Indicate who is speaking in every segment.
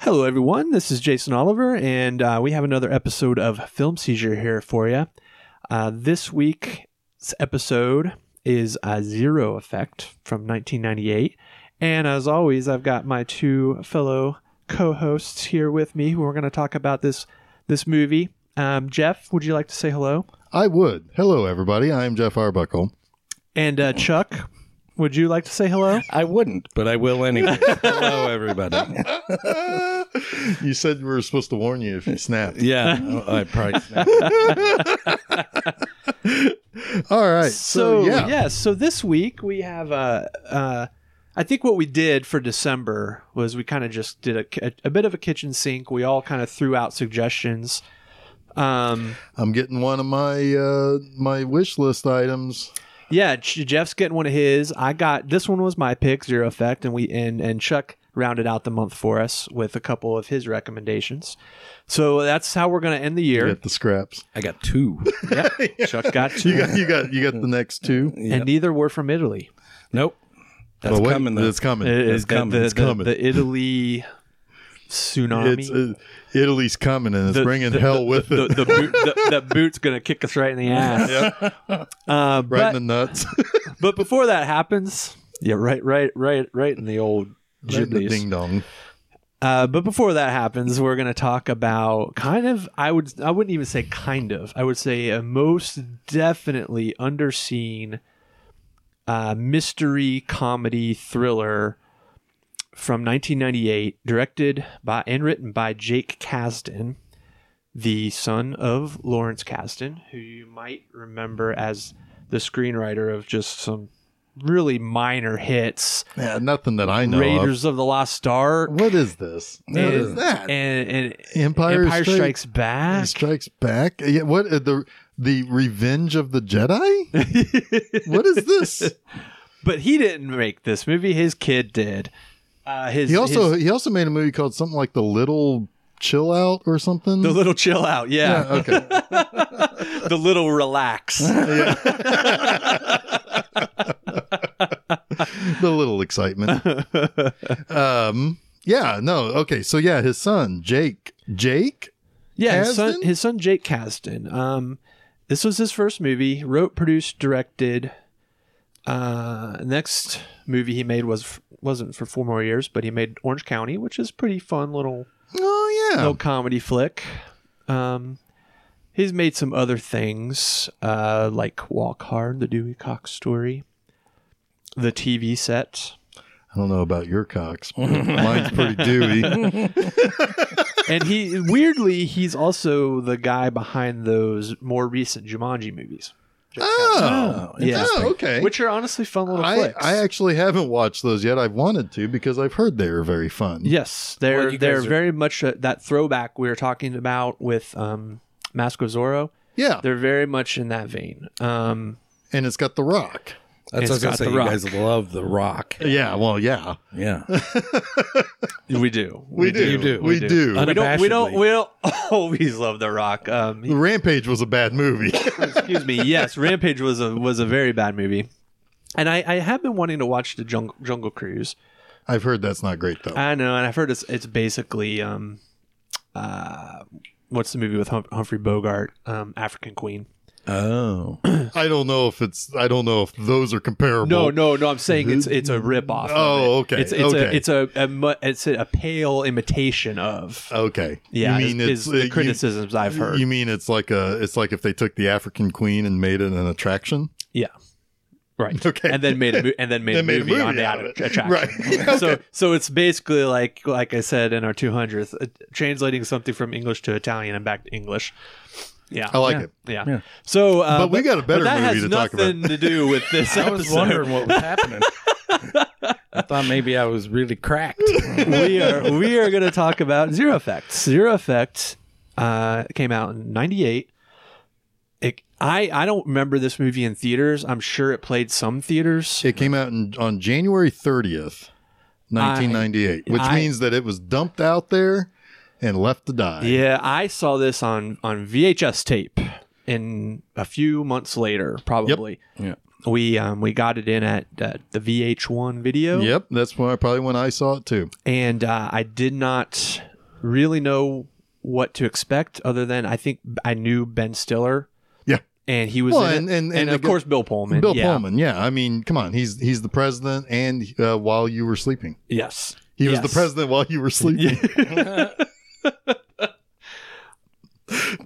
Speaker 1: Hello, everyone. This is Jason Oliver, and uh, we have another episode of Film Seizure here for you. Uh, this week's episode is uh, Zero Effect from 1998. And as always, I've got my two fellow co hosts here with me who are going to talk about this, this movie. Um, Jeff, would you like to say hello?
Speaker 2: I would. Hello, everybody. I am Jeff Arbuckle.
Speaker 1: And uh, Chuck, would you like to say hello?
Speaker 3: I wouldn't, but I will anyway. Hello, everybody.
Speaker 2: you said we were supposed to warn you if you snapped.
Speaker 3: Yeah, Oh, I I probably.
Speaker 2: All right.
Speaker 1: so,
Speaker 2: So, yeah.
Speaker 1: so this week we have uh, uh i think what we did for december was we kind of just did a, a bit of a kitchen sink we all kind of threw out suggestions um
Speaker 2: I'm getting one of my uh, my wish list items.
Speaker 1: yeah J- jeff's getting one of his i got this one was my pick zero effect and we and and chuck rounded out the month for us with a couple of his recommendations so that's how we're going to end the year
Speaker 2: Get the scraps.
Speaker 3: I got two.
Speaker 1: chuck got two
Speaker 2: You got you got you got the next two.
Speaker 1: and neither were from italy
Speaker 3: Nope. That's
Speaker 2: But wait,
Speaker 3: coming. Though.
Speaker 2: It's coming.
Speaker 1: It's
Speaker 3: coming,
Speaker 1: the,
Speaker 3: it's
Speaker 1: the-
Speaker 2: coming.
Speaker 1: the italy tsunami
Speaker 2: It's, uh, Italy's coming and it's bringing hell with
Speaker 1: the,
Speaker 2: it.
Speaker 1: the, boot, the, that boot's gonna kick us right in the ass. Uh,
Speaker 2: right
Speaker 1: but,
Speaker 2: in the nuts.
Speaker 1: but before that happens, yeah, right, right, right, right in the old
Speaker 2: Right in the
Speaker 1: Ghibli's.
Speaker 2: ding dong.
Speaker 1: Uh, but before that happens, we're gonna talk about kind of. I would. I wouldn't even say kind of. I would say a most definitely underseen uh, mystery comedy thriller from 1998, directed by and written by Jake Kasdan, the son of Lawrence Kasdan, who you might remember as the screenwriter of just some really minor hits,
Speaker 2: Yeah, nothing that I know
Speaker 1: Raiders of the Lost Ark
Speaker 2: of. What is this? What
Speaker 1: and,
Speaker 2: is that?
Speaker 1: and, and
Speaker 2: Empire
Speaker 1: Empire,
Speaker 2: Strikes-
Speaker 1: Strikes Back.
Speaker 2: Strikes Back. Yeah, what uh, the the Revenge of the Jedi? what is this?
Speaker 1: but he didn't make this movie. His kid did. Uh, his
Speaker 2: He also
Speaker 1: his-
Speaker 2: he also made a movie called something like The Little Chill Out or something.
Speaker 1: the little chill out,
Speaker 2: yeah,
Speaker 1: yeah,
Speaker 2: okay.
Speaker 1: the little relax.
Speaker 2: the little excitement. um, yeah, no, okay. So yeah, his son Jake. Jake.
Speaker 1: Yeah, his son,
Speaker 2: Kasdan?
Speaker 1: his son Jake Kasdan. Um, this was his first movie. Wrote, produced, directed. Uh, next movie he made was f- wasn't for four more years, but he made Orange County, which is pretty fun little
Speaker 2: Oh yeah.
Speaker 1: no comedy flick. Um, he's made some other things uh, like Walk Hard, the Dewey Cox story, the TV set,
Speaker 2: I don't know about your cocks. but Mine's pretty dewy.
Speaker 1: and he weirdly he's also the guy behind those more recent Jumanji movies,
Speaker 2: Oh,
Speaker 1: Yeah.
Speaker 2: Oh, okay.
Speaker 1: which are honestly fun little
Speaker 2: I,
Speaker 1: flicks.
Speaker 2: I actually haven't watched those yet. I've wanted to because I've heard they are very fun.
Speaker 1: yes, they're
Speaker 3: Well, you
Speaker 1: they're
Speaker 3: guys are-
Speaker 1: very much uh that throwback we were talking about with um, Mask of Zorro.
Speaker 2: Yeah.
Speaker 1: They're very much in that vein. Um,
Speaker 2: And it's got The Rock.
Speaker 3: That's what I was
Speaker 1: It's
Speaker 3: gonna
Speaker 1: got
Speaker 3: say.
Speaker 1: The
Speaker 3: You
Speaker 1: Rock.
Speaker 3: guys love the Rock.
Speaker 2: Yeah, well, yeah.
Speaker 3: Yeah.
Speaker 1: we do,
Speaker 2: We, do.
Speaker 3: do.
Speaker 2: We,
Speaker 3: We do.
Speaker 2: do.
Speaker 3: Un-
Speaker 1: we don't we don't
Speaker 3: Unabashedly.
Speaker 1: we don't always love the rock um he-
Speaker 2: Rampage was a bad movie.
Speaker 1: excuse me yes rampage was a was a very bad movie and i i have been wanting to watch the jungle, jungle cruise
Speaker 2: I've heard that's not great though.
Speaker 1: i know and i've heard it's it's basically um uh what's the movie with hum- humphrey bogart um african queen
Speaker 3: Oh.
Speaker 2: I don't know if it's I don't know if those are comparable.
Speaker 1: no no no i'm saying it's it's a rip off
Speaker 2: Oh, okay,
Speaker 1: it's it's a
Speaker 2: okay.
Speaker 1: it's a, a mu- it's a, a pale imitation of
Speaker 2: Okay.
Speaker 1: yeah
Speaker 2: You mean
Speaker 1: is,
Speaker 2: it's
Speaker 1: is
Speaker 2: uh,
Speaker 1: the
Speaker 2: you-
Speaker 1: criticisms i've heard
Speaker 2: You mean it's like a it's like if they took the African queen and made it an attraction?
Speaker 1: Yeah. Right.
Speaker 2: Okay.
Speaker 1: And then made a mo- and then made, a,
Speaker 2: Then made a
Speaker 1: movie
Speaker 2: movie
Speaker 1: on the
Speaker 2: out of
Speaker 1: att-
Speaker 2: it.
Speaker 1: attraction.
Speaker 2: Right.
Speaker 1: So so it's basically like like I said in our 200th, uh, translating something from English to Italian and back to English. Yeah.
Speaker 2: I like
Speaker 3: Yeah.
Speaker 2: it.
Speaker 1: yeah. So uh,
Speaker 2: But we got a better
Speaker 1: that
Speaker 2: movie
Speaker 1: has
Speaker 2: to talk about.
Speaker 1: nothing to do with this
Speaker 3: I was
Speaker 1: episode.
Speaker 3: wondering what was happening. I thought maybe I was really cracked.
Speaker 1: we are we are going to talk about Zero Effect. Zero Effect uh, came out in '98. It, I I don't remember this movie in theaters. I'm sure it played some theaters.
Speaker 2: It came out in, on January 30th, 1998, which
Speaker 1: I-
Speaker 2: means that it was dumped out there and left to die.
Speaker 1: Yeah, I saw this on on VHS tape in a few months later, probably.
Speaker 3: Yeah.
Speaker 1: We um we got it in at uh, the VH1 video,
Speaker 2: Yep, that's when I, probably when I saw it too.
Speaker 1: and uh, I did not really know what to expect other than I think I knew Ben Stiller
Speaker 2: Yeah.
Speaker 1: and he was
Speaker 2: Well,
Speaker 1: in it.
Speaker 2: and- and- and
Speaker 1: of
Speaker 2: the-
Speaker 1: course Bill Pullman.
Speaker 2: Bill
Speaker 1: yeah.
Speaker 2: Pullman, yeah. I mean, come on, he's he's the president, and uh, while you were sleeping,
Speaker 1: Yes.
Speaker 2: he
Speaker 1: Yes.
Speaker 2: was the president while you were sleeping.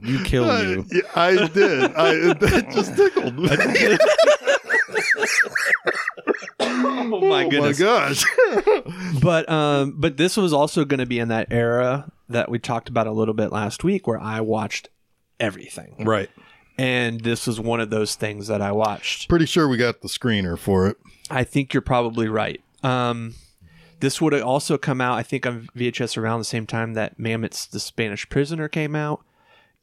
Speaker 3: You kill you.
Speaker 2: I, yeah, I did. I that just tickled. me.
Speaker 1: oh my
Speaker 2: oh my
Speaker 1: goodness.
Speaker 2: gosh.
Speaker 1: But um but this was also going to be in that era that we talked about a little bit last week where I watched everything.
Speaker 2: right.
Speaker 1: And this was one of those things that I watched.
Speaker 2: Pretty sure we got the screener for it.
Speaker 1: I think you're probably right. Um, this would have also come out, I think, on VHS around the same time that Mammoth's The Spanish Prisoner came out.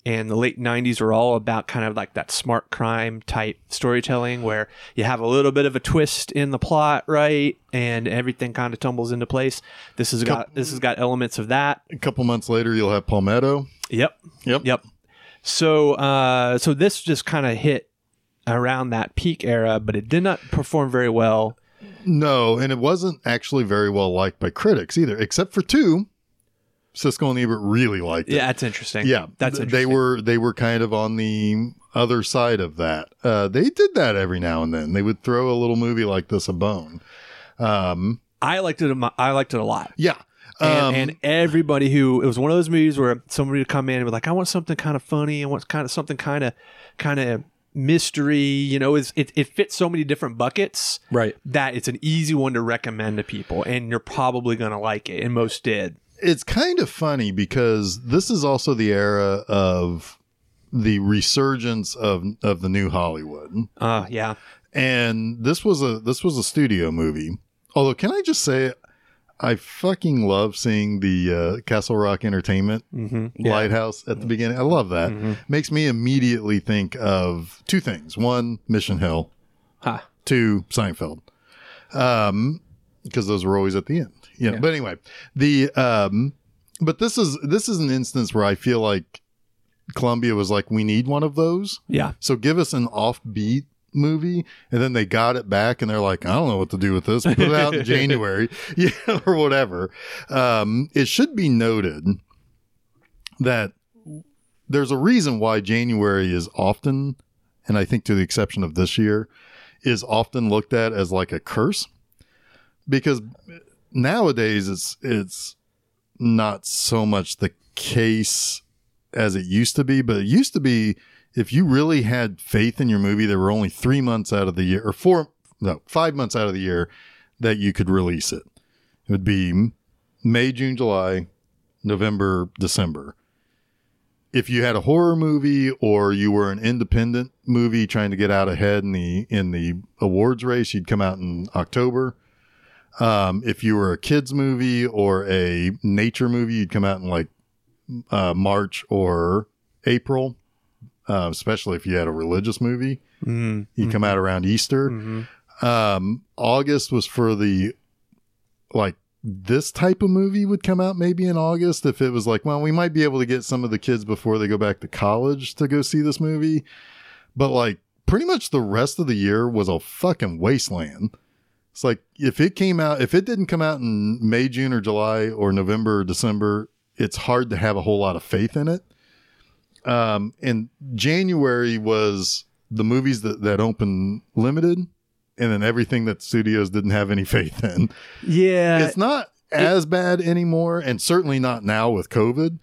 Speaker 1: And the late 90s were all about kind of like that smart crime type storytelling where you have a little bit of a twist in the plot, right? And everything kind of tumbles into place. This has got this has got elements of that.
Speaker 2: A couple months later, you'll have Palmetto.
Speaker 1: Yep.
Speaker 2: Yep.
Speaker 1: Yep. So uh, so this just kind of hit around that peak era, but it did not perform very well.
Speaker 2: No, and it wasn't actually very well liked by critics either, except for two. Cisco and Ebert really liked it.
Speaker 1: Yeah, that's interesting.
Speaker 2: Yeah,
Speaker 1: that's
Speaker 2: th-
Speaker 1: interesting.
Speaker 2: they were they were kind of on the other side of that. Uh, they did that every now and then. They would throw a little movie like this a bone. Um,
Speaker 1: I liked it. a mo- I liked it a lot.
Speaker 2: yeah,
Speaker 1: And,
Speaker 2: um,
Speaker 1: and everybody who it was one of those movies where somebody would come in and be like, "I want something kind of funny. I want kind of something kind of kind of mystery." You know, is it, it fits so many different buckets
Speaker 3: Right.
Speaker 1: that it's an easy one to recommend to people, and you're probably gonna like it. And most did.
Speaker 2: it's kind of funny because this is also the era of the resurgence of of the new Hollywood.
Speaker 1: Uh, yeah.
Speaker 2: and this was a this was a studio movie. Although, can I just say, I fucking love seeing the uh, Castle Rock Entertainment
Speaker 1: Mm-hmm.
Speaker 2: lighthouse at the beginning. I love that. Makes me immediately think of two things: one, Mission Hill;
Speaker 1: Ha.
Speaker 2: two, Seinfeld, um, because those were always at the end. You know? But anyway, the um, but this is this is an instance where I feel like Columbia was like, we need one of those.
Speaker 1: Yeah.
Speaker 2: So give us an offbeat movie, and then they got it back, and they're like, I don't know what to do with this. Put it out in January, yeah, or whatever. Um, it should be noted that there's a reason why January is often, and I think to the exception of this year, is often looked at as like a curse, because nowadays it's it's not so much the case as it used to be, but it used to be if you really had faith in your movie, there were only three months out of the year, or four, no, five months out of the year that you could release it. It would be May, June, July, November, December. If you had a horror movie or you were an independent movie trying to get out ahead in the in the awards race, you'd come out in October. Um, if you were a kids movie or a nature movie, you'd come out in like uh, March or April uh, especially if you had a religious movie.
Speaker 1: Mm.
Speaker 2: You come out around Easter.
Speaker 1: Mhm.
Speaker 2: Um, August was for the like this type of movie would come out maybe in August if it was like, well, we might be able to get some of the kids before they go back to college to go see this movie. But like pretty much the rest of the year was a fucking wasteland. It's like if it came out if it didn't come out in May, June or July or November or December, it's hard to have a whole lot of faith in it. Um and January was the movies that, that opened limited and then everything that studios didn't have any faith in.
Speaker 1: Yeah.
Speaker 2: It's not as bad anymore, and certainly not now with COVID.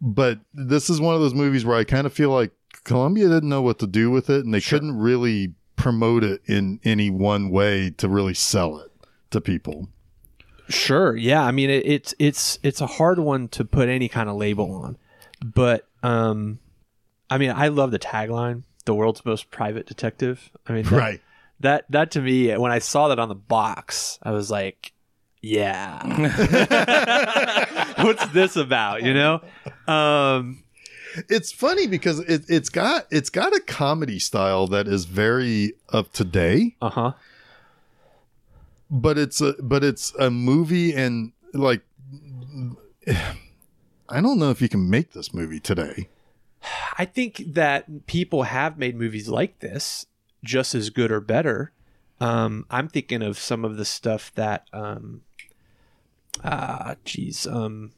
Speaker 2: But this is one of those movies where I kind of feel like Columbia didn't know what to do with it, and they couldn't really promote it in any one way to really sell it to people.
Speaker 1: Sure. Yeah. I mean, it, it's it's it's a hard one to put any kind of label on, but um, I mean, I love the tagline, "The world's most private detective." I mean, that,
Speaker 2: Right.
Speaker 1: That that to me, when I saw that on the box, I was like, "Yeah, what's this about?" You know? Um,
Speaker 2: It's funny because it, it's got it's got a comedy style that is very of today.
Speaker 1: uh huh.
Speaker 2: but it's a but it's a movie and like I don't know if you can make this movie today.
Speaker 1: I think that people have made movies like this just as good or better. Um, I'm thinking of some of the stuff that, um, ah, geez, um,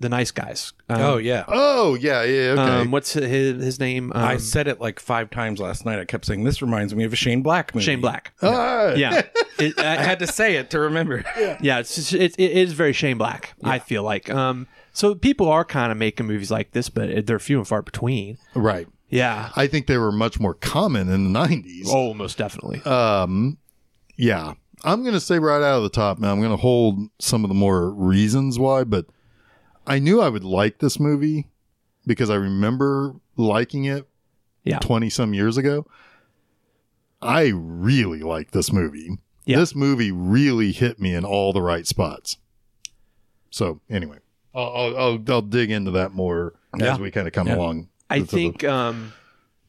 Speaker 1: the nice guys. Um,
Speaker 3: Oh yeah.
Speaker 2: Oh yeah, yeah. Okay.
Speaker 1: um, what's his, his name? Um,
Speaker 3: I said it like five times last night. I kept saying this reminds me of a Shane Black movie.
Speaker 1: Shane Black.
Speaker 2: All right.
Speaker 1: Yeah, It-
Speaker 3: I
Speaker 1: I-
Speaker 3: had to say it to remember.
Speaker 1: yeah, it's just, it, it is very Shane Black. I feel like um, so people are kind of making movies like this, but they're few and far between.
Speaker 2: Right.
Speaker 1: Yeah,
Speaker 2: I think they were much more common in the 90s.
Speaker 1: oh, most definitely.
Speaker 2: Um, yeah. I'm going to say right out of the top, man, I'm going to hold some of the more reasons why, but I knew I would like this movie because I remember liking it
Speaker 1: Yeah.
Speaker 2: 20 some years ago. I really like this movie.
Speaker 1: Yeah.
Speaker 2: This movie really hit me in all the right spots. So, anyway, I'll, I'll, I'll, I'll dig into that more
Speaker 3: Yeah.
Speaker 2: as we kind of come
Speaker 3: Yeah.
Speaker 2: along.
Speaker 1: I
Speaker 2: with the-
Speaker 1: think um,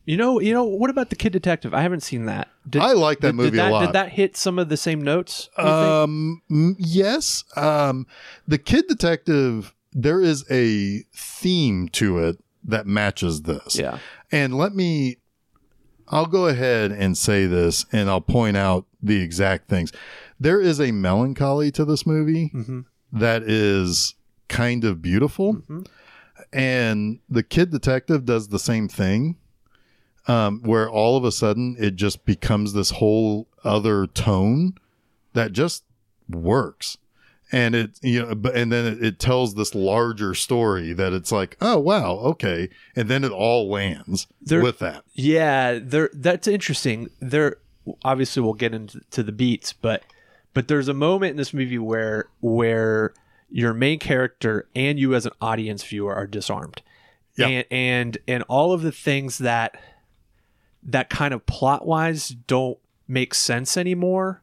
Speaker 1: you know, you know, what about the Kid Detective? I haven't seen that. Did,
Speaker 2: I like that
Speaker 1: did- did
Speaker 2: movie a lot.
Speaker 1: Did that hit some of the same notes? you think?
Speaker 2: Um, m- yes. Um, the Kid Detective, there is a theme to it that matches this.
Speaker 1: yeah,
Speaker 2: And let me, I'll go ahead and say this and I'll point out the exact things. There is a melancholy to this movie
Speaker 1: Mhm.
Speaker 2: that is kind of beautiful.
Speaker 1: Mhm.
Speaker 2: And the Kid Detective does the same thing. Um, where all of a sudden it just becomes this whole other tone that just works and it you know but and then it, it tells this larger story that it's like oh wow okay and then it all lands
Speaker 1: There-
Speaker 2: with that
Speaker 1: yeah. There, that's interesting. There, obviously, we'll get into to the beats, but but there's a moment in this movie where where your main character and you as an audience viewer are disarmed,
Speaker 2: Yeah.
Speaker 1: and and and all of the things that that kind of plot wise don't make sense anymore.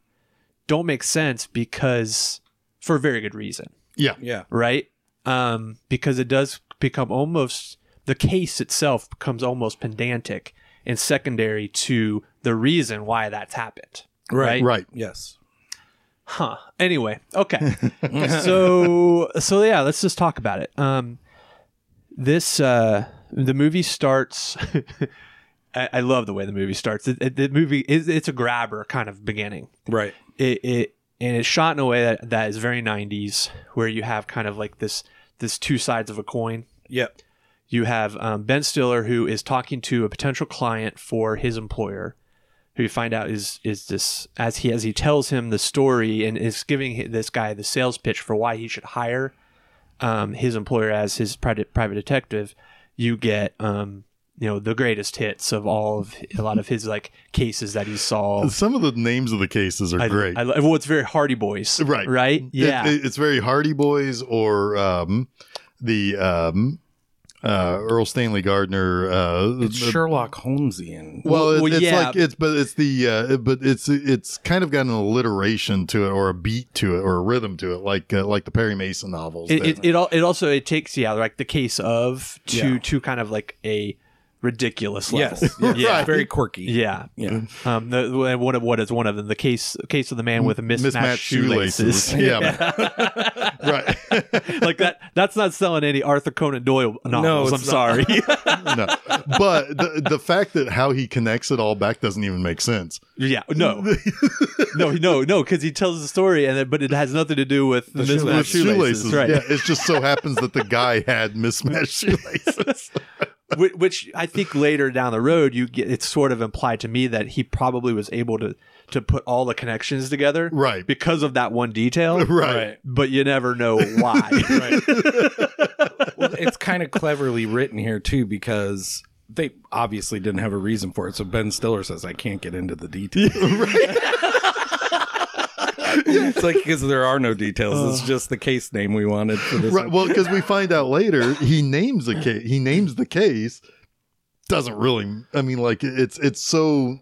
Speaker 1: Don't make sense because for a very good reason.
Speaker 2: yeah
Speaker 3: Yeah.
Speaker 1: right? Um, because it does become almost the case itself becomes almost pedantic and secondary to the reason why that's happened. Right.
Speaker 2: right
Speaker 3: Yes.
Speaker 1: Huh. Anyway, okay. so so yeah, let's just talk about it. Um, this uh, the movie starts. I, I love the way the movie starts. It, it- the movie is it's a grabber kind of beginning
Speaker 3: Right.
Speaker 1: it, it and it's shot in a way that, that is very 90s where you have kind of like this this two sides of a coin
Speaker 3: Yep.
Speaker 1: you have um, ben stiller who is talking to a potential client for his employer who you find out is is this as he as he tells him the story and is giving hi- this guy the sales pitch for why he should hire um, his employer as his private private detective you get um, you know the greatest hits of all of a lot of his like cases that he solved
Speaker 2: some of the names of the cases are
Speaker 1: I-
Speaker 2: great
Speaker 1: I, lo- well, it's very Hardy Boys.
Speaker 2: Right.
Speaker 1: Right.
Speaker 2: It-
Speaker 1: Yeah.
Speaker 2: it- it's very hardy boys or um the um uh earl stanley gardner uh
Speaker 3: It's Sherlock Holmesian.
Speaker 2: well, it-
Speaker 1: Well,
Speaker 2: it's
Speaker 1: yeah.
Speaker 2: like it's, but it's the, uh, but it's it's kind of got an alliteration to it, or a beat to it, or a rhythm to it, like uh, like the Perry Mason novels.
Speaker 1: it,
Speaker 2: that-
Speaker 1: it, it, al- it also it takes yeah like the case of to
Speaker 3: Yeah.
Speaker 1: to kind of like a ridiculous level.
Speaker 3: Yes. yes.
Speaker 2: Yeah.
Speaker 3: Very quirky.
Speaker 1: Yeah.
Speaker 3: Yeah.
Speaker 1: Um. The, the- one of what is one of them the case case of the man with a mismatched, shoelaces.
Speaker 2: Yeah, right.
Speaker 1: like that. That's not selling any Arthur Conan Doyle novels. I'm
Speaker 3: it's not.
Speaker 1: sorry.
Speaker 2: no, but the the fact that how he connects it all back doesn't even make sense.
Speaker 1: yeah. No. no. No. No. Because he tells the story and then, but it has nothing to do with the, mismatched
Speaker 2: With
Speaker 1: shoelaces. Right.
Speaker 2: Yeah, it just so happens that the guy had mismatched shoelaces.
Speaker 1: which, which I think later down the road you get it's sort of implied to me that he probably was able to to put all the connections together
Speaker 2: Right.
Speaker 1: because of that one detail
Speaker 2: Right.
Speaker 1: but you never know why
Speaker 3: Well, it's kind of cleverly written here too because they obviously didn't have a reason for it. So Ben Stiller says, "I can't get into the details." it's like because there are no details. It's just the case name we wanted for this.
Speaker 2: Right.
Speaker 3: one.
Speaker 2: Well, because we find out later he names a case. He names the case. Doesn't really. I mean, like it's it's so.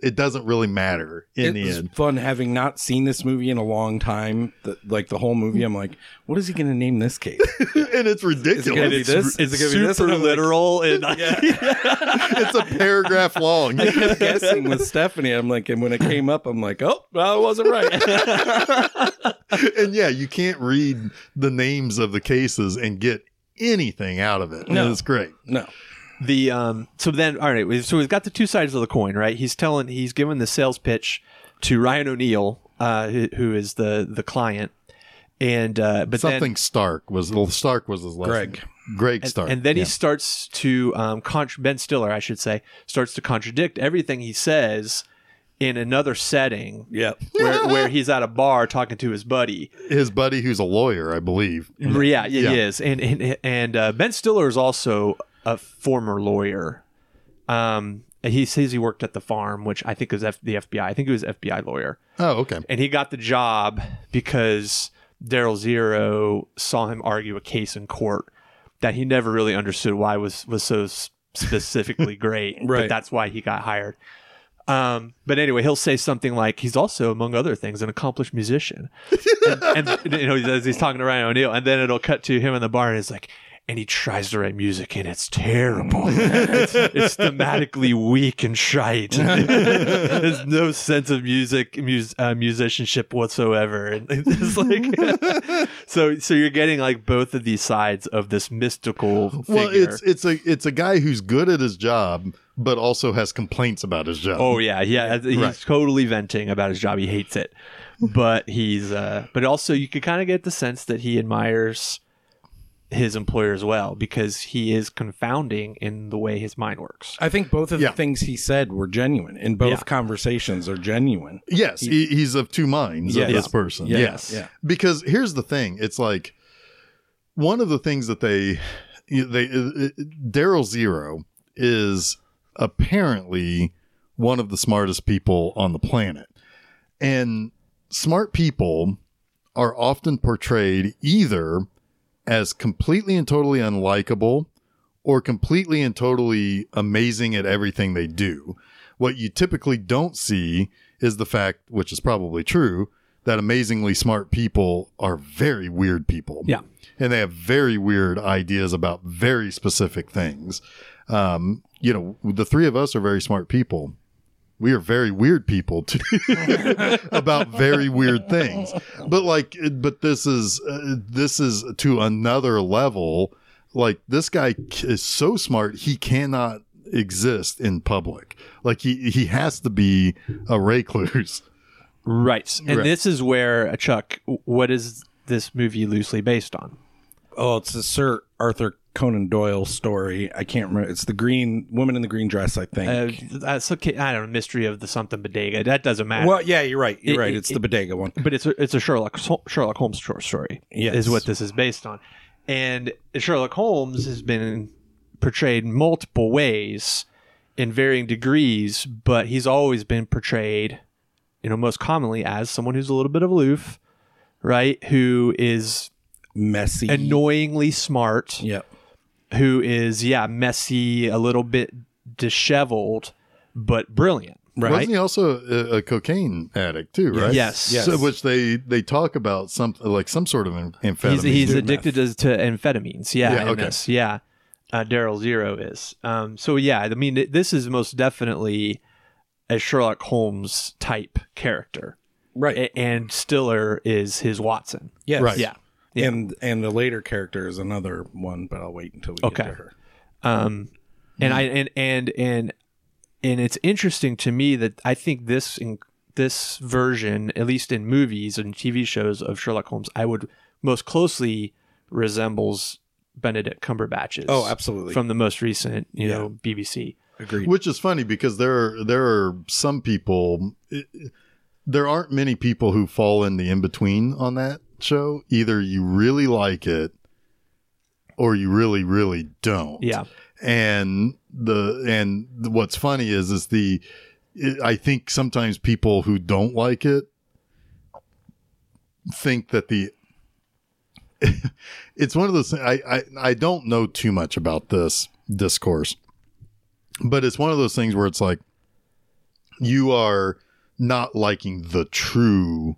Speaker 2: It doesn't really matter in
Speaker 3: it
Speaker 2: the
Speaker 3: was
Speaker 2: end.
Speaker 3: fun having not seen this movie in a long time. The, like the whole movie, I'm like, what is he going to name this case?
Speaker 2: and it's ridiculous.
Speaker 3: gonna be
Speaker 1: it's,
Speaker 3: this?
Speaker 1: it's
Speaker 3: Is it gonna
Speaker 1: super
Speaker 3: be this? And I'm like-
Speaker 1: literal and I-
Speaker 2: it's a paragraph long.
Speaker 3: I kept guessing with Stephanie. I'm like, and when it came up, I'm like, oh, I wasn't right.
Speaker 2: and yeah, you can't read the names of the cases and get anything out of it.
Speaker 3: No.
Speaker 2: And it's great.
Speaker 3: no,
Speaker 1: the um so then all right we- so we've got the two sides of the coin right he's telling he's giving the sales pitch to Ryan O'Neill uh who- who is the the client and uh, but then-
Speaker 2: Something Stark was well, Stark was his last
Speaker 3: Greg.
Speaker 2: name. Greg Stark.
Speaker 1: And then
Speaker 2: yeah.
Speaker 1: he starts to um, contr Ben Stiller, I should say, starts to contradict everything he says in another setting
Speaker 3: Yep.
Speaker 1: where, where he's at a bar talking to his buddy.
Speaker 2: his buddy, who's a lawyer, I believe.
Speaker 1: Yeah, yeah, he
Speaker 2: Yeah.
Speaker 1: is. And and, and uh, Ben Stiller is also a former lawyer. Um, he says he worked at the farm, which I think was F- the FBI. I think he was FBI lawyer,
Speaker 2: Oh, okay.
Speaker 1: and he got the job because Daryl Zero saw him argue a case in court that he never really understood why was was so s- specifically great. But
Speaker 3: Right.
Speaker 1: that's why he got hired. Um, but anyway, he'll say something like, "He's also, among other things, an accomplished musician." and, and, you know, he's, he's talking to Ryan O'Neal, and then it'll cut to him in the bar, and it's like, and he tries to write music, and it's terrible. it's, it's thematically weak and shite. There's no sense of music, mus- uh, musicianship whatsoever. And it's like, so, so you're getting like both of these sides of this mystical figure.
Speaker 2: Well, it's it's a it's a guy who's good at his job, but also has complaints about his job.
Speaker 1: Oh yeah, yeah. He's
Speaker 2: Right.
Speaker 1: totally venting about his job. He hates it, but he's. Uh, but also, you could kind of get the sense that he admires his employer as well because he is confounding in the way his mind works.
Speaker 3: I think both of
Speaker 2: Yeah.
Speaker 3: the things he said were genuine, and both
Speaker 1: Yeah.
Speaker 3: conversations are genuine.
Speaker 2: yes, he, he's of two minds
Speaker 3: Yeah,
Speaker 2: of
Speaker 3: yeah.
Speaker 2: this person.
Speaker 3: Yeah,
Speaker 2: yes,
Speaker 3: yeah.
Speaker 2: because here's the thing: it's like one of the things that they they uh, Daryl Zero is apparently one of the smartest people on the planet, and smart people are often portrayed either as completely and totally unlikable or completely and totally amazing at everything they do. What you typically don't see is the fact, which is probably true, that amazingly smart people are very weird people.
Speaker 1: Yeah.
Speaker 2: And they have very weird ideas about very specific things. Um, you know, the three of us are very smart people. We are very weird people too about very weird things. But like, but this is uh, this is to another level. Like this guy k- is so smart, he cannot exist in public. Like he he has to be a recluse.
Speaker 1: Right, and
Speaker 2: Right.
Speaker 1: this is where uh, Chuck. What is this movie loosely based on?
Speaker 3: Oh, it's a Sir Arthur Conan Doyle story. I can't remember. It's the green woman in the green dress, I think.
Speaker 1: Uh, that's okay. I don't know. Mystery of the something bodega. That doesn't matter.
Speaker 3: well, yeah, you're right. You're
Speaker 1: It-
Speaker 3: right.
Speaker 1: it-
Speaker 3: It's the bodega one.
Speaker 1: but it's a, it's a Sherlock Sherlock Holmes short story.
Speaker 3: Yes.
Speaker 1: is what this is based on, and Sherlock Holmes has been portrayed multiple ways in varying degrees, but he's always been portrayed, you know, most commonly as someone who's a little bit aloof, right? Who is
Speaker 3: Messy.
Speaker 1: annoyingly smart,
Speaker 3: Yep.
Speaker 1: who is yeah messy, a little bit disheveled, but brilliant, right?
Speaker 2: Wasn't he also a, a cocaine addict too? Right.
Speaker 1: Yes.
Speaker 3: Yes.
Speaker 2: So, which they they talk about some like some sort of am- amphetamine.
Speaker 1: He's, he's
Speaker 3: Dude,
Speaker 1: addicted to, to amphetamines. Yeah,
Speaker 2: Yeah,
Speaker 1: in
Speaker 2: okay.
Speaker 1: this. yeah. Uh, Daryl Zero is. Um, so yeah, I mean, th- this is most definitely a Sherlock Holmes type character,
Speaker 3: Right.
Speaker 1: A- and Stiller is his Watson.
Speaker 3: yes.
Speaker 2: Right.
Speaker 1: Yeah.
Speaker 3: And and the later character is another one, but I'll wait until we
Speaker 1: Okay.
Speaker 3: get to her.
Speaker 1: Um, and I and and and and it's interesting to me that I think this in, this version, at least in movies and TV shows of Sherlock Holmes, I would most closely resembles Benedict Cumberbatch's.
Speaker 3: Oh, absolutely.
Speaker 1: from the most recent, you
Speaker 3: Yeah.
Speaker 1: know, BBC.
Speaker 3: Agreed.
Speaker 2: Which is funny because there are there are some people. It, there aren't many people who fall in the in between on that show. Either you really like it, or you really really don't.
Speaker 1: Yeah,
Speaker 2: And the and what's funny is is the it, I think sometimes people who don't like it think that the it's one of those I, I I don't know too much about this discourse, but it's one of those things where it's like you are not liking the true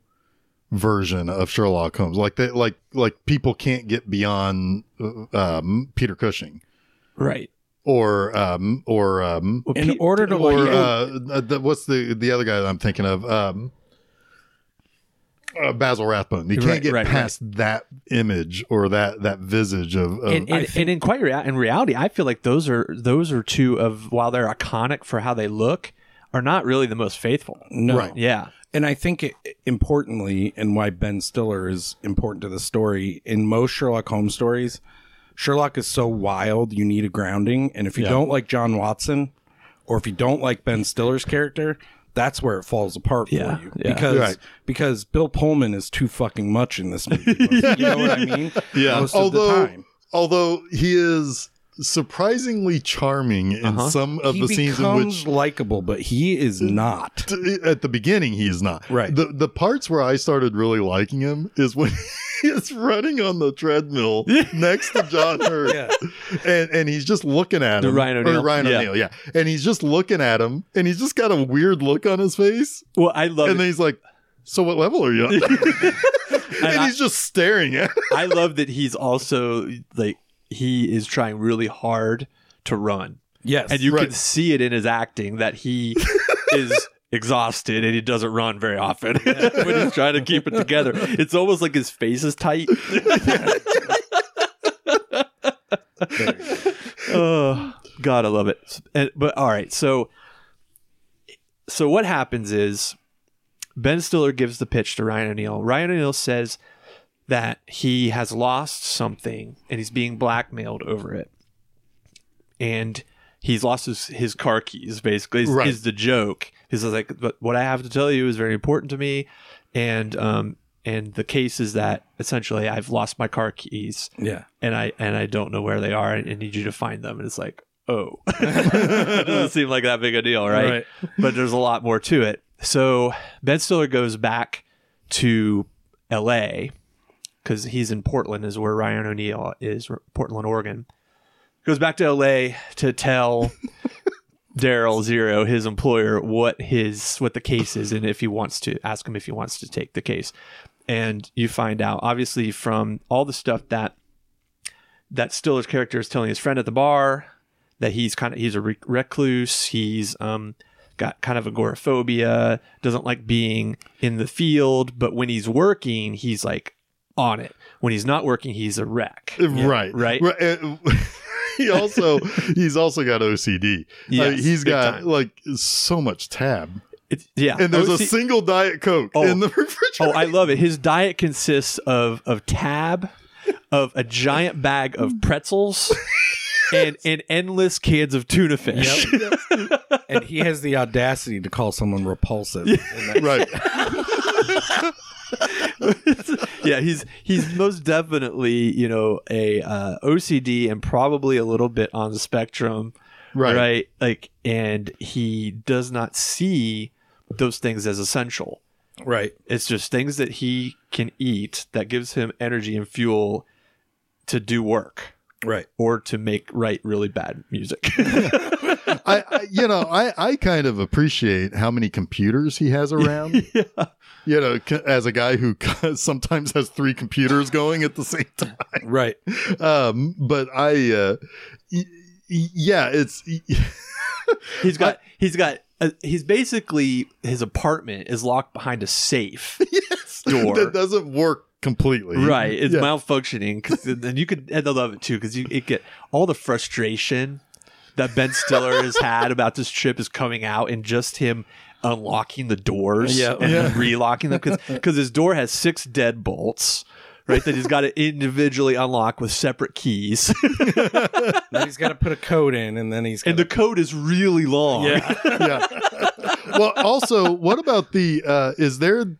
Speaker 2: version of Sherlock Holmes, like that, like like people can't get beyond uh, um, Peter Cushing
Speaker 1: right. or
Speaker 2: or um or um
Speaker 1: Well,
Speaker 3: In
Speaker 1: Pe-
Speaker 3: order to
Speaker 2: or
Speaker 3: like,
Speaker 2: uh, the, what's the the other guy that I'm thinking of um. Uh, Basil Rathbone. You can't
Speaker 1: Right,
Speaker 2: get
Speaker 1: right,
Speaker 2: past that image or that that visage of, of
Speaker 1: and, and, and in quite rea- in reality, I feel like those are those are two of while they're iconic for how they look, are not really the most faithful.
Speaker 3: No.
Speaker 2: Right.
Speaker 1: Yeah.
Speaker 3: And I think it, importantly, and why Ben Stiller is important to the story, in most Sherlock Holmes stories, Sherlock is so wild, you need a grounding. And if you don't like John Watson, or if you don't like Ben Stiller's character, that's where it falls apart
Speaker 1: Yeah,
Speaker 3: for you
Speaker 1: yeah.
Speaker 3: because
Speaker 2: Right.
Speaker 3: because Bill Pullman is too fucking much in this movie. You know what I mean?
Speaker 2: Yeah.
Speaker 3: Most
Speaker 2: although,
Speaker 3: of the time.
Speaker 2: although he is surprisingly charming in
Speaker 1: Uh-huh.
Speaker 2: some of
Speaker 3: he
Speaker 2: the
Speaker 3: becomes
Speaker 2: scenes in which
Speaker 3: likable, but he is not.
Speaker 2: t- at the beginning he is not
Speaker 3: Right.
Speaker 2: the the parts where i started really liking him is when he's running on the treadmill next to john hurt
Speaker 3: Yeah.
Speaker 2: and and he's just looking at
Speaker 1: The
Speaker 2: him
Speaker 1: Ryan O'Neal.
Speaker 2: or ryan
Speaker 1: Yeah.
Speaker 2: o'neill yeah and he's just looking at him and he's just got a weird look on his face
Speaker 1: Well, I love
Speaker 2: and then he's like so what level are you on and,
Speaker 1: I-
Speaker 2: he's just staring at
Speaker 1: I love that he's also like he is trying really hard to run,
Speaker 3: Yes.
Speaker 1: and you can
Speaker 2: Right.
Speaker 1: see it in his acting that he is exhausted and he doesn't run very often when he's trying to keep it together. It's almost like his face is tight. oh god i love it And- but all right so so what happens is ben stiller gives the pitch to ryan o'neill ryan o'neill says that he has lost something and he's being blackmailed over it and he's lost his, his car keys basically is,
Speaker 2: Right.
Speaker 1: is the joke he's like but what i have to tell you is very important to me and um and the case is that essentially i've lost my car keys
Speaker 3: yeah.
Speaker 1: and I and I don't know where they are and I need you to find them. And it's like, oh, it doesn't seem like that big a deal, right? But there's a lot more to it. So Ben Stiller goes back to L.A. because he's in Portland, is where Ryan O'Neal is, Portland, Oregon. Goes back to L.A. to tell. Daryl Zero, his employer, what his what the case is, and if he wants to ask him if he wants to take the case, and you find out obviously from all the stuff that that Stiller's character is telling his friend at the bar that he's kind of he's a re- recluse. He's um got kind of agoraphobia, doesn't like being in the field, but when he's working, he's like on it. When he's not working, he's a wreck.
Speaker 2: right
Speaker 1: right.
Speaker 2: Uh, he also he's also got ocd Yeah,
Speaker 1: Yes,
Speaker 2: he's
Speaker 1: big
Speaker 2: got
Speaker 1: time.
Speaker 2: like so much tab
Speaker 1: It's, yeah,
Speaker 2: and there's
Speaker 1: OC
Speaker 2: a single diet coke
Speaker 1: Oh.
Speaker 2: in the
Speaker 1: Oh,
Speaker 2: refrigerator
Speaker 1: I love it. His diet consists of of tab, of a giant bag of pretzels, and and endless cans of tuna fish.
Speaker 3: and he has the audacity to call someone repulsive. And that-
Speaker 2: right
Speaker 1: yeah, he's he's most definitely you know a uh, OCD and probably a little bit on the spectrum,
Speaker 2: right
Speaker 1: right? Like, and he does not see those things as essential.
Speaker 3: right.
Speaker 1: It's just things that he can eat that gives him energy and fuel to do work.
Speaker 3: Right.
Speaker 1: or to make write really bad music.
Speaker 2: I, I you know I I kind of appreciate how many computers he has around. You know, c- as a guy who sometimes has three computers going at the same time.
Speaker 3: Right.
Speaker 2: Um, but I, uh, y- y- yeah, it's
Speaker 1: he's got he's got uh, he's basically his apartment is locked behind a safe door.
Speaker 2: that doesn't work completely.
Speaker 1: Right, it's
Speaker 2: Yeah.
Speaker 1: malfunctioning because and you could and I love it too because you it get all the frustration that Ben Stiller has had about this trip is coming out in just him unlocking the doors
Speaker 3: Yeah.
Speaker 1: and relocking them because his door has six deadbolts right that he's got to individually unlock with separate keys
Speaker 3: Then he's got to put a code in, and then he's
Speaker 1: and
Speaker 3: got
Speaker 1: the code is really long
Speaker 3: yeah.
Speaker 2: yeah. Well, also, what about the? Uh, is there?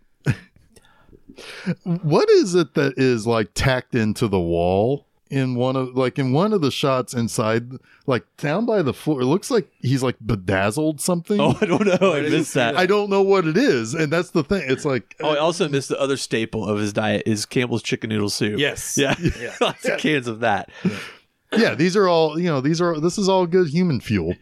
Speaker 2: What is it that is like tacked into the wall in one of like in one of the shots inside, like down by the floor? It looks like he's like bedazzled something.
Speaker 1: Oh, I don't know. I
Speaker 3: did
Speaker 1: missed
Speaker 3: you see
Speaker 1: that.
Speaker 2: I don't know what it is, and that's the thing. It's like
Speaker 1: oh, I also missed the other staple of his diet is Campbell's chicken noodle soup.
Speaker 3: yes.
Speaker 1: Yeah.
Speaker 3: Yeah.
Speaker 1: Lots of cans of that.
Speaker 2: yeah, these are all you know. These are this is all good human fuel.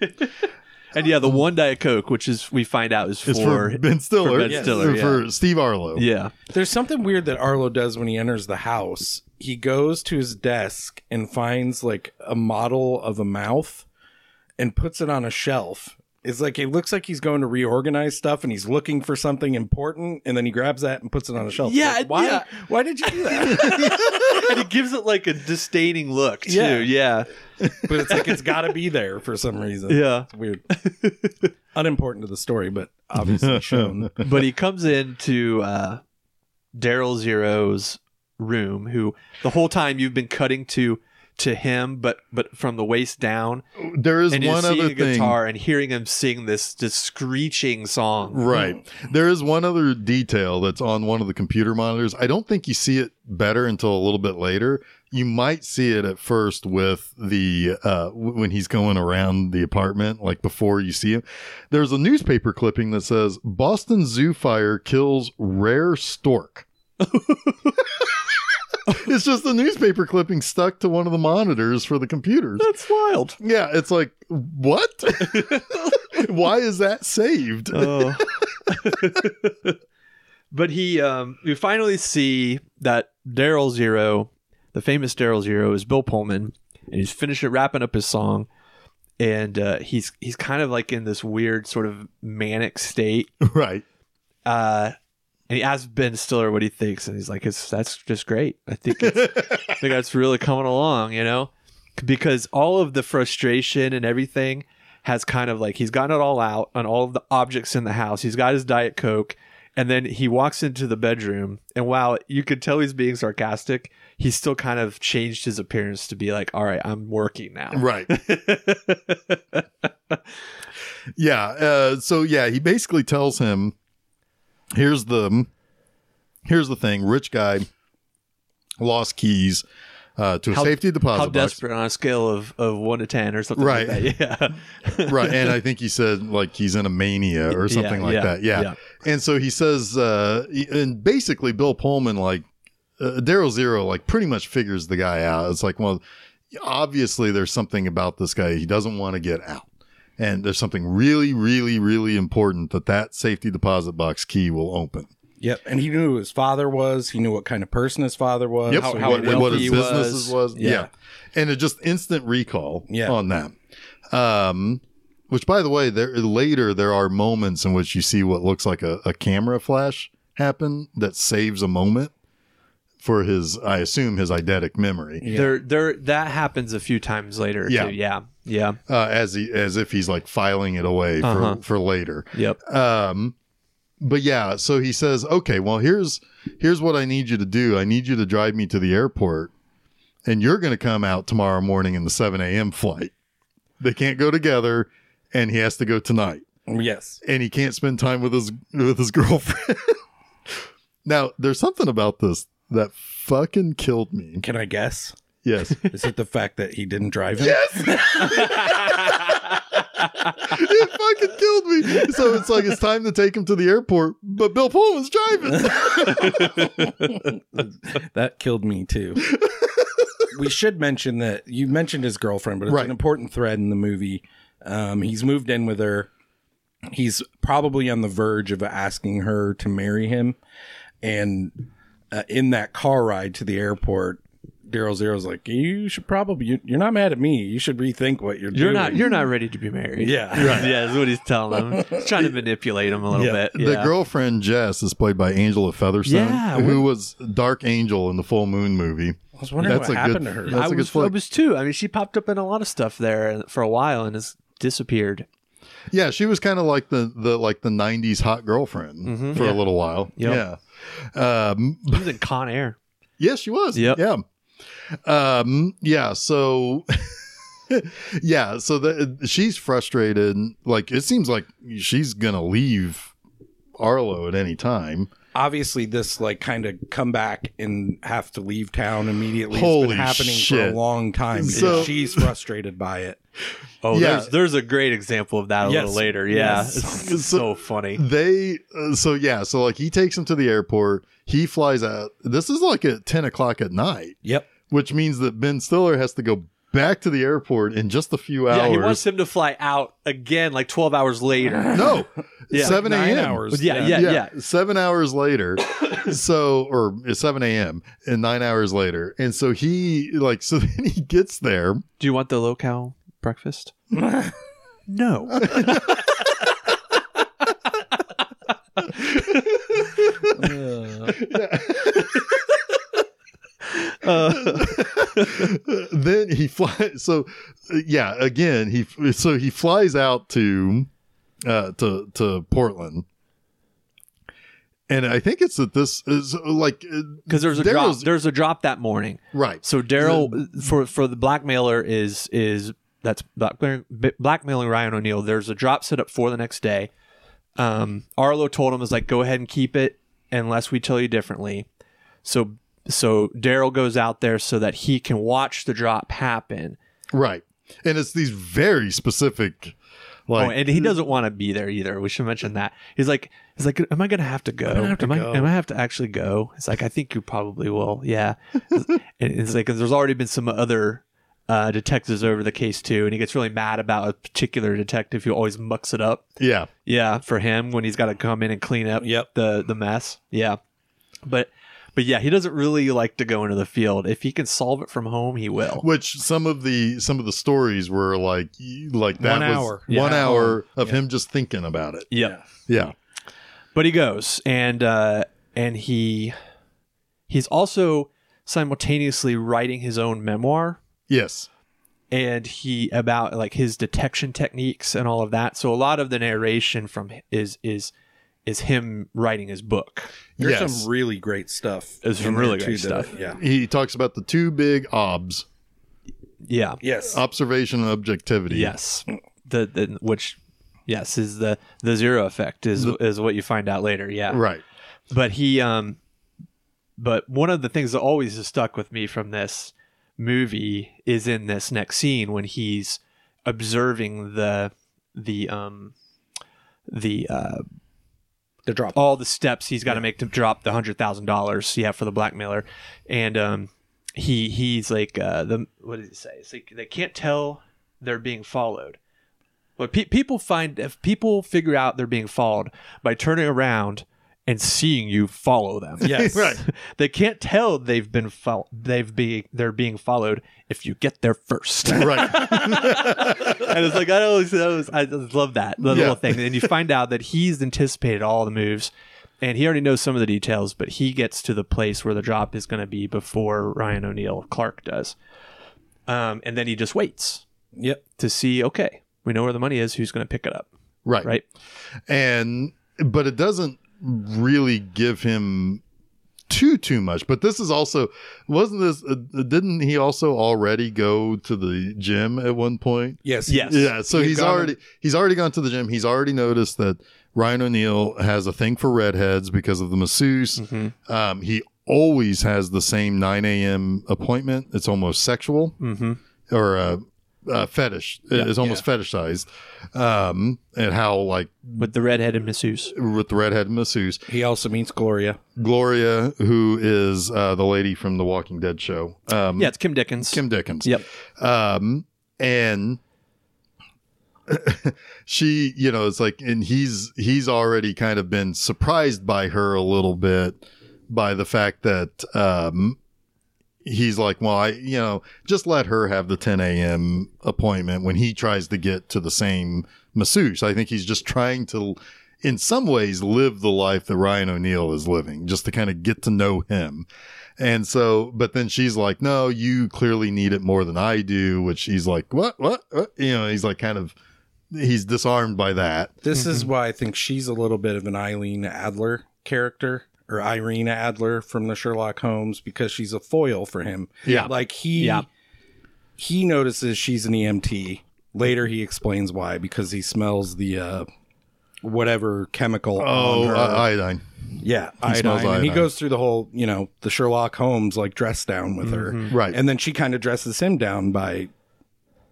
Speaker 1: And yeah, the one Diet Coke, which is we find out is for,
Speaker 2: It's for, Ben Stiller,
Speaker 1: Ben Stiller,
Speaker 2: or for Steve Arlo.
Speaker 1: Yeah.
Speaker 3: There's something weird that Arlo does when he enters the house. He goes to his desk and finds like a model of a mouth and puts it on a shelf is like it looks like he's going to reorganize stuff and he's looking for something important and then he grabs that and puts it on a shelf.
Speaker 1: Yeah,
Speaker 3: Like, why?
Speaker 1: yeah.
Speaker 3: Why did you do that?
Speaker 1: and he gives it like a disdaining look too.
Speaker 3: Yeah.
Speaker 1: Yeah,
Speaker 3: but it's like it's got to be there for some reason.
Speaker 1: yeah.
Speaker 3: It's weird. Unimportant to the story, but obviously shown.
Speaker 1: But he comes into uh, Daryl Zero's room, who the whole time you've been cutting to to him, but but from the waist down,
Speaker 2: There is
Speaker 1: and
Speaker 2: one
Speaker 1: you're seeing
Speaker 2: other
Speaker 1: a
Speaker 2: thing.
Speaker 1: guitar and hearing him sing this this screeching song.
Speaker 2: Right. Mm. There is one other detail that's on one of the computer monitors. I don't think you see it better until a little bit later. You might see it at first with the uh, w- when he's going around the apartment, like before you see him. There's a newspaper clipping that says Boston Zoo fire kills rare stork. it's just a newspaper clipping stuck to one of the monitors for the computers.
Speaker 1: That's wild.
Speaker 2: Yeah, it's like what? Why is that saved?
Speaker 1: Oh. but he, um, we finally see that Daryl Zero, the famous Daryl Zero, is Bill Pullman, and he's finishing wrapping up his song, and uh, he's he's kind of like in this weird sort of manic state,
Speaker 2: right.
Speaker 1: uh, and he asks Ben Stiller what he thinks, and he's like, "It's that's just great. I think it's, I think that's really coming along, you know, because all of the frustration and everything has kind of like he's gotten it all out on all of the objects in the house. He's got his diet coke, and then he walks into the bedroom, and while you could tell he's being sarcastic, he's still kind of changed his appearance to be like, "All right, I'm working now."
Speaker 2: Right. yeah. Uh, so yeah, he basically tells him, "Here's the, here's the thing. Rich guy lost keys uh, to a
Speaker 1: How-
Speaker 2: safety deposit
Speaker 1: How
Speaker 2: box.
Speaker 1: desperate on a scale of, of one to ten or something
Speaker 2: Right.
Speaker 1: like that. Yeah.
Speaker 2: right. And I think he said like he's in a mania or
Speaker 1: Yeah,
Speaker 2: something like
Speaker 1: yeah,
Speaker 2: that. Yeah.
Speaker 1: yeah.
Speaker 2: And so he says, uh, he- and basically Bill Pullman, like uh, Daryl Zero, like pretty much figures the guy out. It's like, well, obviously there's something about this guy. He doesn't want to get out. And there's something really, really, really important that that safety deposit box key will open.
Speaker 3: Yep. And he knew who his father was. He knew what kind of person his father was.
Speaker 2: Yep.
Speaker 1: how-
Speaker 2: What-
Speaker 1: how
Speaker 2: what,
Speaker 1: wealthy
Speaker 2: his
Speaker 1: he
Speaker 2: businesses was.
Speaker 1: was.
Speaker 2: Yeah.
Speaker 1: Yeah.
Speaker 2: And it just instant recall
Speaker 3: Yeah.
Speaker 2: on that. Um, which by the way, there later there are moments in which you see what looks like a, a camera flash happen that saves a moment for his I assume his eidetic memory.
Speaker 3: Yeah.
Speaker 1: There, there, that happens a few times later.
Speaker 2: Yeah.
Speaker 1: too. yeah, yeah,
Speaker 2: Uh, as he as if he's like filing it away for,
Speaker 1: Uh-huh.
Speaker 2: for later.
Speaker 1: yep.
Speaker 2: um but yeah so he says okay well here's here's what i need you to do i need you to drive me to the airport and you're going to come out tomorrow morning in the 7 a.m flight they can't go together and he has to go tonight
Speaker 3: Yes.
Speaker 2: and he can't spend time with his with his girlfriend now there's something about this that fucking killed me
Speaker 3: Can I guess?
Speaker 2: yes
Speaker 3: Is it the fact that he didn't drive him?
Speaker 2: it fucking killed me so it's like it's time to take him to the airport but bill pullman's driving
Speaker 3: That killed me too. we should mention that you mentioned his girlfriend, but it's
Speaker 2: Right.
Speaker 3: an important thread in the movie. Um, he's moved in with her. He's probably on the verge of asking her to marry him. And uh, in that car ride to the airport, Daryl Zero's like, "You should probably you, you're not mad at me. You should rethink what you're,
Speaker 1: You're
Speaker 3: doing."
Speaker 1: not, you're not ready to be married.
Speaker 3: yeah,
Speaker 1: yeah, is what he's telling him. He's trying to manipulate him a little
Speaker 3: Yeah.
Speaker 1: bit. Yeah.
Speaker 2: The girlfriend Jess is played by Angela Featherstone,
Speaker 1: Yeah,
Speaker 2: who was Dark Angel in the Full Moon movie.
Speaker 3: I was wondering
Speaker 2: That's
Speaker 3: what
Speaker 2: a good-
Speaker 3: happened to her.
Speaker 2: that's
Speaker 1: I
Speaker 2: a good
Speaker 1: was,
Speaker 2: flick.
Speaker 1: I was too. I mean, she popped up in a lot of stuff there for a while and has disappeared.
Speaker 2: Yeah, she was kind of like the the like the '90s hot girlfriend for a little while.
Speaker 1: Mm-hmm. Yep.
Speaker 2: Yeah, um,
Speaker 1: She was in Con Air.
Speaker 2: yes, she was.
Speaker 1: Yep.
Speaker 2: Yeah, um, yeah. So, yeah, so the, she's frustrated. Like it seems like she's gonna leave Arlo at any time.
Speaker 3: obviously this like kind of come back and have to leave town immediately has
Speaker 2: Holy
Speaker 3: been happening for
Speaker 2: shit.
Speaker 3: a long time because
Speaker 2: So-
Speaker 3: she's frustrated by it
Speaker 1: Oh,
Speaker 2: Yeah.
Speaker 1: there's there's a great example of that a
Speaker 3: Yes.
Speaker 1: little later. Yeah,
Speaker 3: Yes.
Speaker 1: it's so funny.
Speaker 2: they uh, so yeah so like he takes him to the airport he flies out this is like at 10 o'clock at night
Speaker 3: yep
Speaker 2: which means that ben stiller has to go back to the airport in just a few hours
Speaker 1: Yeah, he wants him to fly out again, like 12 hours later.
Speaker 2: no
Speaker 1: Yeah.
Speaker 2: 7
Speaker 3: nine
Speaker 2: a.m
Speaker 3: hours
Speaker 1: Yeah, yeah,
Speaker 2: yeah,
Speaker 1: yeah.
Speaker 2: seven hours later so or it's 7 a.m and nine hours later and so he like so then he gets there
Speaker 1: Do you want the locale breakfast? no. Uh,
Speaker 2: then he flies. So uh, yeah, again he so he flies out to uh, to to Portland. And I think it's that this is uh, like uh,
Speaker 1: because there's a
Speaker 2: there
Speaker 1: drop.
Speaker 2: was-
Speaker 1: There's a drop that morning.
Speaker 2: right.
Speaker 1: So Daryl for for the blackmailer is is that's blackmailing, blackmailing Ryan O'Neal. There's a drop set up for the next day. Um, Arlo told him is like go ahead and keep it unless we tell you differently. So so Daryl goes out there so that he can watch the drop happen.
Speaker 2: Right. And it's these very specific
Speaker 1: Oh,
Speaker 2: like
Speaker 1: and he doesn't want to be there either. We should mention that. He's like, he's like, am I gonna have to go?
Speaker 3: have to
Speaker 1: am I,
Speaker 3: go."
Speaker 1: am I have to actually go? It's like, I think you probably will. Yeah. and it's like, 'cause there's already been some other uh, detectives over the case too, and he gets really mad about a particular detective who always mucks it up.
Speaker 2: yeah.
Speaker 1: Yeah, for him when he's got to come in and clean up
Speaker 3: Yep.
Speaker 1: the the mess. Yeah, but but yeah, he doesn't really like to go into the field. If he can solve it from home, he will.
Speaker 2: Which some of the some of the stories were like y- like that
Speaker 3: One
Speaker 2: was
Speaker 3: hour.
Speaker 2: one
Speaker 1: Yeah.
Speaker 2: hour of him just thinking about it.
Speaker 1: Yep.
Speaker 2: Yeah.
Speaker 1: but he goes and uh and he he's also simultaneously writing his own memoir
Speaker 2: Yes.
Speaker 1: and he about like his detection techniques and all of that so a lot of the narration from h- is is is him writing his book
Speaker 3: There's
Speaker 2: yes.
Speaker 3: some really great stuff.
Speaker 1: There's some
Speaker 3: in
Speaker 1: really
Speaker 3: there,
Speaker 1: great
Speaker 3: too, that-
Speaker 1: stuff.
Speaker 3: Yeah.
Speaker 2: he talks about the two big obs,
Speaker 1: yeah
Speaker 3: Yes.
Speaker 2: Uh, observation and objectivity.
Speaker 1: yes the, the which yes is the the zero effect is is what you find out later yeah
Speaker 2: Right.
Speaker 1: but he um but one of the things that always has stuck with me from this movie is in this next scene when he's observing the the um the uh
Speaker 3: the drop.
Speaker 1: all the steps he's got to make to drop the hundred thousand dollars yeah for the blackmailer and um he he's like uh the what did he say it's like they can't tell they're being followed but pe- people find if people figure out they're being followed by turning around and seeing you follow them
Speaker 3: Yes.
Speaker 2: Right.
Speaker 1: they can't tell they've been fol- they've be they're being followed if you get there first and
Speaker 2: Right.
Speaker 1: it's like i always that was, i just love that the
Speaker 2: Yeah.
Speaker 1: little thing and you find out that he's anticipated all the moves and he already knows some of the details but he gets to the place where the drop is going to be before ryan o'neill clark does um, and then he just waits
Speaker 3: Yep.
Speaker 1: to see okay we know where the money is who's going to pick it up
Speaker 2: right.
Speaker 1: right
Speaker 2: And but it doesn't really give him too too much. But this is also wasn't this uh, didn't he also already go to the gym at one point?
Speaker 3: Yes.
Speaker 1: Yes.
Speaker 2: Yeah, so
Speaker 3: He's
Speaker 2: he's
Speaker 3: gone-
Speaker 2: already he's already gone to the gym. He's already noticed that Ryan O'Neal has a thing for redheads because of the masseuse. Um, he always has the same 9 a.m. appointment. It's almost sexual
Speaker 1: mm-hmm
Speaker 2: or uh, uh, fetish. it's almost fetishized. Um, and how like
Speaker 1: with the redheaded masseuse
Speaker 2: with the redhead masseuse
Speaker 3: He also meets Gloria.
Speaker 2: Gloria, who is uh, the lady from the Walking Dead show. Um,
Speaker 1: yeah it's kim dickens
Speaker 2: Kim Dickens.
Speaker 1: yep
Speaker 2: um and she you know it's like and he's he's already kind of been surprised by her a little bit by the fact that um he's like well i you know just let her have the 10 a.m appointment when he tries to get to the same masseuse i think he's just trying to in some ways live the life that ryan o'neill is living just to kind of get to know him and so, but then she's like, no, you clearly need it more than I do, which he's like, what, what, what? You know, he's like kind of, he's disarmed by that.
Speaker 3: This is why I think she's a little bit of an Eileen Adler character or Irene Adler from the Sherlock Holmes because she's a foil for him.
Speaker 2: Yeah.
Speaker 3: Like he
Speaker 1: Yeah.
Speaker 3: he notices she's an EMT. Later he explains why because he smells the uh whatever chemical
Speaker 2: Oh,
Speaker 3: on her.
Speaker 2: uh, iodine.
Speaker 3: yeah,
Speaker 2: he
Speaker 3: iodine.
Speaker 2: smells
Speaker 3: And he
Speaker 2: iodine.
Speaker 3: goes through the whole, you know, the Sherlock Holmes like dress down with her.
Speaker 2: Mm-hmm. Right.
Speaker 3: And then she kind of dresses him down by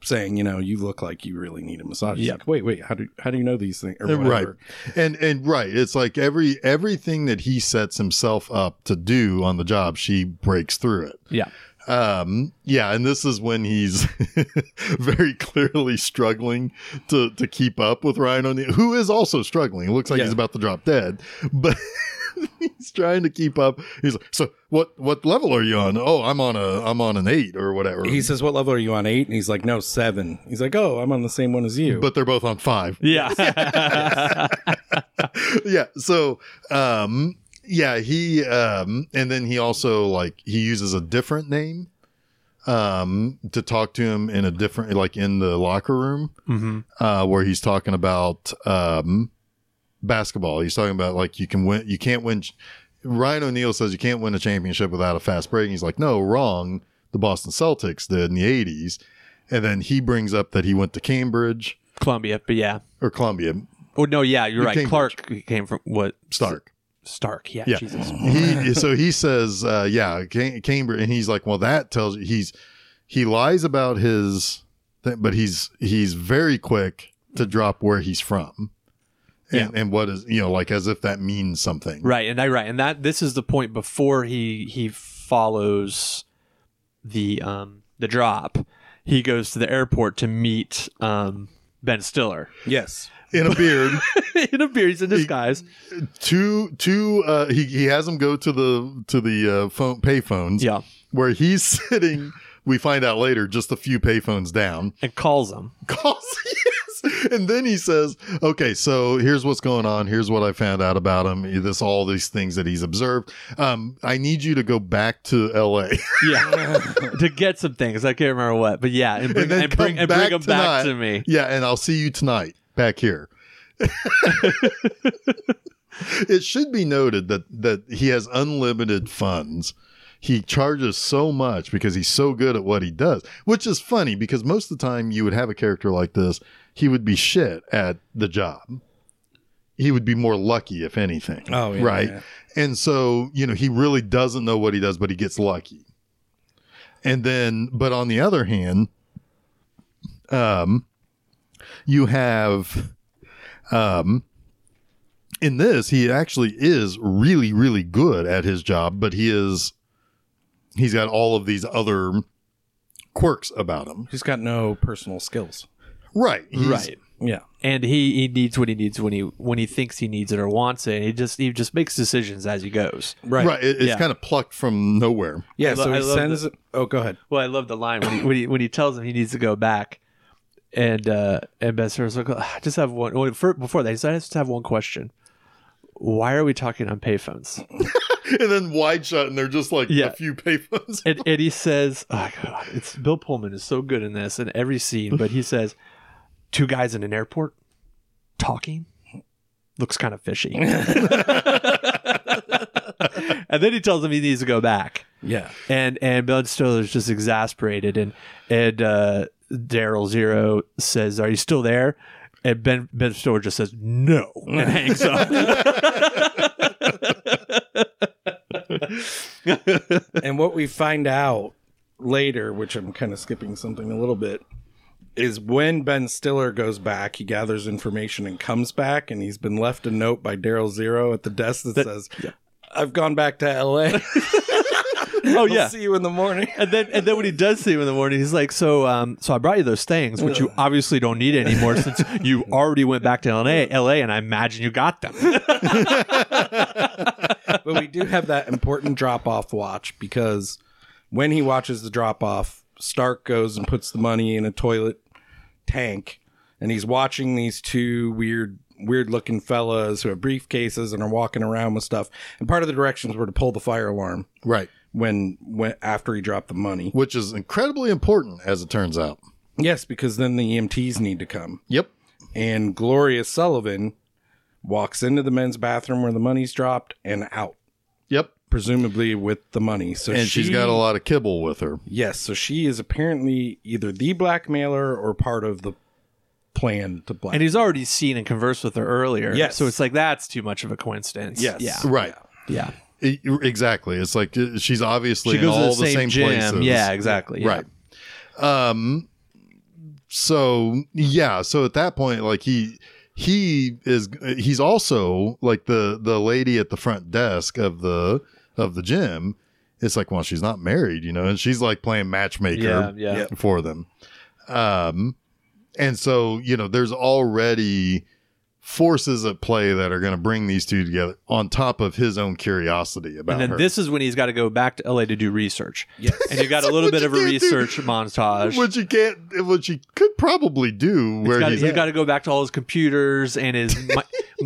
Speaker 3: saying, you know, you look like you really need a massage. He's
Speaker 1: Yeah.
Speaker 3: Like, wait, wait, how do how do you know these things? Or
Speaker 2: Uh, right.
Speaker 3: whatever.
Speaker 2: And, and right. It's like every, everything that he sets himself up to do on the job, she breaks through it.
Speaker 1: yeah
Speaker 2: um yeah and this is when he's very clearly struggling to to keep up with ryan o'neill who is also struggling it looks like he's
Speaker 3: Yeah.
Speaker 2: about to drop dead but he's trying to keep up he's like so what what level are you on oh i'm on a i'm on an eight or whatever
Speaker 3: He says, "What level are you on? Eight? And he's like, "No, seven. He's like, "Oh, I'm on the same one as you."
Speaker 2: but they're both on five
Speaker 1: yeah
Speaker 2: yeah. So, um, yeah, he, um, and then he also like he uses a different name, um, to talk to him in a different like in the locker room,
Speaker 1: Mhm.
Speaker 2: uh, where he's talking about um, basketball. He's talking about like you can win, you can't win. Ryan O'Neal says you can't win a championship without a fast break. And he's like, no, wrong. The Boston Celtics did in the '80s, and then he brings up that he went to Cambridge
Speaker 1: Columbia, but yeah.
Speaker 2: or Columbia
Speaker 1: Oh no, yeah, you're right.
Speaker 2: came-
Speaker 1: Clark came from what
Speaker 2: Stark.
Speaker 1: Stark, yeah,
Speaker 2: Yeah.
Speaker 1: Jesus.
Speaker 2: he so he says uh yeah Cam- cambridge and he's like well that tells you he's he lies about his thing, but he's he's very quick to drop where he's from and, and what is you know like as if that means something
Speaker 1: Right, and I right, and that this is the point before he he follows the um the drop. He goes to the airport to meet um Ben Stiller
Speaker 3: Yes.
Speaker 2: in a beard
Speaker 1: in a beard. He's in disguise.
Speaker 2: two two uh he, he has him go to the to the uh phone pay phones
Speaker 1: yeah,
Speaker 2: where he's sitting we find out later just a few payphones down
Speaker 1: and calls him.
Speaker 2: calls yes and then he says okay so here's what's going on here's what i found out about him this all these things that he's observed um i need you to go back to la
Speaker 1: Yeah, to get some things. I can't remember what, but yeah, and bring
Speaker 2: then
Speaker 1: and, bring,
Speaker 2: come
Speaker 1: and bring
Speaker 2: back
Speaker 1: him back
Speaker 2: tonight.
Speaker 1: to me.
Speaker 2: yeah and i'll see you tonight back here it should be noted that that he has unlimited funds he charges so much because he's so good at what he does which is funny because most of the time you would have a character like this he would be shit at the job he would be more lucky if anything
Speaker 3: Oh, yeah,
Speaker 2: right
Speaker 3: yeah.
Speaker 2: and so you know he really doesn't know what he does but he gets lucky and then but on the other hand um you have um in this he actually is really really good at his job but he is he's got all of these other quirks about him
Speaker 3: He's got no personal skills.
Speaker 2: right he's-
Speaker 1: Right.
Speaker 3: Yeah.
Speaker 1: And he, he needs what he needs when he when he thinks he needs it or wants it. He just he just makes decisions as he goes.
Speaker 2: right,
Speaker 3: Right.
Speaker 2: it- it's
Speaker 1: Yeah.
Speaker 2: kind of plucked from nowhere
Speaker 3: Yeah.
Speaker 1: I lo-
Speaker 3: so
Speaker 1: I
Speaker 3: he
Speaker 1: love
Speaker 3: sends. Oh, go ahead.
Speaker 1: Well, I love the line when he, when he, when he tells him he needs to go back, and uh, and Ben Stiller's like, "Ugh, I just have one. Well, for, before that, he said, I just have one question. Why are we talking on payphones?
Speaker 2: and then wide shot and they're just like
Speaker 1: Yeah.
Speaker 2: a few payphones
Speaker 1: And, and he says, oh, God, it's Bill Pullman is so good in this in every scene, but he says, two guys in an airport talking looks kind of fishy. and then he tells him he needs to go back.
Speaker 3: Yeah.
Speaker 1: and and Ben Stiller's just exasperated, and and uh, Daryl Zero says, "Are you still there?" And Ben Ben Stiller just says, "No," and hangs up.
Speaker 3: and what we find out later, which I'm kind of skipping something a little bit, is when Ben Stiller goes back, he gathers information and comes back, and he's been left a note by Daryl Zero at the desk that, says, "I've gone back to L.A.
Speaker 1: oh
Speaker 3: I'll
Speaker 1: yeah.
Speaker 3: see you in the morning."
Speaker 1: And then, and then when he does see him in the morning, he's like, "So, um, so I brought you those things, which you obviously don't need anymore since you already went back to LA, LA, and I imagine you got them."
Speaker 3: but we do have that important drop off watch because when he watches the drop off, Stark goes and puts the money in a toilet tank, and he's watching these two weird, weird looking fellas who have briefcases and are walking around with stuff. And part of the directions were to pull the fire alarm
Speaker 2: right
Speaker 3: when, when after he dropped the money.
Speaker 2: which is incredibly important as it turns out
Speaker 3: Yes, because then the EMTs need to come.
Speaker 2: yep
Speaker 3: And Gloria Sullivan walks into the men's bathroom where the money's dropped and out.
Speaker 2: yep
Speaker 3: Presumably with the money, so
Speaker 2: and she's
Speaker 3: she-
Speaker 2: got a lot of kibble with her
Speaker 3: Yes, so she is apparently either the blackmailer or part of the plan to
Speaker 1: and
Speaker 3: blackmail.
Speaker 1: he's already seen and conversed with her earlier.
Speaker 3: Yes.
Speaker 1: So it's like that's too much of a coincidence.
Speaker 3: Yes.
Speaker 1: Yeah.
Speaker 2: right
Speaker 1: Yeah.
Speaker 2: E- exactly it's like uh, she's obviously
Speaker 1: She
Speaker 2: in
Speaker 1: goes to
Speaker 2: all
Speaker 1: the same, gym.
Speaker 2: places
Speaker 1: Yeah, exactly. Yeah.
Speaker 2: right um so yeah so at that point like he he is he's also like the the lady at the front desk of the of the gym it's like well she's not married you know and she's like playing matchmaker
Speaker 1: Yeah, yeah. Yep.
Speaker 2: for them um and so you know there's already forces at play that are going to bring these two together on top of his own curiosity about
Speaker 1: And then
Speaker 2: her.
Speaker 1: this is when he's got to go back to LA to do research.
Speaker 3: Yes.
Speaker 1: And you got a little bit of a
Speaker 2: What you can't do.
Speaker 1: research montage.
Speaker 2: which you can't which you could probably do where
Speaker 1: He's gotta-
Speaker 2: he's
Speaker 1: he's
Speaker 2: at.
Speaker 1: got to go back to all his computers and his mi-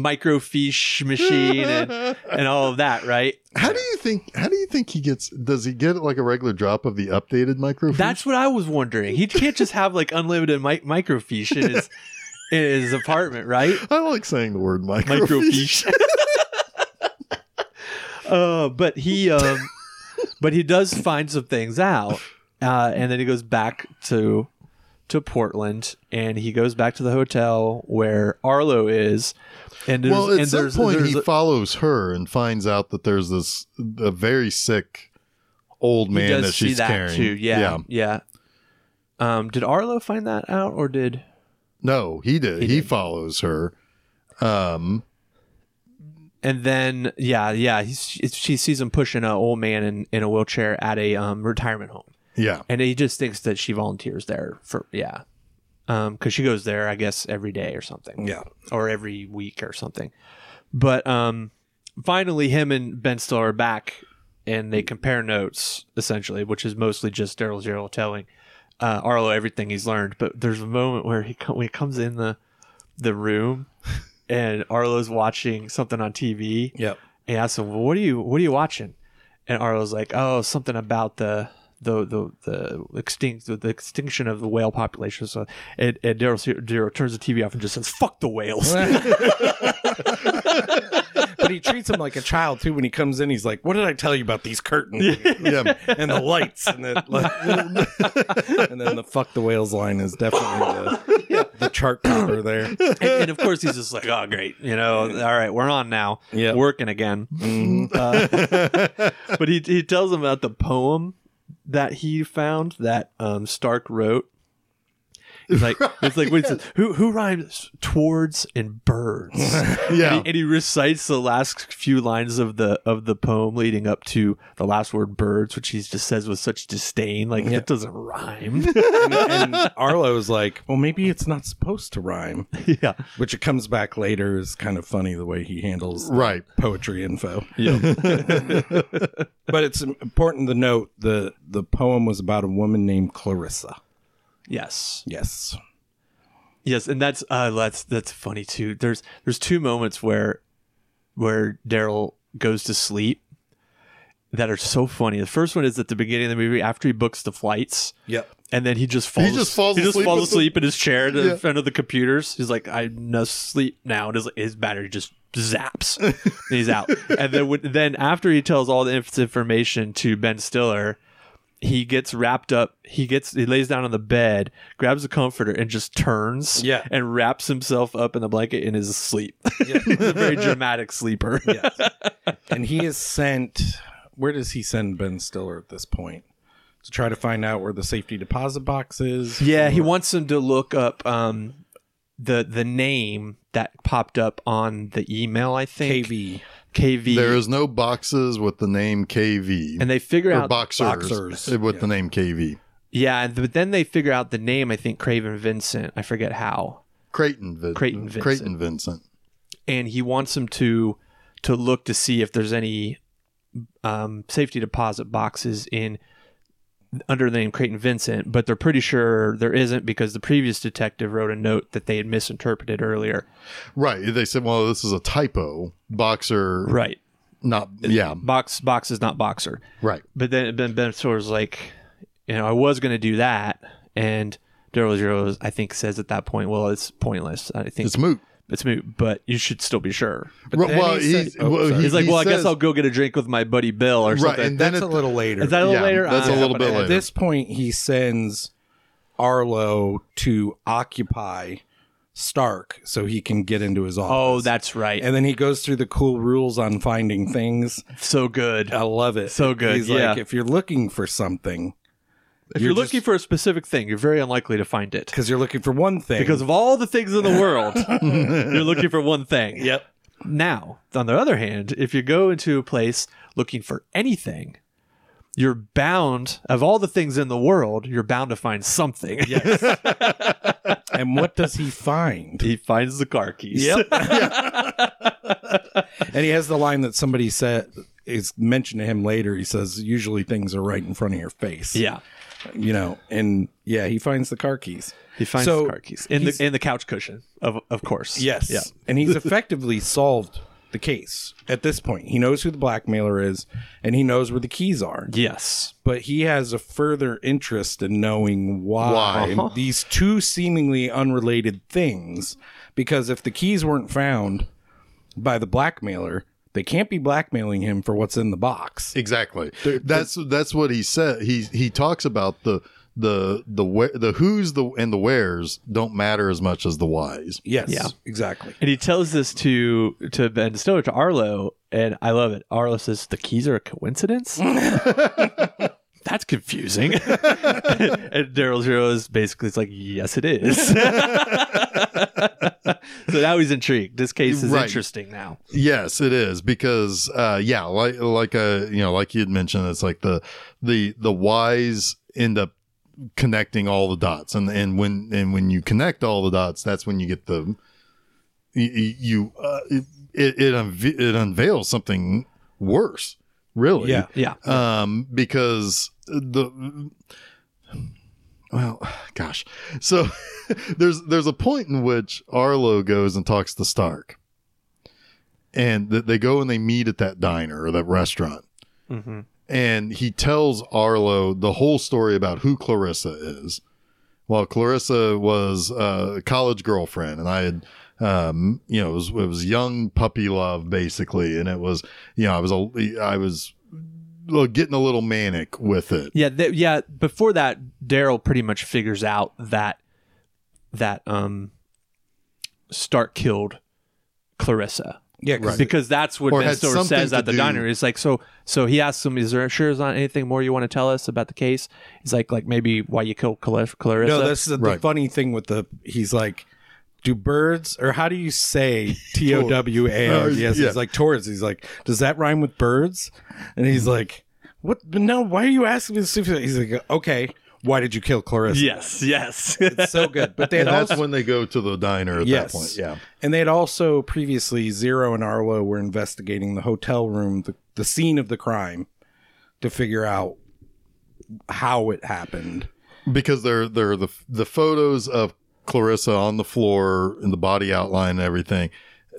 Speaker 1: microfiche machine and, and all of that, right?
Speaker 2: How do you think? How do you think he gets? Does he get like a regular drop of the updated microfiche?
Speaker 1: That's what I was wondering. He can't just have like unlimited mi- microfiche in his in his apartment, right?
Speaker 2: I like saying the word microfiche.
Speaker 1: Microfiche. uh, but he um, but he does find some things out, uh, and then he goes back to to Portland, and he goes back to the hotel where Arlo is, and there's,
Speaker 2: Well, at
Speaker 1: and
Speaker 2: some
Speaker 1: there's,
Speaker 2: point
Speaker 1: there's
Speaker 2: he
Speaker 1: a-
Speaker 2: follows her and finds out that there's this a very sick old
Speaker 1: he
Speaker 2: man
Speaker 1: does
Speaker 2: that
Speaker 1: see
Speaker 2: she's
Speaker 1: that
Speaker 2: carrying.
Speaker 1: too. Yeah, yeah. Um, did Arlo find that out, or did?
Speaker 2: No, he did. He,
Speaker 1: He did.
Speaker 2: follows her. Um,
Speaker 1: And then, yeah, yeah, he's, it's- she sees him pushing an old man in, in a wheelchair at a um, retirement home,
Speaker 2: yeah.
Speaker 1: and he just thinks that she volunteers there for yeah, because she goes there, I guess, every day or something,
Speaker 3: Yeah.
Speaker 1: or every week or something. But um, finally, him and Ben Stiller are back, and they compare notes essentially, which is mostly just Daryl Zero telling uh, Arlo everything he's learned. But there's a moment where he co- when he comes in the the room, and Arlo's watching something on TV.
Speaker 3: Yep.
Speaker 1: And he asked him, well, "What are you What are you watching?" And Arlo's like, "Oh, something about the the the, the extinct the extinction of the whale population." So, and, and Daryl Se- Daryl turns the TV off and just says, "Fuck the whales."
Speaker 3: but he treats him like a child too. When he comes in, he's like, "What did I tell you about these curtains
Speaker 2: Yeah.
Speaker 3: and the lights?" And then, and then the "fuck the whales" line is definitely the, the chart topper there.
Speaker 1: and, and of course, he's just like, "Oh, great, you know, all right, we're on now,
Speaker 3: Yeah.
Speaker 1: working again."
Speaker 3: Mm-hmm.
Speaker 1: Uh, but he he tells him about the poem that he found that um, Stark wrote. It's like it's like wait, who who rhymes towards and birds.
Speaker 2: yeah.
Speaker 1: and, he, and he recites the last few lines of the of the poem leading up to the last word birds which he just says with such disdain like
Speaker 3: Yeah.
Speaker 1: it doesn't rhyme
Speaker 3: And, and Arlo's like, "Well, maybe it's not supposed to rhyme,"
Speaker 1: yeah
Speaker 3: which it comes back later is kind of funny the way he handles
Speaker 2: right.
Speaker 3: poetry info. but it's important to note the the poem was about a woman named Clarissa.
Speaker 1: yes
Speaker 3: Yes.
Speaker 1: yes and that's uh that's that's funny too there's there's two moments where where daryl goes to sleep that are so funny the first one is at the beginning of the movie after he books the flights
Speaker 3: Yep.
Speaker 1: and then he just falls.
Speaker 2: just falls
Speaker 1: he just
Speaker 2: asleep
Speaker 1: falls
Speaker 2: with the-
Speaker 1: asleep in his chair to-
Speaker 2: Yeah.
Speaker 1: in front of the computers. He's like, I must sleep now, and his, his battery just zaps. and he's out. And then when, then after he tells all the inf- information to Ben Stiller, he gets wrapped up. He gets he lays down on the bed, grabs a comforter, and just turns.
Speaker 3: Yeah.
Speaker 1: and wraps himself up in the blanket and is asleep. He's a very dramatic sleeper.
Speaker 3: and he is sent where does he send ben stiller at this point to try to find out where the safety deposit box is
Speaker 1: Yeah, he wants him to look up um, the the name that popped up on the email. I think
Speaker 3: kv
Speaker 1: KV.
Speaker 2: There is no boxes with the name KV
Speaker 1: and they figure
Speaker 2: or
Speaker 1: out
Speaker 2: boxers,
Speaker 3: boxers.
Speaker 2: with
Speaker 3: Yeah.
Speaker 2: the name KV.
Speaker 1: yeah, and th- but then they figure out the name. I think Craven Vincent. I forget how.
Speaker 2: Creighton, Vin-
Speaker 1: Creighton Vincent.
Speaker 2: Creighton Vincent.
Speaker 1: And he wants him to to look to see if there's any um, safety deposit boxes in under the name Creighton Vincent, but they're pretty sure there isn't because the previous detective wrote a note that they had misinterpreted earlier.
Speaker 2: Right. They said, well, this is a typo. Boxer,
Speaker 1: Right.
Speaker 2: not, yeah,
Speaker 1: Box box is not boxer.
Speaker 2: right.
Speaker 1: But then Ben Ben Stiller's like, you know, I was going to do that, and Daryl Zero, I think, says at that point, well, it's pointless. I think
Speaker 2: It's
Speaker 1: it's,
Speaker 2: moot.
Speaker 1: moot, but you should still be sure. But
Speaker 2: Well,
Speaker 1: then
Speaker 2: well,
Speaker 1: he said-
Speaker 2: he's, well,
Speaker 3: oh, sorry.
Speaker 2: he-
Speaker 1: he's like,
Speaker 2: he
Speaker 1: well, I guess
Speaker 2: says-
Speaker 1: I'll go get a drink with my buddy Bill or
Speaker 2: Right.
Speaker 1: something.
Speaker 2: And then
Speaker 3: that's a
Speaker 2: it-
Speaker 3: little later
Speaker 1: Is that a little
Speaker 2: yeah,
Speaker 1: later?
Speaker 2: that's a
Speaker 1: Uh,
Speaker 2: little
Speaker 1: but-
Speaker 2: bit
Speaker 3: at
Speaker 2: later.
Speaker 3: this point he sends arlo to occupy stark so he can get into his
Speaker 1: Oh,
Speaker 3: office
Speaker 1: that's right.
Speaker 3: and then he goes through the cool rules on finding things
Speaker 1: so good.
Speaker 3: i love it
Speaker 1: So good,
Speaker 3: he's
Speaker 1: yeah.
Speaker 3: like if you're looking for something
Speaker 1: if you're, looking for a specific thing, you're very unlikely to find it
Speaker 3: because you're looking for one thing
Speaker 1: because of all the things in the world. you're looking for one thing.
Speaker 3: yep
Speaker 1: Now, on the other hand, if you go into a place looking for anything, you're bound of all the things in the world, you're bound to find something.
Speaker 3: and what does he find
Speaker 1: he finds the car keys.
Speaker 3: and he has the line that somebody said it's mentioned to him later. He says usually things are right in front of your face.
Speaker 1: Yeah.
Speaker 3: you know, and yeah, he finds the car keys.
Speaker 1: He finds
Speaker 3: So,
Speaker 1: the car keys in the
Speaker 3: he's-
Speaker 1: in the couch cushion, of of course.
Speaker 3: Yes.
Speaker 1: Yeah.
Speaker 3: And he's effectively solved the case at this point. He knows who the blackmailer is and he knows where the keys are.
Speaker 1: Yes.
Speaker 3: But he has a further interest in knowing why,
Speaker 2: Why?
Speaker 3: these two seemingly unrelated things. Because if the keys weren't found by the blackmailer, they can't be blackmailing him for what's in the box.
Speaker 2: Exactly. that's that's what he said. He he talks about the the the where, the who's the and the wheres don't matter as much as the whys.
Speaker 3: Yes,
Speaker 1: Yeah.
Speaker 3: exactly.
Speaker 1: And he tells this to to Ben Stiller to Arlo, and I love it. Arlo says the keys are a coincidence. That's confusing. and Daryl Zero is basically it's like, yes, it is. so now he's intrigued. This case is
Speaker 2: Right.
Speaker 1: interesting now.
Speaker 2: Yes, it is because uh yeah, like like uh you know, like you had mentioned, it's like the the the whys end up connecting all the dots and and when and when you connect all the dots that's when you get the you, you uh, it it, unve- it unveils something worse really
Speaker 3: Yeah.
Speaker 1: Yeah.
Speaker 2: um, because the well, gosh, so there's there's a point in which Arlo goes and talks to Stark, and th- they go and they meet at that diner or that restaurant,
Speaker 1: Mm-hmm.
Speaker 2: and he tells Arlo the whole story about who Clarissa is. Well, Clarissa was a college girlfriend, and I had, um, you know, it was, it was young puppy love basically, and it was, you know, I was a, I was well, getting a little manic with it.
Speaker 1: Yeah, th- yeah. Before that, Daryl pretty much figures out that that um Stark killed Clarissa
Speaker 3: Yeah, 'cause
Speaker 1: because that's what
Speaker 2: Or
Speaker 1: Ben
Speaker 2: had
Speaker 1: Stiller
Speaker 2: something
Speaker 1: says
Speaker 2: to
Speaker 1: at the
Speaker 2: do-
Speaker 1: diner. He's like, so so he asks him, is there sure is not anything more you want to tell us about the case? He's like, like maybe why you killed Clar- Clarissa.
Speaker 3: No, that's the, the
Speaker 2: Right.
Speaker 3: funny thing with the. He's like, do birds or how do you say T O W A R D S?
Speaker 2: Oh, Yeah.
Speaker 3: He's like towards. He's like, does that rhyme with birds? And he's like, what? No, why are you asking me this? stupid-" He's like, okay, why did you kill Clarissa?
Speaker 1: yes, yes.
Speaker 3: It's so good. But they had
Speaker 2: And that's
Speaker 3: also,
Speaker 2: when they go to the diner at
Speaker 3: Yes.
Speaker 2: that point. Yeah.
Speaker 3: and they had also previously Zero and Arlo were investigating the hotel room, the, the scene of the crime, to figure out how it happened.
Speaker 2: because they're they're the the photos of Clarissa on the floor and the body outline and everything.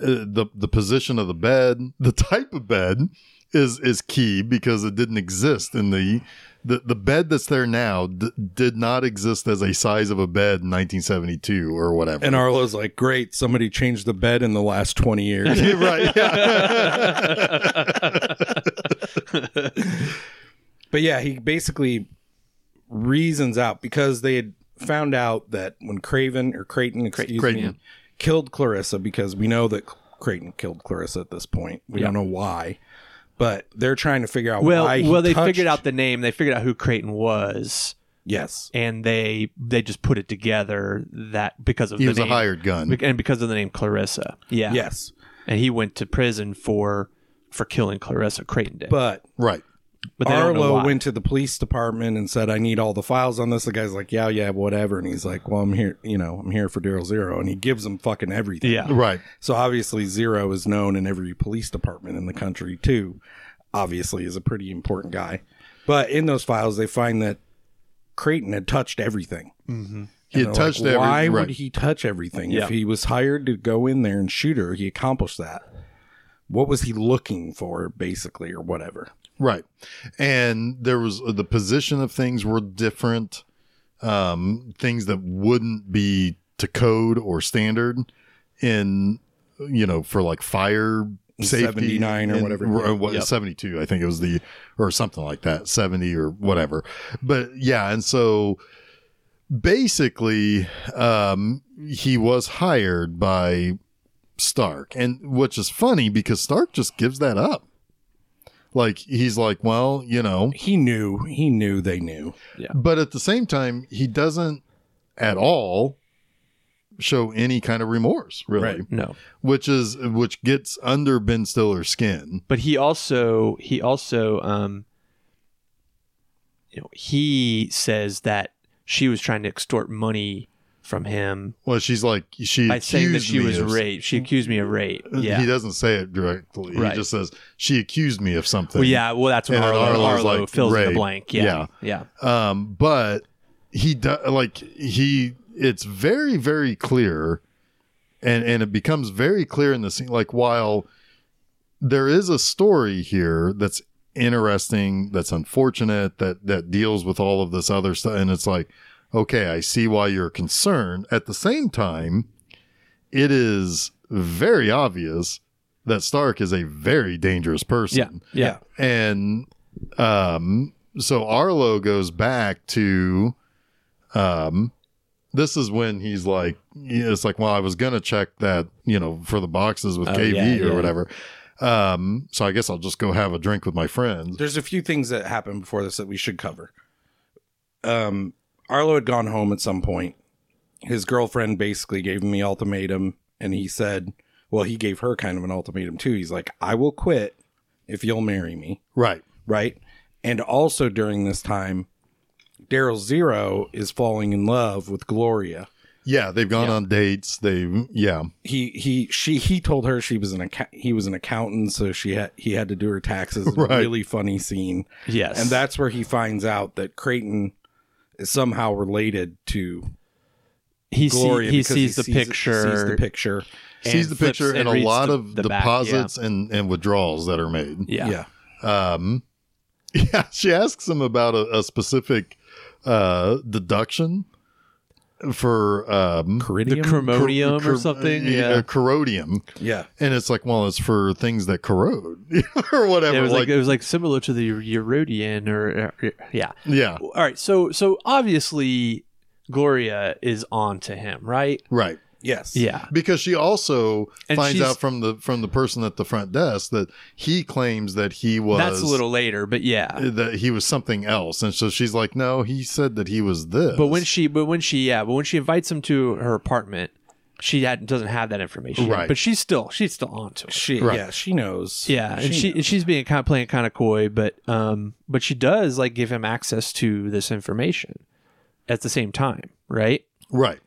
Speaker 2: Uh, the the position of the bed, the type of bed is is key because it didn't exist in the the, the bed that's there now d- did not exist as a size of a bed in 1972 or whatever.
Speaker 3: And Arlo's like, great, somebody changed the bed in the last twenty years.
Speaker 2: right. Yeah.
Speaker 3: But yeah, he basically reasons out because they had found out that when Craven or Creighton, excuse me,
Speaker 2: Creighton.
Speaker 3: killed Clarissa, because we know that Creighton killed Clarissa at this point. We don't know why, but they're trying to figure out
Speaker 1: well,
Speaker 3: why. he
Speaker 1: well, they
Speaker 3: touched-
Speaker 1: figured out the name. They figured out who Creighton was,
Speaker 3: Yes,
Speaker 1: and they they just put it together that because of
Speaker 2: he
Speaker 1: the
Speaker 2: was a
Speaker 1: name-
Speaker 2: hired gun.
Speaker 1: Bec- and because of the name Clarissa. Yeah.
Speaker 3: yes,
Speaker 1: And he went to prison for for killing Clarissa Creighton did.
Speaker 3: but.
Speaker 2: Right.
Speaker 1: but they don't know
Speaker 3: Arlo
Speaker 1: why.
Speaker 3: went to the police department and said, "I need all the files on this." The guy's like, "Yeah, yeah, whatever." And he's like, "Well, I'm here, you know, I'm here for Daryl Zero," and he gives him fucking everything.
Speaker 1: Yeah.
Speaker 2: Right.
Speaker 3: So obviously, Zero is known in every police department in the country too. Obviously, is a pretty important guy. But in those files, they find that Creighton had touched everything.
Speaker 2: Mm-hmm. He
Speaker 3: They're
Speaker 2: had touched
Speaker 3: like,
Speaker 2: every
Speaker 3: Why
Speaker 2: right.
Speaker 3: would he touch everything?
Speaker 1: Yeah.
Speaker 3: If he was hired to go in there and shoot her, he accomplished that. What was he looking for, basically, or whatever?
Speaker 2: Right. And there was uh, the position of things were different. Um, things that wouldn't be to code or standard in, you know, for like fire safety
Speaker 3: 79 or
Speaker 2: and-
Speaker 3: whatever.
Speaker 2: or what-
Speaker 1: Yep.
Speaker 2: 72, I think it was the, or something like that, 70 or whatever. But yeah. And so basically, um, he was hired by Stark. And which is funny because Stark just gives that up. Like he's like, well, you know,
Speaker 3: He knew. He knew. They knew.
Speaker 2: but at the same time, he doesn't at all show any kind of remorse, really,
Speaker 3: Right.
Speaker 1: No.
Speaker 2: which is which gets under Ben Stiller's skin.
Speaker 1: But he also he also um you know, he says that she was trying to extort money from him
Speaker 2: Well, she's like she
Speaker 1: by saying that
Speaker 2: accused
Speaker 1: she
Speaker 2: me
Speaker 1: was
Speaker 2: of- Uh,
Speaker 1: raped. She accused me of rape. Yeah.
Speaker 2: He doesn't say it directly.
Speaker 1: Right.
Speaker 2: He just says she accused me of something.
Speaker 1: well, yeah. Well, that's when
Speaker 2: And then
Speaker 1: Arlo, Arlo,
Speaker 2: Arlo's like,
Speaker 1: fills in the
Speaker 2: rape.
Speaker 1: blank. Yeah. Yeah.
Speaker 2: Um, but he does like he. It's very very clear, and and it becomes very clear in the scene. Like while there is a story here that's interesting, that's unfortunate, that that deals with all of this other stuff, and it's like, okay, I see why you're concerned. At the same time, it is very obvious that Stark is a very dangerous person
Speaker 1: Yeah. Yeah.
Speaker 2: and um so arlo goes back to um this is when he's like yeah, it's like well i was gonna check that you know for the boxes with
Speaker 1: Oh,
Speaker 2: kv
Speaker 1: yeah,
Speaker 2: or
Speaker 1: yeah.
Speaker 2: whatever um so i guess i'll just go have a drink with my friends
Speaker 3: There's a few things that happened before this that we should cover. Um, Arlo had gone home at some point. His girlfriend basically gave him the ultimatum, and he said, Well, he gave her kind of an ultimatum too. He's like, I will quit if you'll marry me.
Speaker 2: right
Speaker 3: Right. And also during this time, Daryl Zero is falling in love with Gloria.
Speaker 2: yeah they've gone on dates they yeah
Speaker 3: he he she he told her she was an account he was an accountant so she had he had to do her taxes in a
Speaker 2: Right.
Speaker 3: really funny scene
Speaker 1: Yes.
Speaker 3: and that's where he finds out that creighton is somehow related to
Speaker 1: he, see-
Speaker 3: gloria
Speaker 1: he
Speaker 3: because
Speaker 1: sees the
Speaker 3: it-
Speaker 1: picture.
Speaker 3: sees the picture
Speaker 1: and
Speaker 2: sees the
Speaker 1: flips
Speaker 2: picture and, a
Speaker 1: reads
Speaker 2: lot
Speaker 1: the-
Speaker 2: of
Speaker 1: the back. Yeah.
Speaker 2: deposits and and withdrawals that are made
Speaker 1: Yeah.
Speaker 3: yeah
Speaker 2: um yeah she asks him about a, a specific uh deduction for um
Speaker 1: The
Speaker 3: Caridium?
Speaker 1: chromodium
Speaker 2: Cor-
Speaker 1: or something.
Speaker 2: uh,
Speaker 1: Yeah.
Speaker 2: corrodium.
Speaker 3: yeah
Speaker 2: And it's like, well, it's for things that corrode or whatever.
Speaker 1: it was like,
Speaker 2: like,
Speaker 1: it was like similar to the Erodian or, or yeah.
Speaker 2: yeah,
Speaker 1: All right. So so obviously Gloria is on to him, right?
Speaker 2: right.
Speaker 3: yes
Speaker 1: Yeah.
Speaker 2: Because she also
Speaker 1: And
Speaker 2: finds
Speaker 1: she's-
Speaker 2: out from the from the person at the front desk that he claims that he was
Speaker 1: That's a little later, but yeah.
Speaker 2: that he was something else, and so she's like, no, he said that he was this.
Speaker 1: But when she but when she yeah, but when she invites him to her apartment, she had, doesn't have that information. yet,
Speaker 2: Right.
Speaker 1: But she's still she's still on to it.
Speaker 3: she
Speaker 2: Right.
Speaker 3: yeah she knows
Speaker 1: Yeah, and she
Speaker 3: knows.
Speaker 1: and she's being kind of playing kind of coy, but um but she does like give him access to this information at the same time, right?
Speaker 2: right,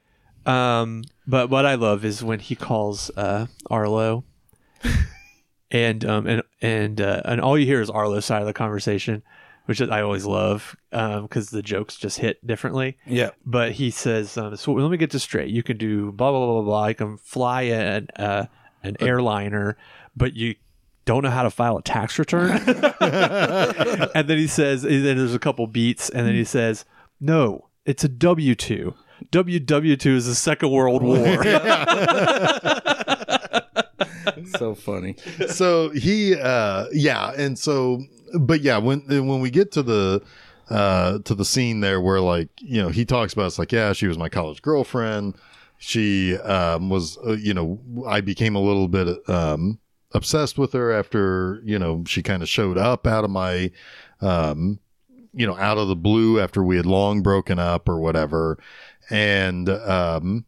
Speaker 1: Um, but what I love is when he calls uh, Arlo, and um, and and uh, and all you hear is Arlo's side of the conversation, which I always love because the jokes just hit differently.
Speaker 3: yeah
Speaker 1: But he says, um, "So let me get this straight. You can do blah blah blah blah blah. You can fly an uh, an airliner, but you." Don't know how to file a tax return, and then he says, and then there's a couple beats, and then he says, "No, it's a W two. W two is the Second World War."
Speaker 3: so funny
Speaker 2: so he uh yeah and so but yeah when when we get to the uh to the scene there where like you know he talks about it's like yeah she was my college girlfriend she um was uh, you know i became a little bit um obsessed with her after you know she kind of showed up out of my um you know out of the blue after we had long broken up or whatever and um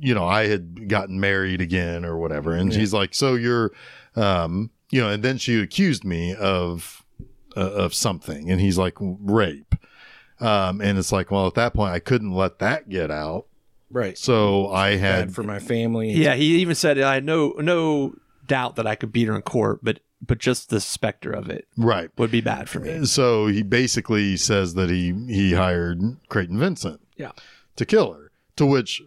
Speaker 2: you know i had gotten married again or whatever and she's like so you're um you know and then she accused me of uh, of something and he's like rape um and it's like well at that point i couldn't let that get out
Speaker 3: right
Speaker 2: so i
Speaker 3: bad
Speaker 2: had
Speaker 3: for my family
Speaker 1: yeah, he even said, "I had no no doubt that I could beat her in court, but but just the specter of it
Speaker 2: right
Speaker 1: would be bad for me."
Speaker 2: So he basically says that he he hired Creighton Vincent,
Speaker 1: Yeah.
Speaker 2: to kill her. To which,